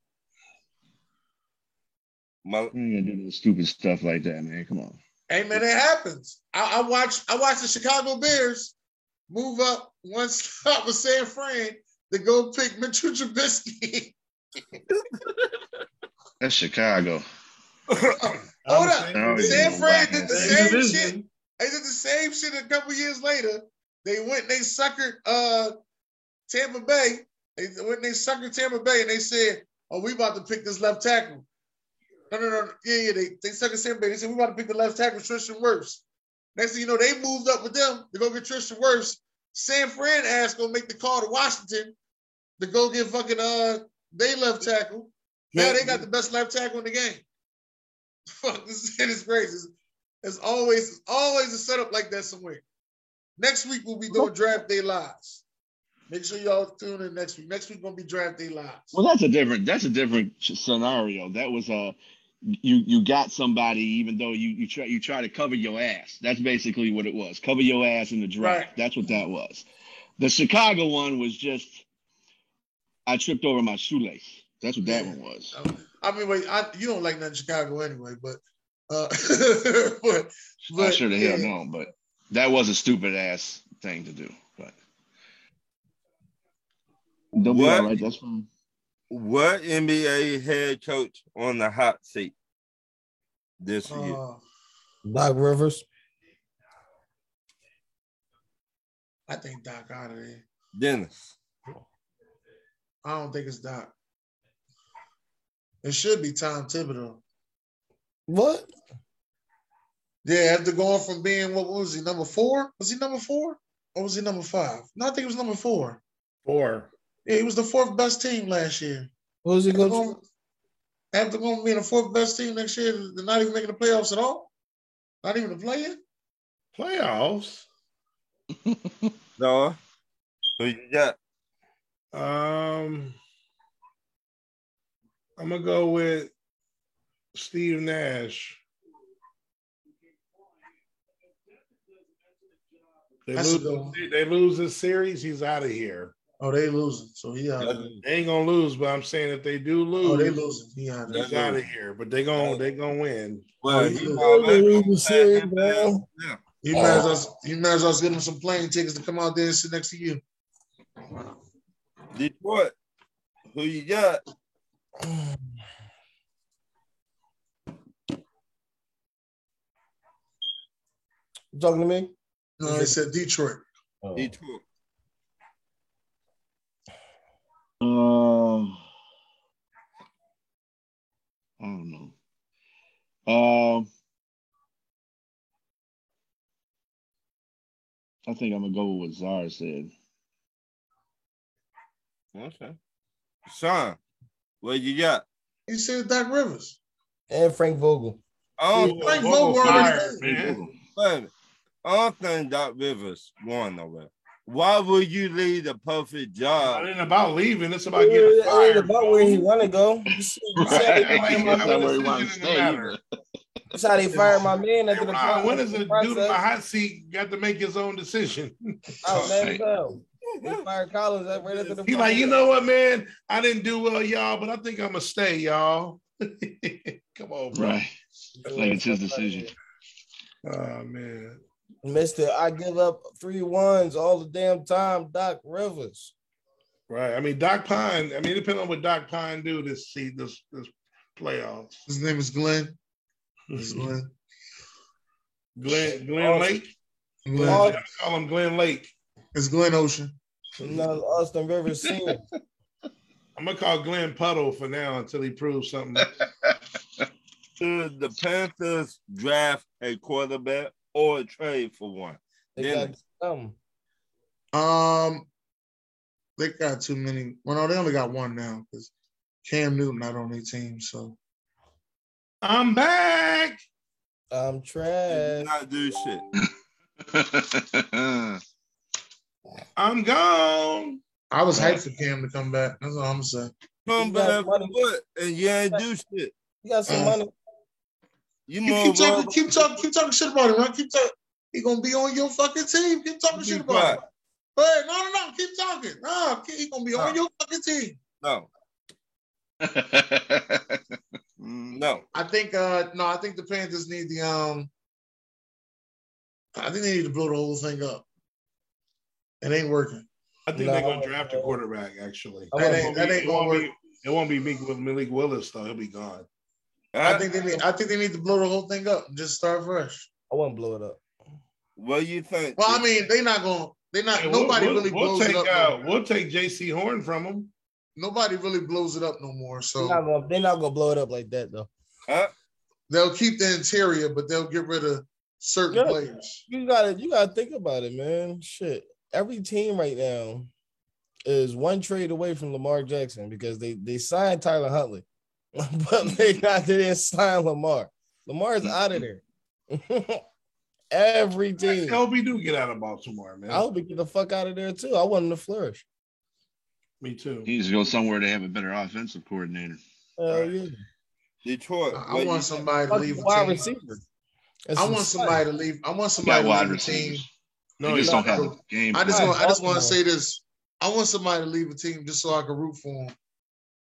My,
We ain't gonna do no stupid stuff like that, man. Come on.
Hey man, it happens. I, I watched I watched the Chicago Bears move up one stop with San Fran to go pick Mitchell Trubisky.
That's Chicago.
Hold
I'm
up.
saying-
Oh, yeah.
San Fran did the
Same
same shit.
division.
They did the same shit a couple years later. They went and they suckered uh Tampa Bay. They went and they suckered Tampa Bay and they said, Oh, we about to pick this left tackle. No, no, no. Yeah, yeah. They, they suckered Tampa Bay. They said, We about to pick the left tackle, Tristan Wirfs. Next thing you know, they moved up with them to go get Tristan Wirfs. San Fran ass gonna make the call to Washington to go get fucking uh they left tackle. Now they got the best left tackle in the game. Fuck, this shit is crazy. It's- It's always it's always a setup like that somewhere. Next week we'll be doing draft day lives. Make sure y'all tune in next week. Next week gonna be draft day lives.
Well, that's a different. That's a different sh- scenario. That was a you you got somebody even though you you try you try to cover your ass. That's basically what it was. Cover your ass in the draft.
Right.
That's what that was. The Chicago one was just I tripped over my shoelace. That's what that one was.
I mean, wait, I, you don't like nothing Chicago anyway, but uh, but
I
but,
should have hell
yeah.
known, but that was a stupid ass thing to do. But they'll be
What?
all right. That's fine.
what NBA head coach on the hot seat this year?
uh,
Doc Rivers.
I think Doc out of there.
Dennis.
I don't think it's Doc. It should be Tom Thibodeau.
What?
Yeah, after going from being what was he number four? Was he number four or was he number five? No, I think it was number four.
Four.
Yeah, he was the fourth best team last year.
Who's he
After
going
going,
to?
after going to being the fourth best team next year, they're not even making the playoffs at all. Not even the play-in.
Playoffs.
No. Who you got?
Um, I'm gonna go with Steve Nash. They
That's a
lose,
good one.
they lose this series, he's out of here.
Oh, they losing. So he out.
That's-
They ain't gonna lose, but I'm saying if they do lose,
Oh, they losing. He out.
Yeah.
he's out of here. But they gonna they gonna win.
Well,
Oh,
he
he was-
probably
He was
gonna
the
sign
series,
him
bro.
down. Yeah.
You might as well. You might as well get him some plane tickets to come out there and sit next to you.
Detroit. Who you got?
You talking to me?
No, they said Detroit.
Oh.
Detroit.
Um, I don't know. Um, I think I'm gonna go with what Zara said.
Okay. Sean, what you got?
He said Doc Rivers.
And Frank Vogel.
I
Ooh,
don't,
Frank
Vogel
Vogel already
fired,
did.
man.
wait, I don't think Doc Rivers going nowhere. Why would you leave the perfect
It
job?
ain't about leaving. It's about
It
getting
ain't- it ain't
fired.
about where he
bro.
want to go. You see, you see how
Right.
they,
Like,
fired
my
my
That's not
man,
where he wanted to
decision
stay
matter.
either.
you see how they fired my man after
And
the
Ron, when
process.
is a dude in my hot seat got to make his own decision?
Oh, man,
Right.
no. They fired Collins right right after the
He like, you know what, man? I didn't do well, y'all, but I think I'm gonna stay, y'all. Come on, bro.
Right. Like it's his decision.
Oh man.
Mister, I give up three ones all the damn time. Doc Rivers.
Right. I mean, Doc Pine. I mean, depending on what Doc Pine do this see this this playoffs.
His name is Glenn. It's Glenn.
Glenn Glenn
Awesome.
Lake.
Glenn.
Austin,
Call him Glenn Lake.
It's Glenn Ocean.
no, Austin Rivers Senior.
I'm gonna call Glenn Puddle for now until he proves something.
Should the Panthers draft a quarterback or trade for one?
They got some.
Um, they got too many. Well, no, they only got one now because Cam Newton not on their team. So
I'm back.
I'm
They
trash.
did not do shit.
I'm gone.
I was
Right.
hyped for Cam to come back. That's all I'm saying.
Come
You got
back
money.
for what? And you ain't do shit.
You got some
Uh,
money.
You
You
more
keep talking,
vulnerable-
keep talking, keep talking shit about him. Right? Keep talking. He gonna be on your fucking team. Keep talking
You
shit
keep
about him.
quiet.
Hey, no, no, no. Keep talking. Nah, he gonna be on
Nah.
your fucking team.
No, Mm, No.
I think uh no, I think the Panthers need the um I think they need to blow the whole thing up. It ain't working.
I think
No.
they're gonna draft a quarterback. Actually,
I
That
wouldn't
ain't,
It won't
that
be-
ain't
it
gonna work.
won't be- it won't be Malik, Malik Willis though. He'll be gone.
I
I
think they need I think they need to blow the whole thing up and just start fresh.
I wouldn't blow it up.
what you think?
Well, I mean, they not gonna they not
Hey, we'll-
nobody
we'll,
really
we'll
blows
take
it up. no
uh,
more.
we'll take J.C. Horn from him.
Nobody really blows it up no more.
They're
So
not gonna, they're not gonna blow it up like that though.
Huh?
they'll keep the interior, but they'll get rid of certain
Yeah.
players.
You gotta you gotta think about it, man. Shit. Every team right now is one trade away from Lamar Jackson because they they signed Tyler Huntley, but they not they didn't sign Lamar. Lamar's out of there. Every
I
team.
hope he do get out of Baltimore, man.
I hope he get the fuck out of there too. I want him to flourish.
Me too.
He needs to go somewhere to have a better offensive coordinator.
Hell yeah.
Detroit.
I- I
what
want
you think?
somebody to
Fuck
leave
wide
the team.
receiver. That's
I
some
want
shit.
somebody to leave. I want
We
somebody
got
to
wide
leave the team.
receivers.
No,
they
you
just
don't.
don't have a game.
I just
plan.
want I just want to say
Baltimore.
this. I want somebody to leave a team just so I can root for them.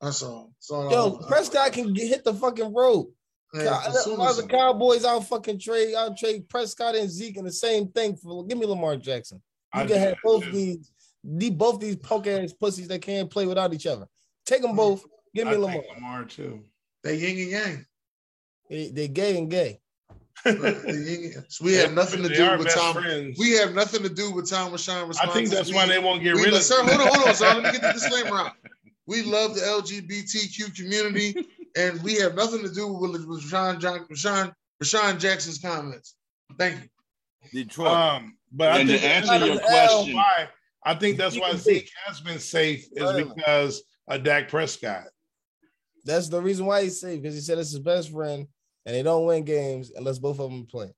That's all. That's all I
Yo,
want.
Prescott uh, can get, hit the fucking road.
Man,
Cow-
as soon
why
as-
the Cowboys, I'll fucking trade. I'll trade Prescott and Zeke and the same thing for. Give me Lamar Jackson. You
I'd
can
do
have
that,
both
too.
these, the, both these punk ass pussies that can't play without each other. Take
Mm.
them both. Give me
I'd
Lamar.
take Lamar too.
they yin and yang.
They, they gay and gay.
They yin and- so we have nothing to
They
do
are
with
best
Tom.
friends.
We have nothing to do with Tom Rashawn
I think that's why they won't get
we,
rid of.
sir, hold on, hold on, sir. Let me get the disclaimer out. We love the LGBTQ community, and we have nothing to do with Rashawn, John, Rashawn, Rashawn Jackson's comments. Thank you.
Detroit.
uh,
Um, but I
And
think
to answer your
That is L.
question,
why I think that's why Zeke has been safe is because of Dak Prescott.
That's the reason why he's safe because he said it's his best friend, and they don't win games unless both of them play.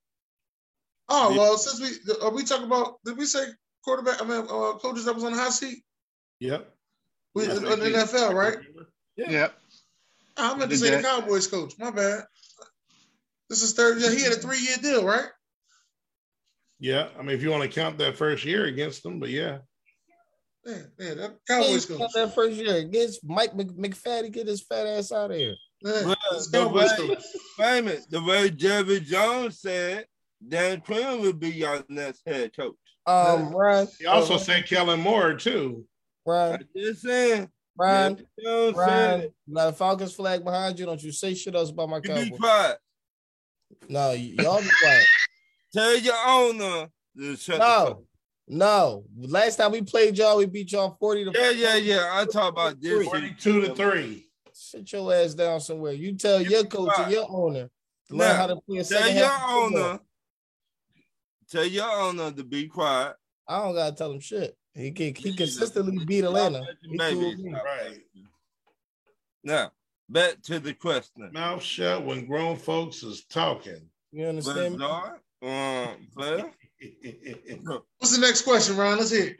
Oh
Yeah.
well, since we are we talking about? Did we say quarterback? I mean, uh, coaches that was on the hot seat.
Yep.
We
Yeah,
in,
I
in
think-
the NFL, right?
yeah,
I meant to
Did
say the
that.
Cowboys coach. My bad. This is third year. He had a three year deal, right?
Yeah. I mean, if you want to count that first year against them, but yeah.
Yeah, yeah. That
He
Cowboys coach.
got that first year. Gets Mike Mc- McFaddy get his fat ass out of here.
Yeah,
Well,
this
the
Cowboys
way-
coach.
Wait a minute. The way Jerry Jones said, Dan Quinn will be your next head coach.
Um, Ryan.
He also
uh,
said Kellen Moore too.
Ryan.
I just saying.
Ryan.
Jerry Jones said
Ryan,
it.
you got a Falcons flag behind you. Don't you say shit else about my
You be
Cowboys.
quiet.
No, y- y'all be quiet.
Tell your owner to shut the fuck up.
No, no. Last time we played y'all, we beat y'all 40 to
Yeah, yeah, yeah. I talk about this.
Forty-two to three.
sit your ass down somewhere. You tell
You
your
be
coach
quiet.
and your owner to learn
Now,
how to play a
Tell
second
your
half. of football.
owner. Tell your owner to be quiet.
I don't gotta tell him shit. He can he consistently beat Atlanta. He cool with
Baby.
me.
Right.
Now, back to the question.
Mouth shut when grown folks is talking.
You understand me?
Bizarre, um, player,
What's the next question, Ron? Let's hear. it.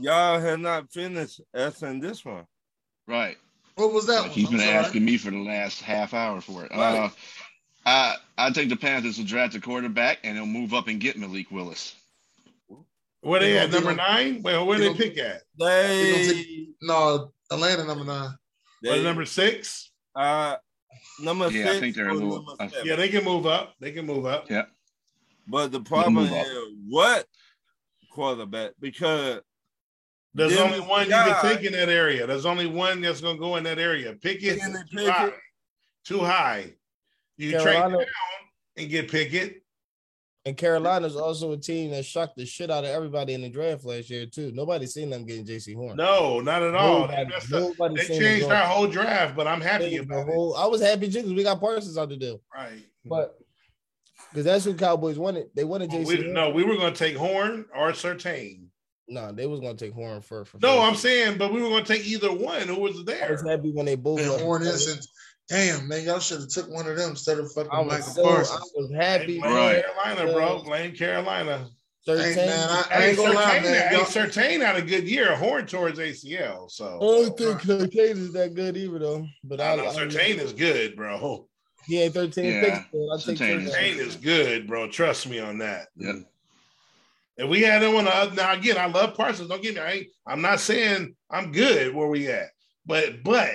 y'all have not finished asking this one.
right.
What was that?
Like
one?
he's been
I'm sorry.
asking me for the last half hour for it. Uh,
Right.
I I think the Panthers will draft a quarterback and they'll move up and get Malik Willis.
Where they
They
at
gonna-
number
they
nine? Well, where
they
they
gonna-
pick at?
They,
No, Atlanta number nine.
Or
they
number six?
uh, number
Yeah, I
six
think they're a
or
little-
number
I-
seven.
Yeah, they can move up. They can move up.
Yeah,
But the problem
move up.
is what quarterback? Because
There's
Then
only
the
one you can
guy-
take in that area. There's only one that's gonna go in that area. Pickett
Can
is
they
too high.
pick
Too high. You can trade
Carolina
and get Pickett.
and Carolina's also a team that shocked the shit out of everybody in the draft last year, too. Nobody seen them getting JC Horn.
No, not at all. They,
Nobody-
messed up.
nobody
They
seen
changed
them going-
our whole draft, but I'm happy
the
about it.
whole- I was happy too because we got Parsons out the deal,
Right.
but because that's who Cowboys wanted. They wanted
Well,
Jason.
Mm-hmm. Oh, we, no, we were gonna take Horn or Sertain.
no, they was gonna take Horn first. For
No,
sure.
I'm saying, but we were gonna take either one who was
I was
there.
happy when they both.
Man,
left.
Warren Instance. Damn, man, y'all should have took one of them instead of fucking
I
Michael
was so I
Parsons.
was
Blame
happy.
Right.
Carolina, bro. Blame Carolina.
Hey,
Thirteen.
man, I, I
Hey,
ain't gonna lie,
Sertain,
man.
hey,
Y'all-
Sertain had a good year. Horn towards ACL, so.
I don't think Sertain is that good either, though. But I,
I know
I,
Sertain is good, bro.
he ain't thirteen
Yeah,
picks. But I think
Surtain is-
Sertain is good, bro. Trust me on that.
Yep.
If we had him on the other, now again, I love Parsons. Don't get me. I ain't, I'm not saying I'm good where we at, but but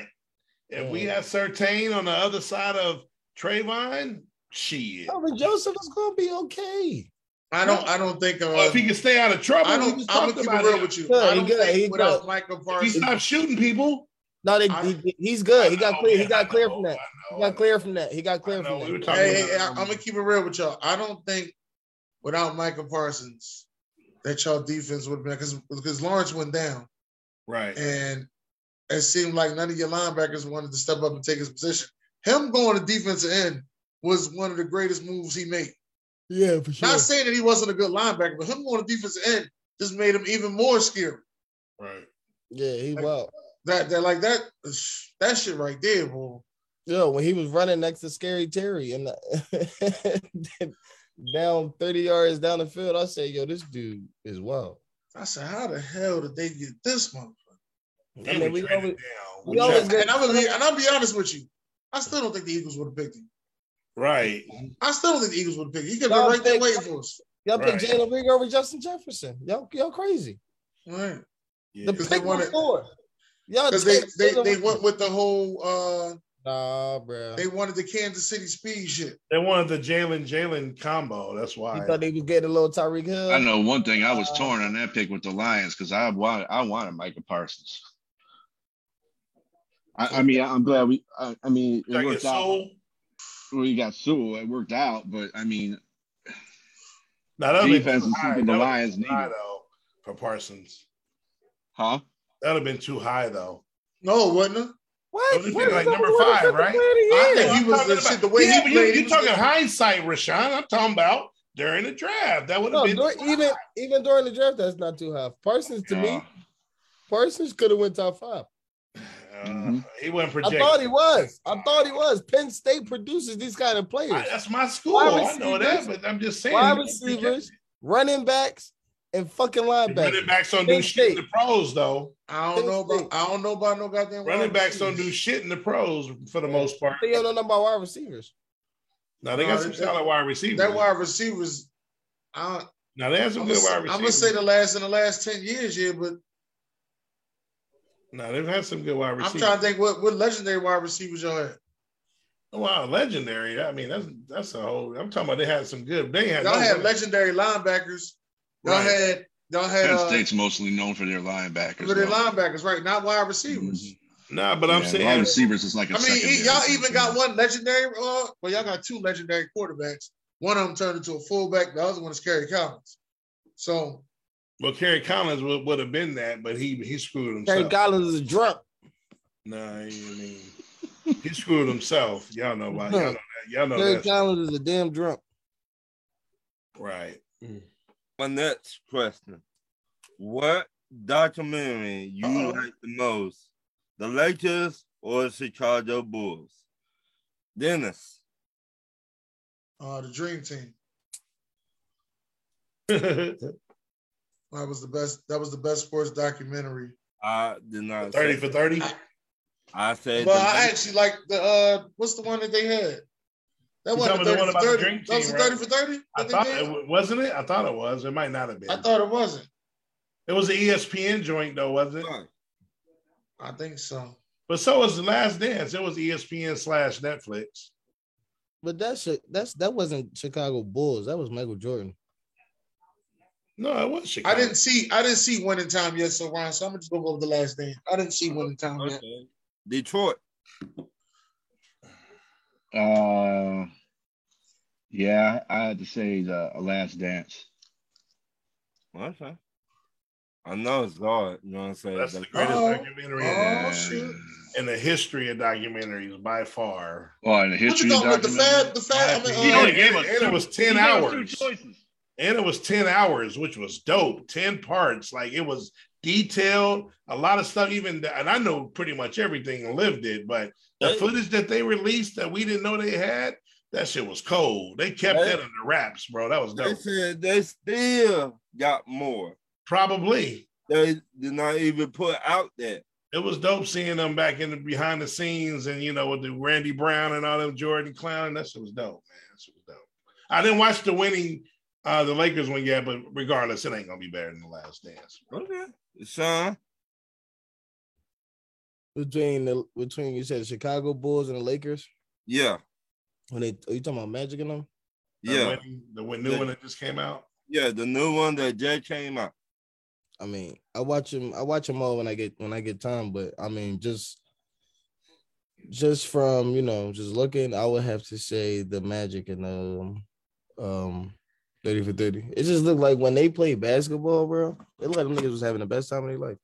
If we had Certain on the other side of Trayvon, shit.
Calvin Oh, Joseph is gonna be okay.
I don't. I don't think.
Or
Uh,
if Oh, he can stay out of trouble,
I
we
don't.
just
I'm
talked
gonna keep
about
it real
it.
with you.
Yeah,
I
he
don't
good,
think
he
without
good.
Michael
If he
Parsons,
stops shooting people.
No, they,
I-
he, he's good. He got clear. He got clear
I
from
know,
that.
I
He
know, I
got clear from that. He got
I
clear
know,
from
we were
that.
talking
hey, hey, I,
about
I'm gonna keep it real with y'all. I don't think without Michael Parsons that y'all defense would have been because because Lawrence went down
Right.
and it seemed like none of your linebackers wanted to step up and take his position. Him going to defensive end was one of the greatest moves he made.
Yeah, for
Not saying that he wasn't a good linebacker, but him going to defensive end just made him even more scary.
Right.
Yeah, he
Like-
well.
That that like that that shit right there, boy.
Yo, when he was running next to Scary Terry and the- down 30 yards down the field, I said, yo, this dude is wild.
I said, how the hell did they get this motherfucker?
They
I
were
mean, we
trading
always,
down.
we
with
always
Chuck.
get-
And I'm gonna be and I'll be honest with you. I still don't think the Eagles would have picked him.
right.
I still don't think the Eagles would have picked him. He could have
Y'all
been right there
think-
waiting for us.
y'all picked
Right.
Jalen Rieger over Justin Jefferson. Y'all, y'all crazy.
Right.
The
Yeah.
Because they
pick was
wanted-
four. Y'all
Because they,
take
they
Jalen
they
Rieger.
went with the whole uh
Nah, bro.
they wanted the Kansas City speed shit.
They wanted the Jalen Jalen combo. That's why.
You thought they was getting a little Tyreek Hill?
I know one thing. I was torn on that pick with the Lions because I wanted I wanted Michael Parsons. I, I mean, I'm glad we. I, I mean, it
Like
worked
it's
out.
so.
We got Sewell. It worked out, but I mean,
Now, that would've been
Defense
too
is
high.
something the
That would've
Lions
been too high,
needed.
though, for Parsons.
huh?
That'd have been too high though.
No, it wasn't it?
What?
Don't you
What?
think, like,
What?
number
What?
five,
What?
right?
I
What?
think
Yeah.
he was
talking
the
about-
shit the way
yeah,
he
but
played.
You,
he
you
was
talking
the-
hindsight, Rashawn? I'm talking about during the draft. That would have
No,
been
dur- even even during the draft, that's not too high. Parsons to me,
Yeah.
Parsons could have went top five.
Uh,
Mhm.
He wasn't
I
projected.
thought he was. I thought he was. Penn State produces these kind of
I-
players.
that's my school.
Wide
I know that,
receivers.
but I'm just saying.
Wide
he wasn't
receivers, running backs, and fucking
projected. Running
linebackers.
backs don't
Penn
do shit in
State.
the pros, though.
I don't know about I don't know about no goddamn
Running
wide
backs don't do
receivers.
shit in the pros for the most part.
They don't know about wide receivers.
Now they
No,
got some
they-
solid wide receivers.
That wide receivers, I
Now they have some
I'm
good wide
gonna,
receivers.
I'm gonna say the last in the last ten years, yeah, but
now they've had some good wide
I'm
receivers.
trying to think what, what legendary wide receivers y'all had.
Oh, wow, legendary. I mean, that's that's a whole. I'm talking about they had some good. They had
Y'all
no
had
good-
legendary linebackers. Y'all
Right.
had y'all had
Penn
uh,
State's mostly known for their linebackers.
legendary
though. Mm-hmm.
linebackers, right? Not wide receivers.
Nah, but I'm
Yeah,
saying
wide receivers is like a
I mean,
secondary
e- y'all
thing,
even
too.
got one legendary. Uh, well, y'all got two legendary quarterbacks. One of them turned into a fullback. The other one is Kerry Collins. So
Well, Kerry Collins would, would have been that, but he he screwed
Terry
himself.
Collins is drunk.
nah, I mean he screwed himself. Y'all know about y'all know that. Y'all know
Hmm. Terry
that.
Collins is a damn drunk.
Right.
My next question: What documentary you
Uh-oh.
like the most, the Lakers or the Chicago Bulls? Dennis,
uh, the Dream Team.
Thirty
That was the best. That was the best sports documentary.
I did not. say
for
that.
thirty.
I said.
But
the
I
Lakers.
actually like the uh, what's the one that they had? That
You
wasn't
talking
a
about the
thirty for thirty.
one about the Dream
That was a
Team,
thirty
right?
for thirty.
I
that they
thought
did?
it wa- wasn't it. I thought it was. It might not have been.
I thought it wasn't.
it was an E ESPN joint though, wasn't it?
Sorry.
I think so.
But so was the Last Dance. It was E ESPN slash Netflix.
But that shit, that's that wasn't Chicago Bulls. That was Michael Jordan.
No, it was Chicago.
I didn't see. I didn't see winning time yet. So Ryan, so I'm gonna just go over the last thing. I didn't see winning time yet.
Okay. Detroit.
Uh, yeah, I had to say the uh, Last Dance.
Okay. I know it's hard. You know what I'm saying?
That's the
Like,
greatest
Oh.
documentary in-
Oh shit!
in the history of documentaries by far.
Well, in the
What you
history
talking about?
of
The Fab? The Fab? I
He
mean, uh,
only gave us and it was ten hours.
choices.
and it was 10 hours which was dope 10 parts like it was detailed a lot of stuff even th- and i know pretty much everything and lived it but the
Right.
footage that they released that we didn't know they had that shit was cold they kept
Right.
that under wraps bro that was
they
dope
said they still got more.
probably
They did not even put out there.
it was dope seeing them back in the behind the scenes and you know with the randy brown and all them jordan clown that shit was dope man that shit was dope i didn't watch the winning uh the lakers one yet but regardless it ain't gonna be better than the last dance
Okay. Sean,
between the between you said Chicago Bulls and the Lakers
Yeah,
when they are you talking about Magic and them?
The
yeah,
win- the win- new one that just came out.
yeah. The new one that just came out.
I mean, I watch him. I watch him all when I get when I get time. But I mean, just just from you know, just looking, I would have to say the Magic and um um thirty for thirty. It just looked like when they play basketball, bro. It looked like them niggas was having the best time of their life.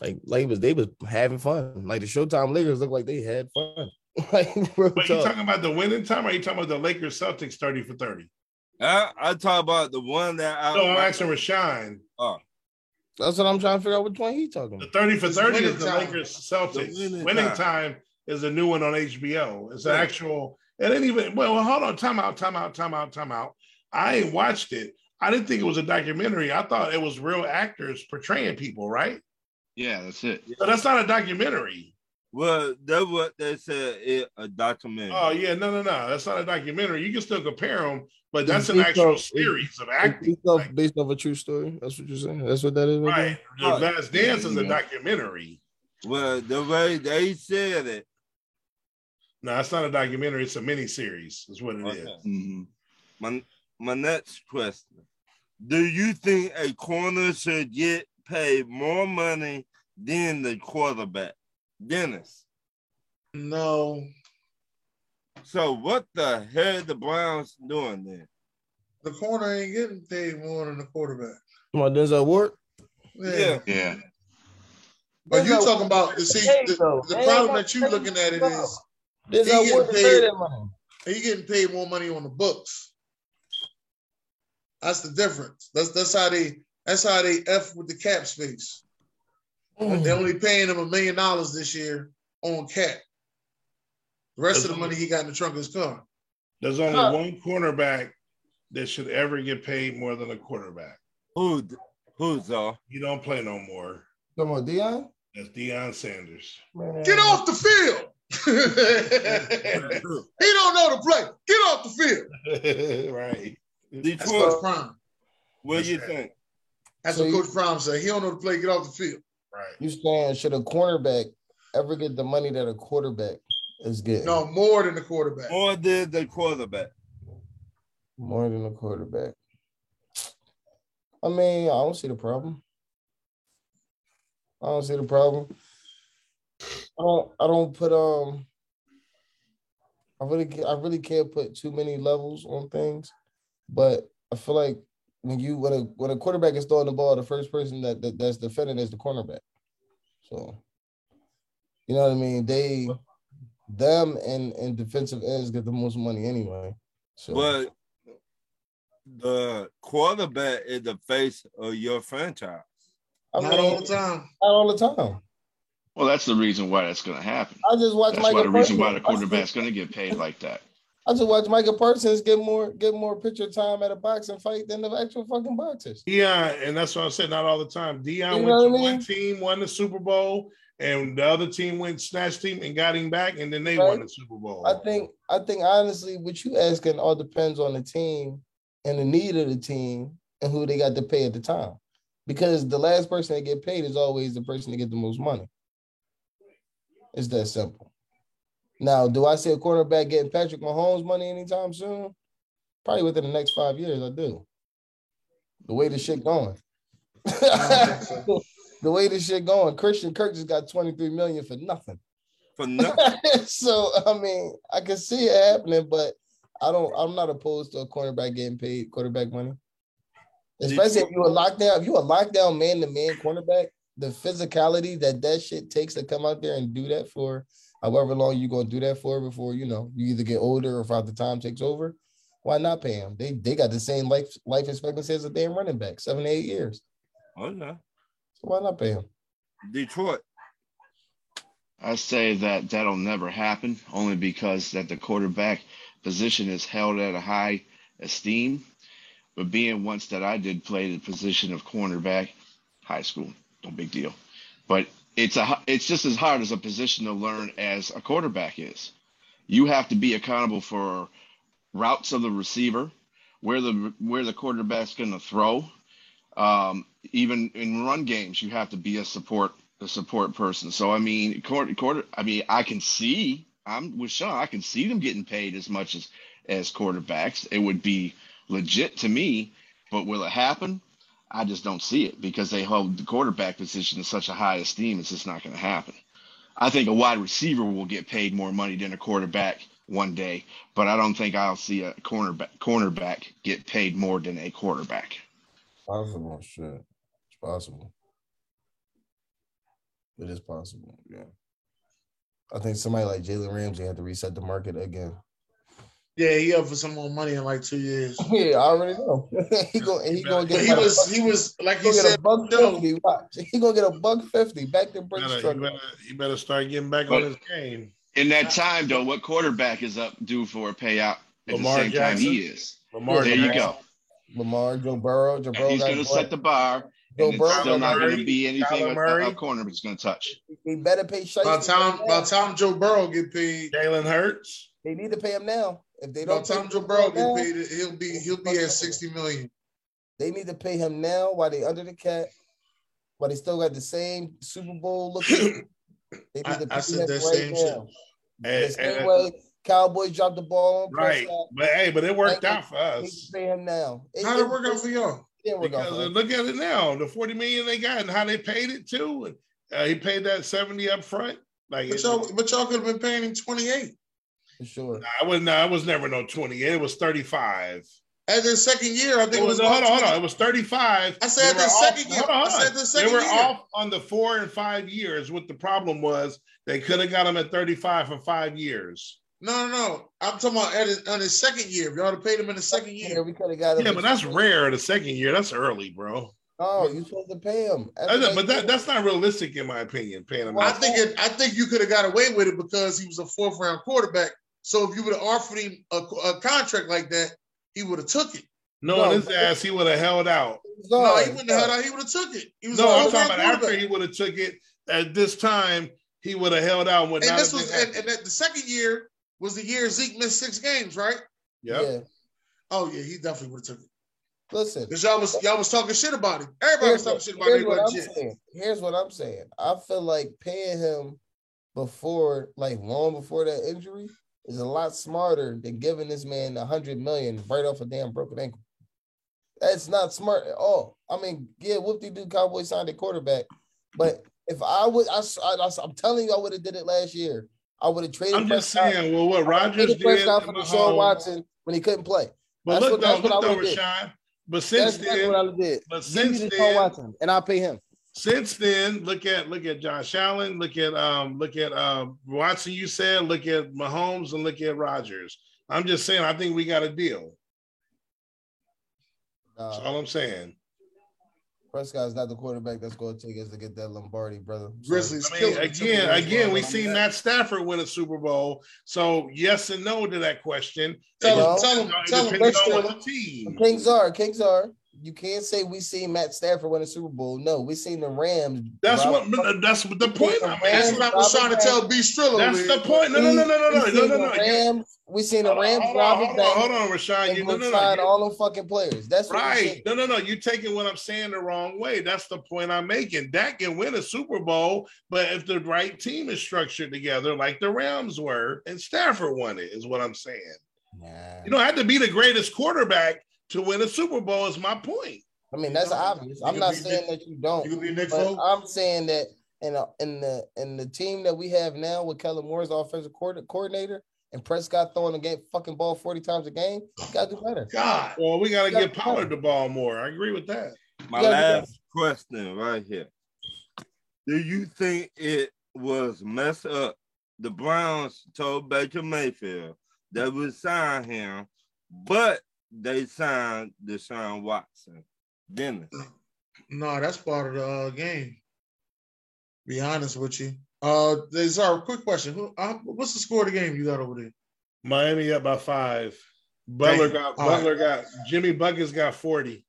Like like it was they was having fun. Like the Showtime Lakers looked like they had fun. like bro,
But you
talk.
talking about the winning time, or you talking about the Lakers Celtics thirty for thirty?
I I talk about the one that I.
No, I'm asking Rashawn.
that's what I'm trying to figure out which one he talking.
The
About.
thirty for
It's
thirty
winning
is the
time.
Lakers Celtics.
The winning
winning
time.
time. is a new one on HBO. It's an
Yeah.
actual. It ain't even. Well, well, hold on. Time out. Time out. Time out. Time out. I ain't watched it. I didn't think it was a documentary. I thought it was real actors portraying people. Right.
Yeah, that's it.
So that's not a documentary.
Well, that's what they said. It a documentary.
Oh yeah, no, no, no. That's not a documentary. You can still compare them, but
It's
that's an
based
actual
off-
series of
It's
acting.
Based off,
Like,
based off a true story. That's what you're saying. That's what that is. there?
right. The
Right.
Last Dance is a
Yeah.
documentary.
Well, the way they said it.
No, it's not a documentary. It's a mini series. Is what it is.
Okay.
Mhm.
My my next question: Do you think a corner should get paid more money than the quarterback, Dennis?
No,
So what the hell the Browns doing then?
the corner ain't getting paid more than the quarterback.
Come on, Denzel Ward.
Yeah.
Yeah.
Are you talking about? See, the, the problem that you looking at it is
Denzel
He
Ward
getting
deserve
paid.
that money.
he getting paid more money on the books. That's the difference. That's that's how they that's how they f with the cap space.
Hmm.
They only paying him a million dollars this year on cap. The rest of the money he got in the trunk of his car.
There's only
Huh.
one cornerback that should ever get paid more than a quarterback.
Who who's all?
You don't play no more.
Come on, Dion.
That's Deion Sanders.
Get off the field. he don't know the play. Get off the field.
right.
That's
Detroit,
Coach Prime.
what do you think?
That's
So
what
you-
Coach Prime said. He don't know the play. Get off the field.
Right.
You saying should a cornerback ever get the money that a quarterback is getting?
No, more than the quarterback.
Or did the quarterback?
more than a quarterback. I mean, I don't see the problem. I don't see the problem. I don't. I don't put um. I really, ca- I really can't put too many levels on things, but I feel like when you when a when a quarterback is throwing the ball, the first person that, that that's defending is the cornerback. So, you know what I mean? They, them, and and defensive ends get the most money anyway. So,
But the quarterback is the face of your franchise.
I
Not
mean,
all the time.
not all the time.
Well, that's the reason why that's going to happen.
I just watched
That's why
Michael
the reason why the
Parsons.
quarterback's going to get paid like that.
I just watched Michael Parsons get more get more picture time at a boxing fight than the actual fucking boxers.
Yeah, and that's what I said. Not all the time. Deion
You know
went to
what I mean?
one team, won the Super Bowl, and the other team went snatched him and got him back, and then they won
Right.
the Super Bowl.
I think I think honestly, what you asking all depends on the team and the need of the team and who they got to pay at the time. Because the last person that get paid is always the person that get the most money. It's that simple. Now, do I see a cornerback getting Patrick Mahomes money anytime soon? Probably within the next five years, I do. The way the shit going. the way this shit going, Christian Kirk just got 23 million for nothing.
For nothing.
so I mean, I can see it happening, but I don't I'm not opposed to a cornerback getting paid quarterback money. Especially if you're a lockdown, if you're a lockdown man-to-man cornerback, the physicality that that shit takes to come out there and do that for however long you're gonna do that for before you know you either get older or if the time takes over. Why not pay him? They they got the same life life expectancy as a damn running back, seven to eight years.
Okay.
So why not pay him?
Detroit.
I say that that'll never happen, only because that the quarterback position is held at a high esteem. But being once that I did play the position of cornerback, high school, no big deal. But it's a h- it's just as hard as a position to learn as a quarterback is. You have to be accountable for routes of the receiver, where the where the quarterback's going to throw. Um, even in run games, you have to be a support the support person. So I mean, quarter, quarter. I mean, I can see. I'm with Sean. I can see them getting paid as much as as quarterbacks. It would be legit to me. But will it happen? I just don't see it because they hold the quarterback position in such a high esteem. It's just not going to happen. I think a wide receiver will get paid more money than a quarterback one day, but I don't think I'll see a cornerback cornerback get paid more than a quarterback.
Possible, shit. It's possible. It is possible. Yeah. I think somebody like Jalen Ramsey had to reset the market again.
Yeah, he up for some more money in like two years.
Yeah, I already know. he gonna he gonna
But
get.
he
about a
was
buck-
he was like
he
you
gonna get
said.
a buck
no.
fifty. Watch, he gonna get a buck fifty back to break
Better- you,
struggle.
better, you better start getting back
But-
on his game.
In that time, though, what quarterback is up due for a payout at
Lamar
the same time
Jackson.
he is?
Lamar
there you
Jackson,
go.
Lamar, Joe Burrow, Joe Burrow
He's
got
going to
bought.
set the bar,
Joe
and it's
Burrow
still
Kyler
not going to
Murray,
be anything
Kyler
a,
Murray.
a, a corner is going to touch.
They better pay Shiesty.
By the time by the time Joe Burrow get paid,
Jalen Hurts.
They need to pay him now. If they
by
don't
the time
pay
Joe
him
Burrow
now,
get paid, he'll be he'll be at sixty million.
They need to pay him now while they under the cap, while they still got the same Super Bowl looking. They need
I,
to pay
I said
him
that
right
same shit.
now.
And-
the same
and-
way Cowboys dropped the ball on
right.
Prescott.
But hey, but it worked
Thank
out for
They need
us.
to pay him now. It,
How did it work out for y'all?
didn't work out
Because
for
uh,
us.
look at it now, the 40 million they got and how they paid it too. And, uh, he paid that 70 up front. Like
But
it,
y'all but y'all could have been paying him twenty eight.
for sure.
I was no, I was never no 28. It was 35.
At the second year, I think
It was,
about
hold on, hold
20.
on. It was 35.
I said
They
the
were
second year.
Hold on,
I
hold on.
said the second
they were
year.
off on the four and five years. What the problem was, they could have got him at 35 for five years.
No, no, no. I'm talking about at his, on his second year. If y'all would have paid him in the second
Yeah,
year.
we could have got him.
Yeah, but that's rare. The second year, that's early, bro.
Oh, you supposed to pay him.
That's- but that, that's not realistic in my opinion. Paying him
I
out.
think it, I think you could have got away with it because he was a fourth round quarterback. So if you would have offered him a, a contract like that, he would have took it.
knowing
No.
his ass, he would have held out.
No, he wouldn't have held out. He would have took it. He was
No,
a
I'm
fourth round
talking about after
quarterback.
he would have took it at this time, he would have held out. And would
and
not
this
have
was
been
and,
happy.
and that the second year was the year Zeke missed six games, right?
Yep.
Yeah.
Oh yeah, he definitely would have took it.
Listen,
Because y'all was y'all was talking shit about him. Everybody was talking shit about him.
here's
He
what I'm
wasn't shit.
saying. Here's what I'm saying. I feel like paying him before, like long before that injury, is a lot smarter than giving this man a hundred million right off a damn broken ankle. That's not smart at all. I mean, yeah, whoop de doo Cowboy signed a quarterback, but if I would, I, am telling you, I would have did it last year. I would have traded.
I'm just
Prescott-
saying. Well, what
I would've
Rogers
traded
did,
Prescott for
and
Deshaun
Mahomes-
Watson when he couldn't play.
but
That's
look
what-
though,
that's what I
look though,
would've did.
Rashad. But
That's
since
exactly what
then,
I did.
but
Give me
since
Deshaun
then,
Watson, and I'll pay him.
since then, look at look at Josh Allen, look at um, look at um, Watson. You said, look at Mahomes, and look at Rogers. I'm just saying, I think we got a deal.
Nah.
That's all I'm saying.
Prescott's not the quarterback that's going to take us to get that Lombardi, brother. I'm sorry.
Grizzlies
I mean,
killed him.
again, again, we seen Matt Stafford win a Super Bowl. So yes and no to that question.
Tell him,
No.
tell him,
It
tell him.
depends
Dexter,
on what
But
team.
Kings are, Kings are. You can't say we seen Matt Stafford win a Super Bowl. No, we seen the Rams.
That's
Rob-
what that's what the point. I'm
That's
making.
what I was trying to tell B. Strillo.
That's
man.
the point. No, no, no, no,
We
no, no,
seen
no, no,
the
no. You-
Rams. We seen the
Hold on,
Rams
hold
rob
on,
the
hold on,
bank
hold on, Rashad. You
and
no,
go
no, no.
sign
You-
all them fucking players. That's what we
Right.
seen.
No, no, no. You're taking what I'm saying the wrong way. That's the point I'm making. That can win a Super Bowl, but if the right team is structured together, like the Rams were, and Stafford won it, is what I'm saying.
Nah.
You don't have to be the greatest quarterback to win a Super Bowl, is my point.
I mean, that's obvious. I'm
could
not
be
saying
Nick-
that you don't.
You could be Nick
But
uh,
Foles.
I'm saying that in a, in the in the team that we have now with Kellen Moore's offensive coordi- coordinator and Prescott throwing the game fucking ball 40 times a game, you gotta do better.
God,
Well, we got to
Yeah.
get Pollard the ball more. I agree with that.
My
Yeah,
last question right here. Do you think it was messed up? The Browns told Baker Mayfield they would sign him, but they signed Deshaun Watson. Dennis.
no, that's part of the uh, game. Be honest with you. Uh, there's our quick question. Who? Uh, what's the score of the game you got over there?
Miami up by five. Butler
Damn.
got
All
Butler got Jimmy Buckets got 40.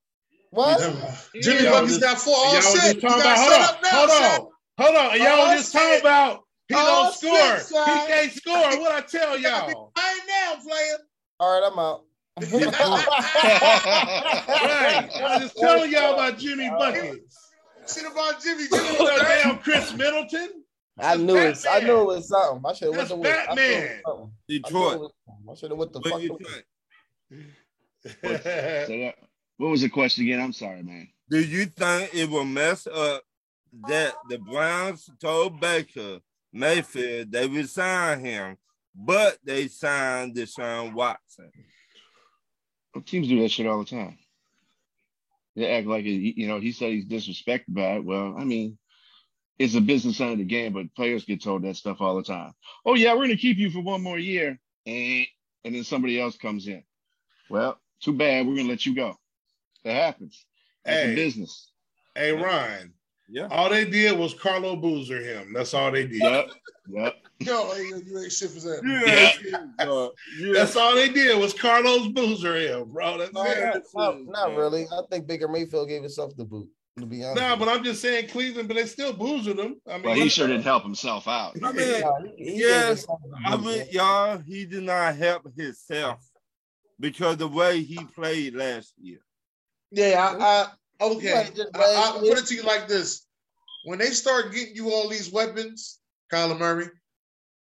What?
Jimmy
Yeah.
Buckets got four.
Y'all
Oh
was
shit!
just
You got
talking about
set
hold
up
on,
now,
hold
Shaq.
on, hold on. Y'all
Oh,
was just talking
shit.
about he
Oh,
don't score.
shit, son.
he can't score. What I tell
You gotta be
y'all.
Right now, player.
All right, I'm out.
Right. I was just telling y'all about Jimmy Buckets.
Shit about Jimmy. Give him
That
a third.
damn Chris Middleton.
I knew it. I
Batman.
knew it was something. I should have went
That's
to I knew it
Batman.
was something. I knew it
Detroit.
was something. I should have went the
What
fuck.
you
away.
think?
That's
So that, what was the question again? I'm sorry, man.
Do you think it will mess up that the Browns told Baker Mayfield they would sign him, but they signed Deshaun Watson?
Well, teams do that shit all the time. They act like it, you know. He said he's disrespected by it. Well, I mean, it's a business side of the game, but players get told that stuff all the time. Oh yeah, we're gonna keep you for one more year, Eh, and then somebody else comes in. Well, too bad. We're gonna let you go. That happens. That's a
Hey.
business.
Hey Ryan,
Yeah.
all they did was Carlo Boozer him. That's all they did.
Yep. Yep.
Yo, hey, yo, you ain't shit for that.
Yeah. yeah.
That's all they did was Carlos Boozer him, bro. That's
No,
it.
not, not- not really. I think Baker Mayfield gave himself the boot. To be honest,
Nah,
with
but I'm just saying Cleveland, but they still boozing him. I mean,
Well, he sure didn't help himself out.
I
you.
mean,
Nah, he- he gave
Yes,
himself the
I
boot,
mean,
man.
y'all, he did not help himself because the way he played last year.
Yeah, I, I okay.
Right, just
I, I
like-
put it to you like this: when they start getting you all these weapons, Kyler Murray,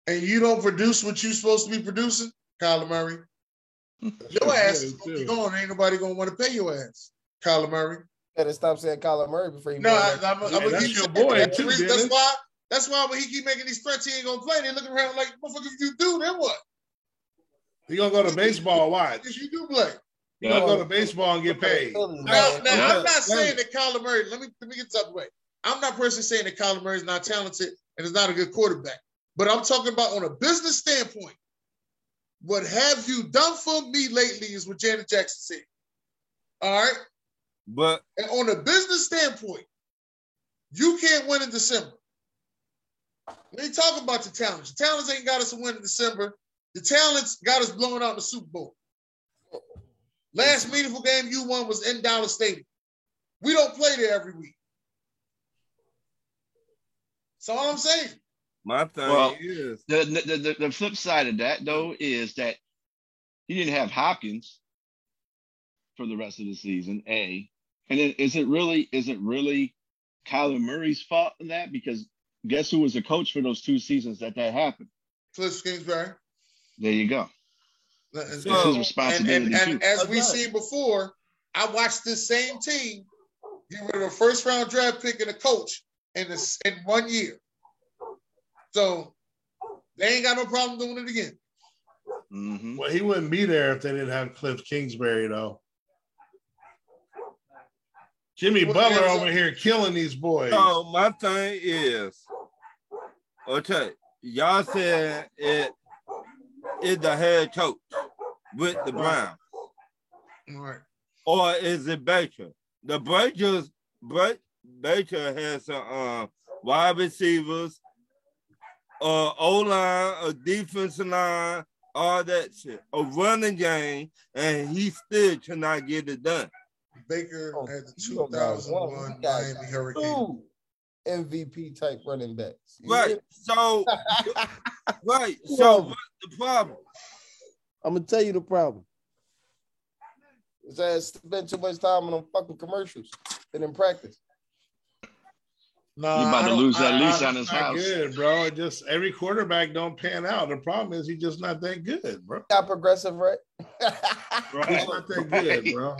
and you don't produce what you're supposed to be producing, Kyler Murray, your ass is gonna be gone. Ain't nobody gonna want to pay your ass, Kyler Murray.
Better stop saying Kyler Murray before you.
No, I,
move on.
I'm, I'm
Hey,
gonna
that's
keep
your
saying
boy,
that.
too,
That's
Dennis.
why. That's why when he keep making these threats, he ain't gonna play. They looking around like, motherfucker, if you do, then what?
He gonna go to baseball. Watch.
If you do play.
He gonna go
Yeah.
to baseball and get paid.
Philly,
Now,
man.
now
Yeah.
I'm not saying that Kyler Murray. Let me let me get this out the way. I'm not personally saying that Kyler Murray is not talented and is not a good quarterback, but I'm talking about on a business standpoint. What have you done for me lately? Is what Janet Jackson said. All right,
But
and on a business standpoint, you can't win in December. We ain't talking about the talents. The talents ain't got us a win in December. The talents got us blown out in the Super Bowl. Last meaningful game you won was in Dallas Stadium. We don't play there every week. So all I'm saying,
my thing
Well-
is,
The, the, the, the flip side of that, though, is that he didn't have Hopkins for the rest of the season. A, and then is it really is it really Kyler Murray's fault in that? Because guess who was the coach for those two seasons that that happened?
Cliff Kingsbury,
There you go.
and,
It's his
So-
and,
responsibility.
and, and
too.
as we've seen before, I watched this same team get rid of a first round draft pick and a coach in this in one year. So they ain't got no problem doing it again.
Mhm.
Well, he wouldn't be there if they didn't have Cliff Kingsbury, though. Jimmy
Well,
Butler
there's a-
over here killing these boys.
so my thing is, okay, y'all said it is the head coach with the Browns,
All right.
or is it Baker? The Bakers, Ba- Baker has some uh, wide receivers, uh, O line, a defensive line, all that shit, a running game, and he still cannot get it done.
Baker
Oh,
had the
you don't got one.
2001
You got
Miami Hurricane.
Two MVP type running backs. You
Right.
hear
So,
me?
right.
Two
So,
of 'em.
what's the problem?
I'm gonna tell you the problem. His ass spent too much time on them fucking commercials and in practice.
No,
He about
Uh, I
to
don't-
lose that
I- I-
lease on his
not
house.
good, bro. It Just every quarterback don't pan out. The problem is he's just not that good, bro.
Not progressive, right?
He's not that good, bro.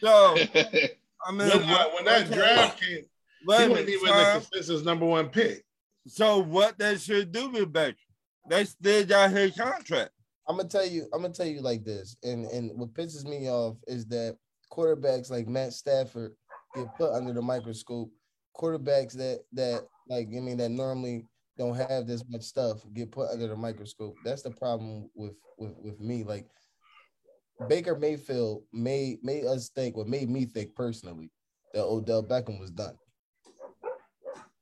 So,
Right.
I mean,
When, I- when that draft came, he
wait a
wasn't
minute,
even
Tom.
the consensus number one pick.
so what they should do with Baker? They still got his contract.
I'm gonna tell you, I'm gonna tell you like this, and and what pisses me off is that quarterbacks like Matt Stafford get put under the microscope. Quarterbacks that that like I mean that normally don't have this much stuff get put under the microscope. That's the problem with with with me. Like Baker Mayfield made made us think, what made me think personally, that Odell Beckham was done.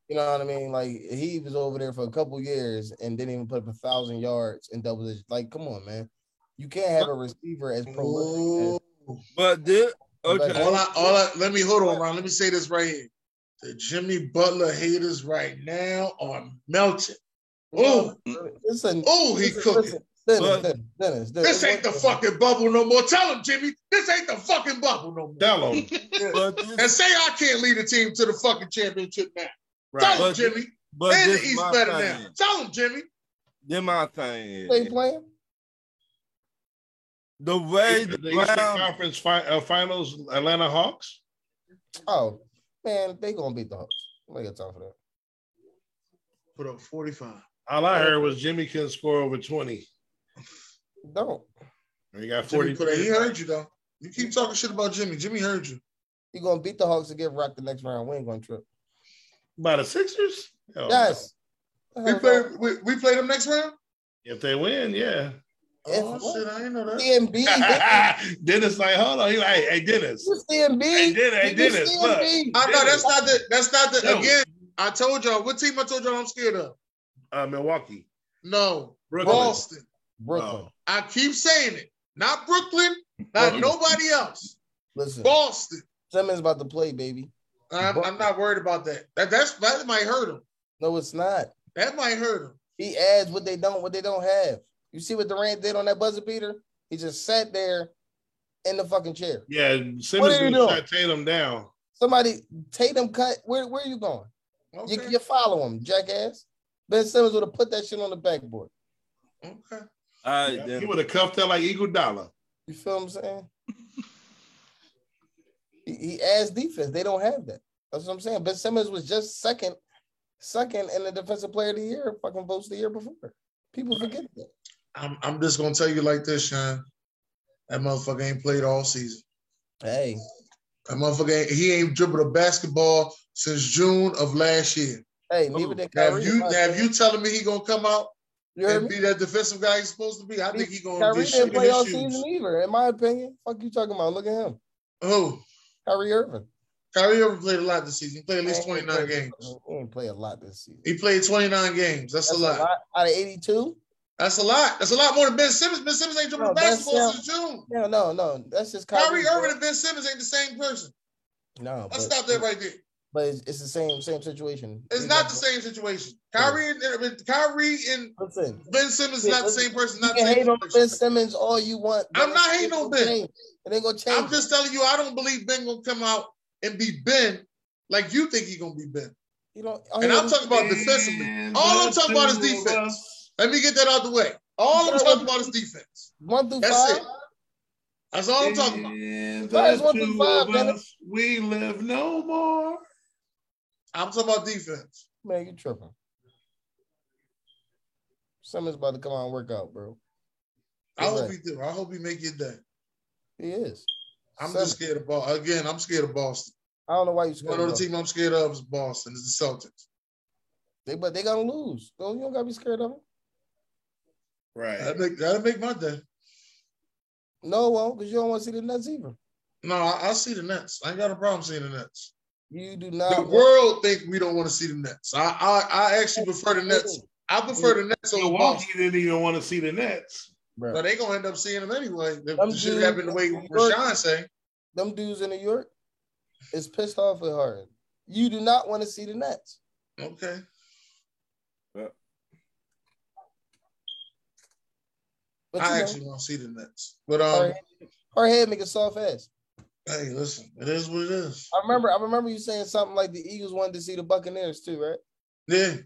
You know what I mean? Like he was over there for a couple years and didn't even put up a thousand yards and double digits. Like, come on, man. You can't have a receiver as prolific.
Ooh.
As,
But this,
But-
okay,
All I, all I, let me hold on, Ron. Let me say this right here. The Jimmy Butler haters right now are melting. Oh,
listen,
oh, he
listen,
cooking.
listen. Dennis,
But-
Dennis, Dennis, Dennis.
This ain't the fucking bubble no more. Tell him, Jimmy, this ain't the fucking bubble no more.
Tell him.
But this,
And say I can't lead a team to the fucking championship now. Tell him,
But-
Jimmy.
but
and
this
the East
my
better
thing.
now. Tell him, Jimmy.
Then my thing
They
is
playing.
the way the
the Eastern
Browns.
Conference fi- uh, Finals, Atlanta Hawks.
Oh man, they gonna beat the Hawks. I got time for that.
Put up 45.
All I heard was Jimmy couldn't score over 20.
Don't.
And He got
Jimmy
40.
put up- he heard you, though. You keep talking shit about Jimmy. Jimmy heard you.
You gonna beat the Hawks and get rocked the next round? We ain't gonna trip.
By the Sixers?
Oh,
Oh, Hell
yes.
We play, we, we play them next round?
no. If they win, yeah.
Oh,
If what?
shit, I didn't know that.
DMB.
Dennis, like, hold on. He like, hey, Dennis.
Who's DMB?
Hey, Dennis, hey, Dennis, look.
I know that's not the, that's not the,
No.
again, I told y'all, what team I told y'all I'm scared of?
Uh, Milwaukee.
No,
Brooklyn.
Boston.
Brooklyn.
Oh.
I keep saying it. Not Brooklyn, not
Brooklyn.
nobody else.
Listen,
Boston.
Simmons about to play, baby.
I'm, I'm not worried about that. that. That's that might hurt him.
No, it's not.
That might hurt him.
He adds what they don't, what they don't have. You see what Durant did on that buzzer beater? He just sat there in the fucking chair.
Yeah,
What
Simmons
are you
gonna
doing?
shut Tatum down.
Somebody Tatum cut. Where where are you going? You,
Okay.
you follow him, jackass. Ben Simmons would have put that shit on the backboard.
okay.
All right,
He
then.
would have cuffed that like Eagle Dollar.
You feel what I'm saying? he, he adds defense. They don't have that. That's what I'm saying. Ben Simmons was just second, second in the defensive player of the year, fucking votes the year before. People forget that.
I'm I'm just gonna tell you like this, Sean. That motherfucker ain't played all season.
Hey,
That motherfucker ain't, he ain't dribbled a basketball since June of last year.
hey, neither did
Now,
Kyrie.
if you
my
now,
man.
if you telling me he gonna come out
You heard
and
me?
be that defensive guy he's supposed to be, I think he gonna get
Kyrie didn't
shit in
play all
his
season
shoes.
either, in my opinion. Fuck you talking about? Look at him,
Who?
Kyrie Irving.
Kyrie Irving played a lot this season. He played at least
He ain't
29
play-
games.
He ain't play a lot this season.
He played 29 games. That's, a lot.
Out of 82?
That's a lot. That's a lot more than Ben Simmons. Ben Simmons ain't dribbling
No, that's
basketball
not-
since June.
No, no, no. That's just Kyrie.
Kyrie Irving and Ben Simmons ain't the same person.
No,
Let's
but-
stop that right there.
But it's, it's the same same situation.
It's
They
not
got-
the same situation. Kyrie and Kyrie and
Listen,
Ben Simmons is not the same person.
you
Not the
can hate
same
on Ben
person.
Simmons all you want. but
I'm not
it
hating
ain't
on
gonna
Ben.
change. It ain't gonna change.
I'm just telling you, I don't believe Ben gonna come out and be Ben like you think he gonna be Ben.
you know,
And I'm talking about defensively. All I'm talking about is defense. Let me get that out the way. All I'm talking about is defense.
one through
That's
five.
it. That's all I'm talking about.
And
Guys,
the
one through
two
five,
of
Dennis.
us, we live no more.
I'm talking about defense.
Man, you tripping. Simmons about to come out and work out, bro.
I hope he
Right.
do. I hope he make it day.
He is.
I'm
Simmons.
just scared of Boston. Again, I'm scared of Boston.
I don't know why you
One
scared.
other
of them.
team I'm scared of is Boston. It's the Celtics.
They but they gonna lose. Don't you don't gotta be scared of them.
Right.
That'd make, that'd make my day.
No, it won't, because you don't want to see the Nets either.
No, I, I see the Nets. I ain't got a problem seeing the Nets.
You do
The
not. want-
world think we don't want to see the Nets. I, I I actually prefer the Nets. I prefer the Nets over
Milwaukee
Boston.
didn't even want to see the Nets.
Bro.
But they gonna end up seeing them anyway. If
Them
the shit
dudes-
happened the way Rashawn say.
them dudes in New York is pissed off at Harden. You do not want to see the Nets.
Okay.
But you
I
know,
actually want to see the Nets. But um,
Harden, Harden make a soft ass.
hey, listen, it is what it is.
I remember, I remember you saying something like the Eagles wanted to see the Buccaneers too, right?
Yeah.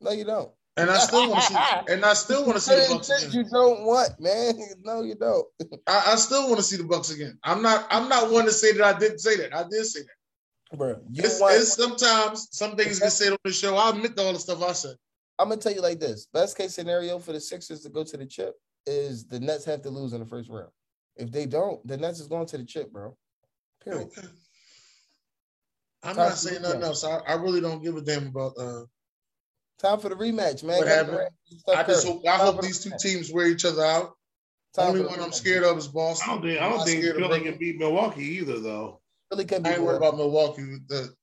No, you don't.
And I still want to see. And I still want to see the
Certain
Bucks
shit
again.
you don't want, man. No, you don't.
I, I still want to see the Bucks again. I'm not. I'm not one to say that I didn't say that. I did say that.
Bro, you
It's,
want
it's sometimes some things get said on the show. I admit to all the stuff I said.
I'm gonna tell you like this: best case scenario for the Sixers to go to the chip is the Nets have to lose in the first round. If they don't, the Nets is going to the chip, bro. Period.
Okay. I'm
Time
not
for
saying
rematch.
nothing else. I, I really don't give a damn about. Uh,
Time for the rematch, man.
What
Kevin
happened?
Durant, Steph
I just
Curry.
hope, I
Time
hope
for the
these two
rematch.
teams wear each other out.
Time
Only
for the
one I'm
rematch.
scared of is
I
Boston.
don't think I
I'm
don't
not
think
scared of
Philly
Brooklyn.
can beat Milwaukee either, though.
Philly can
I
be
ain't worried
worried
about Milwaukee. The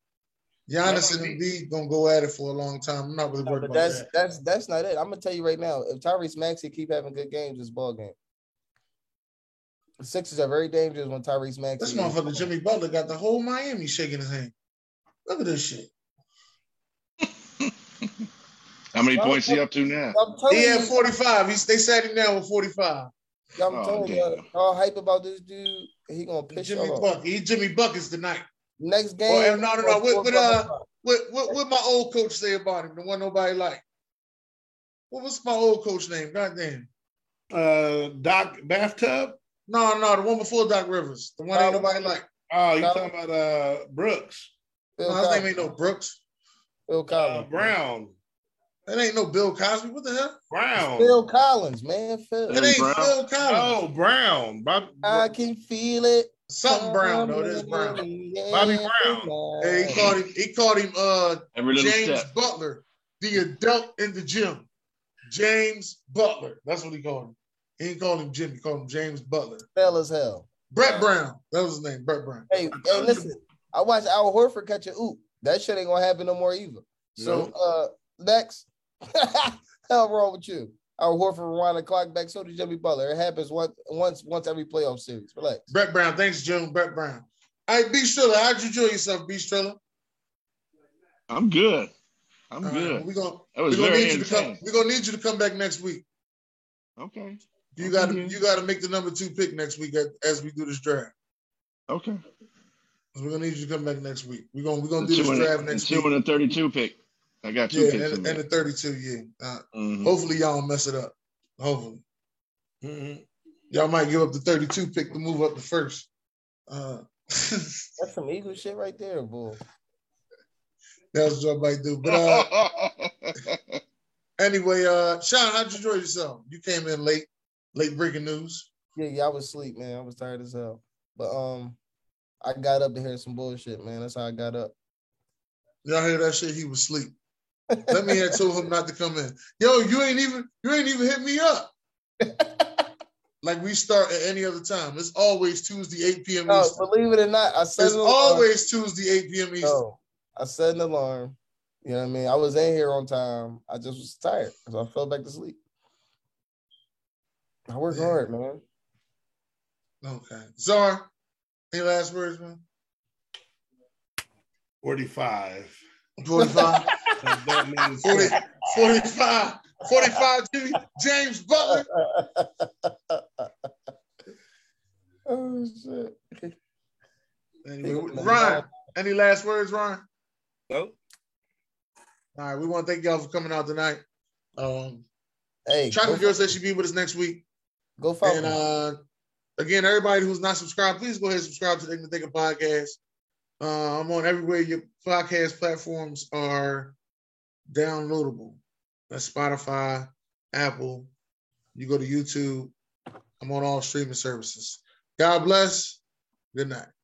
Giannis and Embiid gonna go at it for a long time. I'm not really worried
but
about
that's
that.
that's that's not it. I'm gonna tell you right now. If Tyrese Maxey keep having good games, this ball game. The Sixers are very dangerous when Tyrese Maxey.
This motherfucker Jimmy Butler got the whole Miami shaking his hand. Look at this shit.
I many points he up to now?
I'm telling
He had
you,
45. He's, they sat him down with 45.
I'm
Oh,
telling you,
damn.
all hype about this dude. He gonna piss
Jimmy
y'all off.
Buck. He Jimmy Buckets tonight.
Next game.
Oh, no, no, no. What, what, uh, what, what, what my old coach say about him? The one nobody liked. What was my old coach name? Goddamn.
Uh, Doc bathtub.
No, no, the one before Doc Rivers. The one ain't
Donovan-
nobody like.
Oh, you
No.
talking about uh Brooks
Bill
No, his name
Cosby.
ain't no Brooks.
Bill
uh,
Collins.
Brown?
It ain't no Bill Cosby. What the hell?
Brown.
Phil Collins, man.
It
Phil.
Hey.
ain't
Brown.
Phil Collins.
Oh, Brown. Bob,
I can feel it.
Something Brown, though. It is
coming
Brown.
in
Bobby Brown.
tonight.
Hey, he called him, he called him uh
Every little
James
step.
Butler, the adult in the gym. James Butler. That's what he called him. He didn't call him Jimmy, he called him James Butler.
Fell as hell.
Brett Brown. That was his name, Brett Brown.
Hey, hey, listen. I watched Al Horford catch a oop. That shit ain't gonna happen no more either. So uh next, hell wrong with you? Al Horford rewind the clock back. So did Jimmy Butler. It happens once, once, once every playoff series. Relax.
Brett Brown. Thanks, Jim. Brett Brown. All right, B Striller, how'd you enjoy yourself, B Striller?
I'm good. I'm
All
good.
right, we gonna we
that was
Uh, gonna
very
need you to come.
entertaining.
We gonna need you to come back next week.
Okay.
You
Okay,
got to
yeah.
you got to make the number two pick next week at, as we do this draft.
Okay.
So we're gonna need you to come back next week. We're gonna we're
The
gonna do
two,
this
and,
draft
the
next
two
week.
and the 32 pick. I got two
Yeah,
picks in
and, and the
there.
thirty two. Yeah. Uh,
Mhm.
Hopefully y'all don't mess it up. Hopefully
Mm-hmm.
Mhm.
y'all might give up the thirty two pick to move up the first. Uh, that
That's some Eagle shit right there, bull.
was what I might do. But uh, anyway, uh, Sean, how'd you enjoy yourself? You came in late, late breaking news.
Yeah, yeah, I was asleep, man. I was tired as hell. But um, I got up to hear some bullshit, man. That's how I got up.
Y'all hear that shit? He was asleep. Let me had told him not to come in. Yo, you ain't even you ain't even hit me up. like we start at any other time. It's always Tuesday, 8 p.m.
No,
Eastern.
believe it uh, or not, I set
It's
an alarm.
always Tuesday, 8 p.m. Eastern.
No, I set an alarm. You know what I mean? I was in here on time. I just was tired because I fell back to sleep. I work
Yeah.
hard, man.
Okay. Czar, any last words, man?
45.
45,
That means
40, 45, 45, Jimmy, James Butler.
oh shit!
Anyway, Ryan, any last words, Ryan?
No,
All right, we want to thank y'all for coming out tonight. Um,
Hey, go,
Chocolate Girl said she'd be with us next week.
go follow.
And
me.
uh, again, everybody who's not subscribed, please go ahead and subscribe to the Ignorant Thinker podcast. Uh, I'm on everywhere your podcast platforms are downloadable. That's Spotify, Apple. You go to YouTube. I'm on all streaming services. God bless. Good night.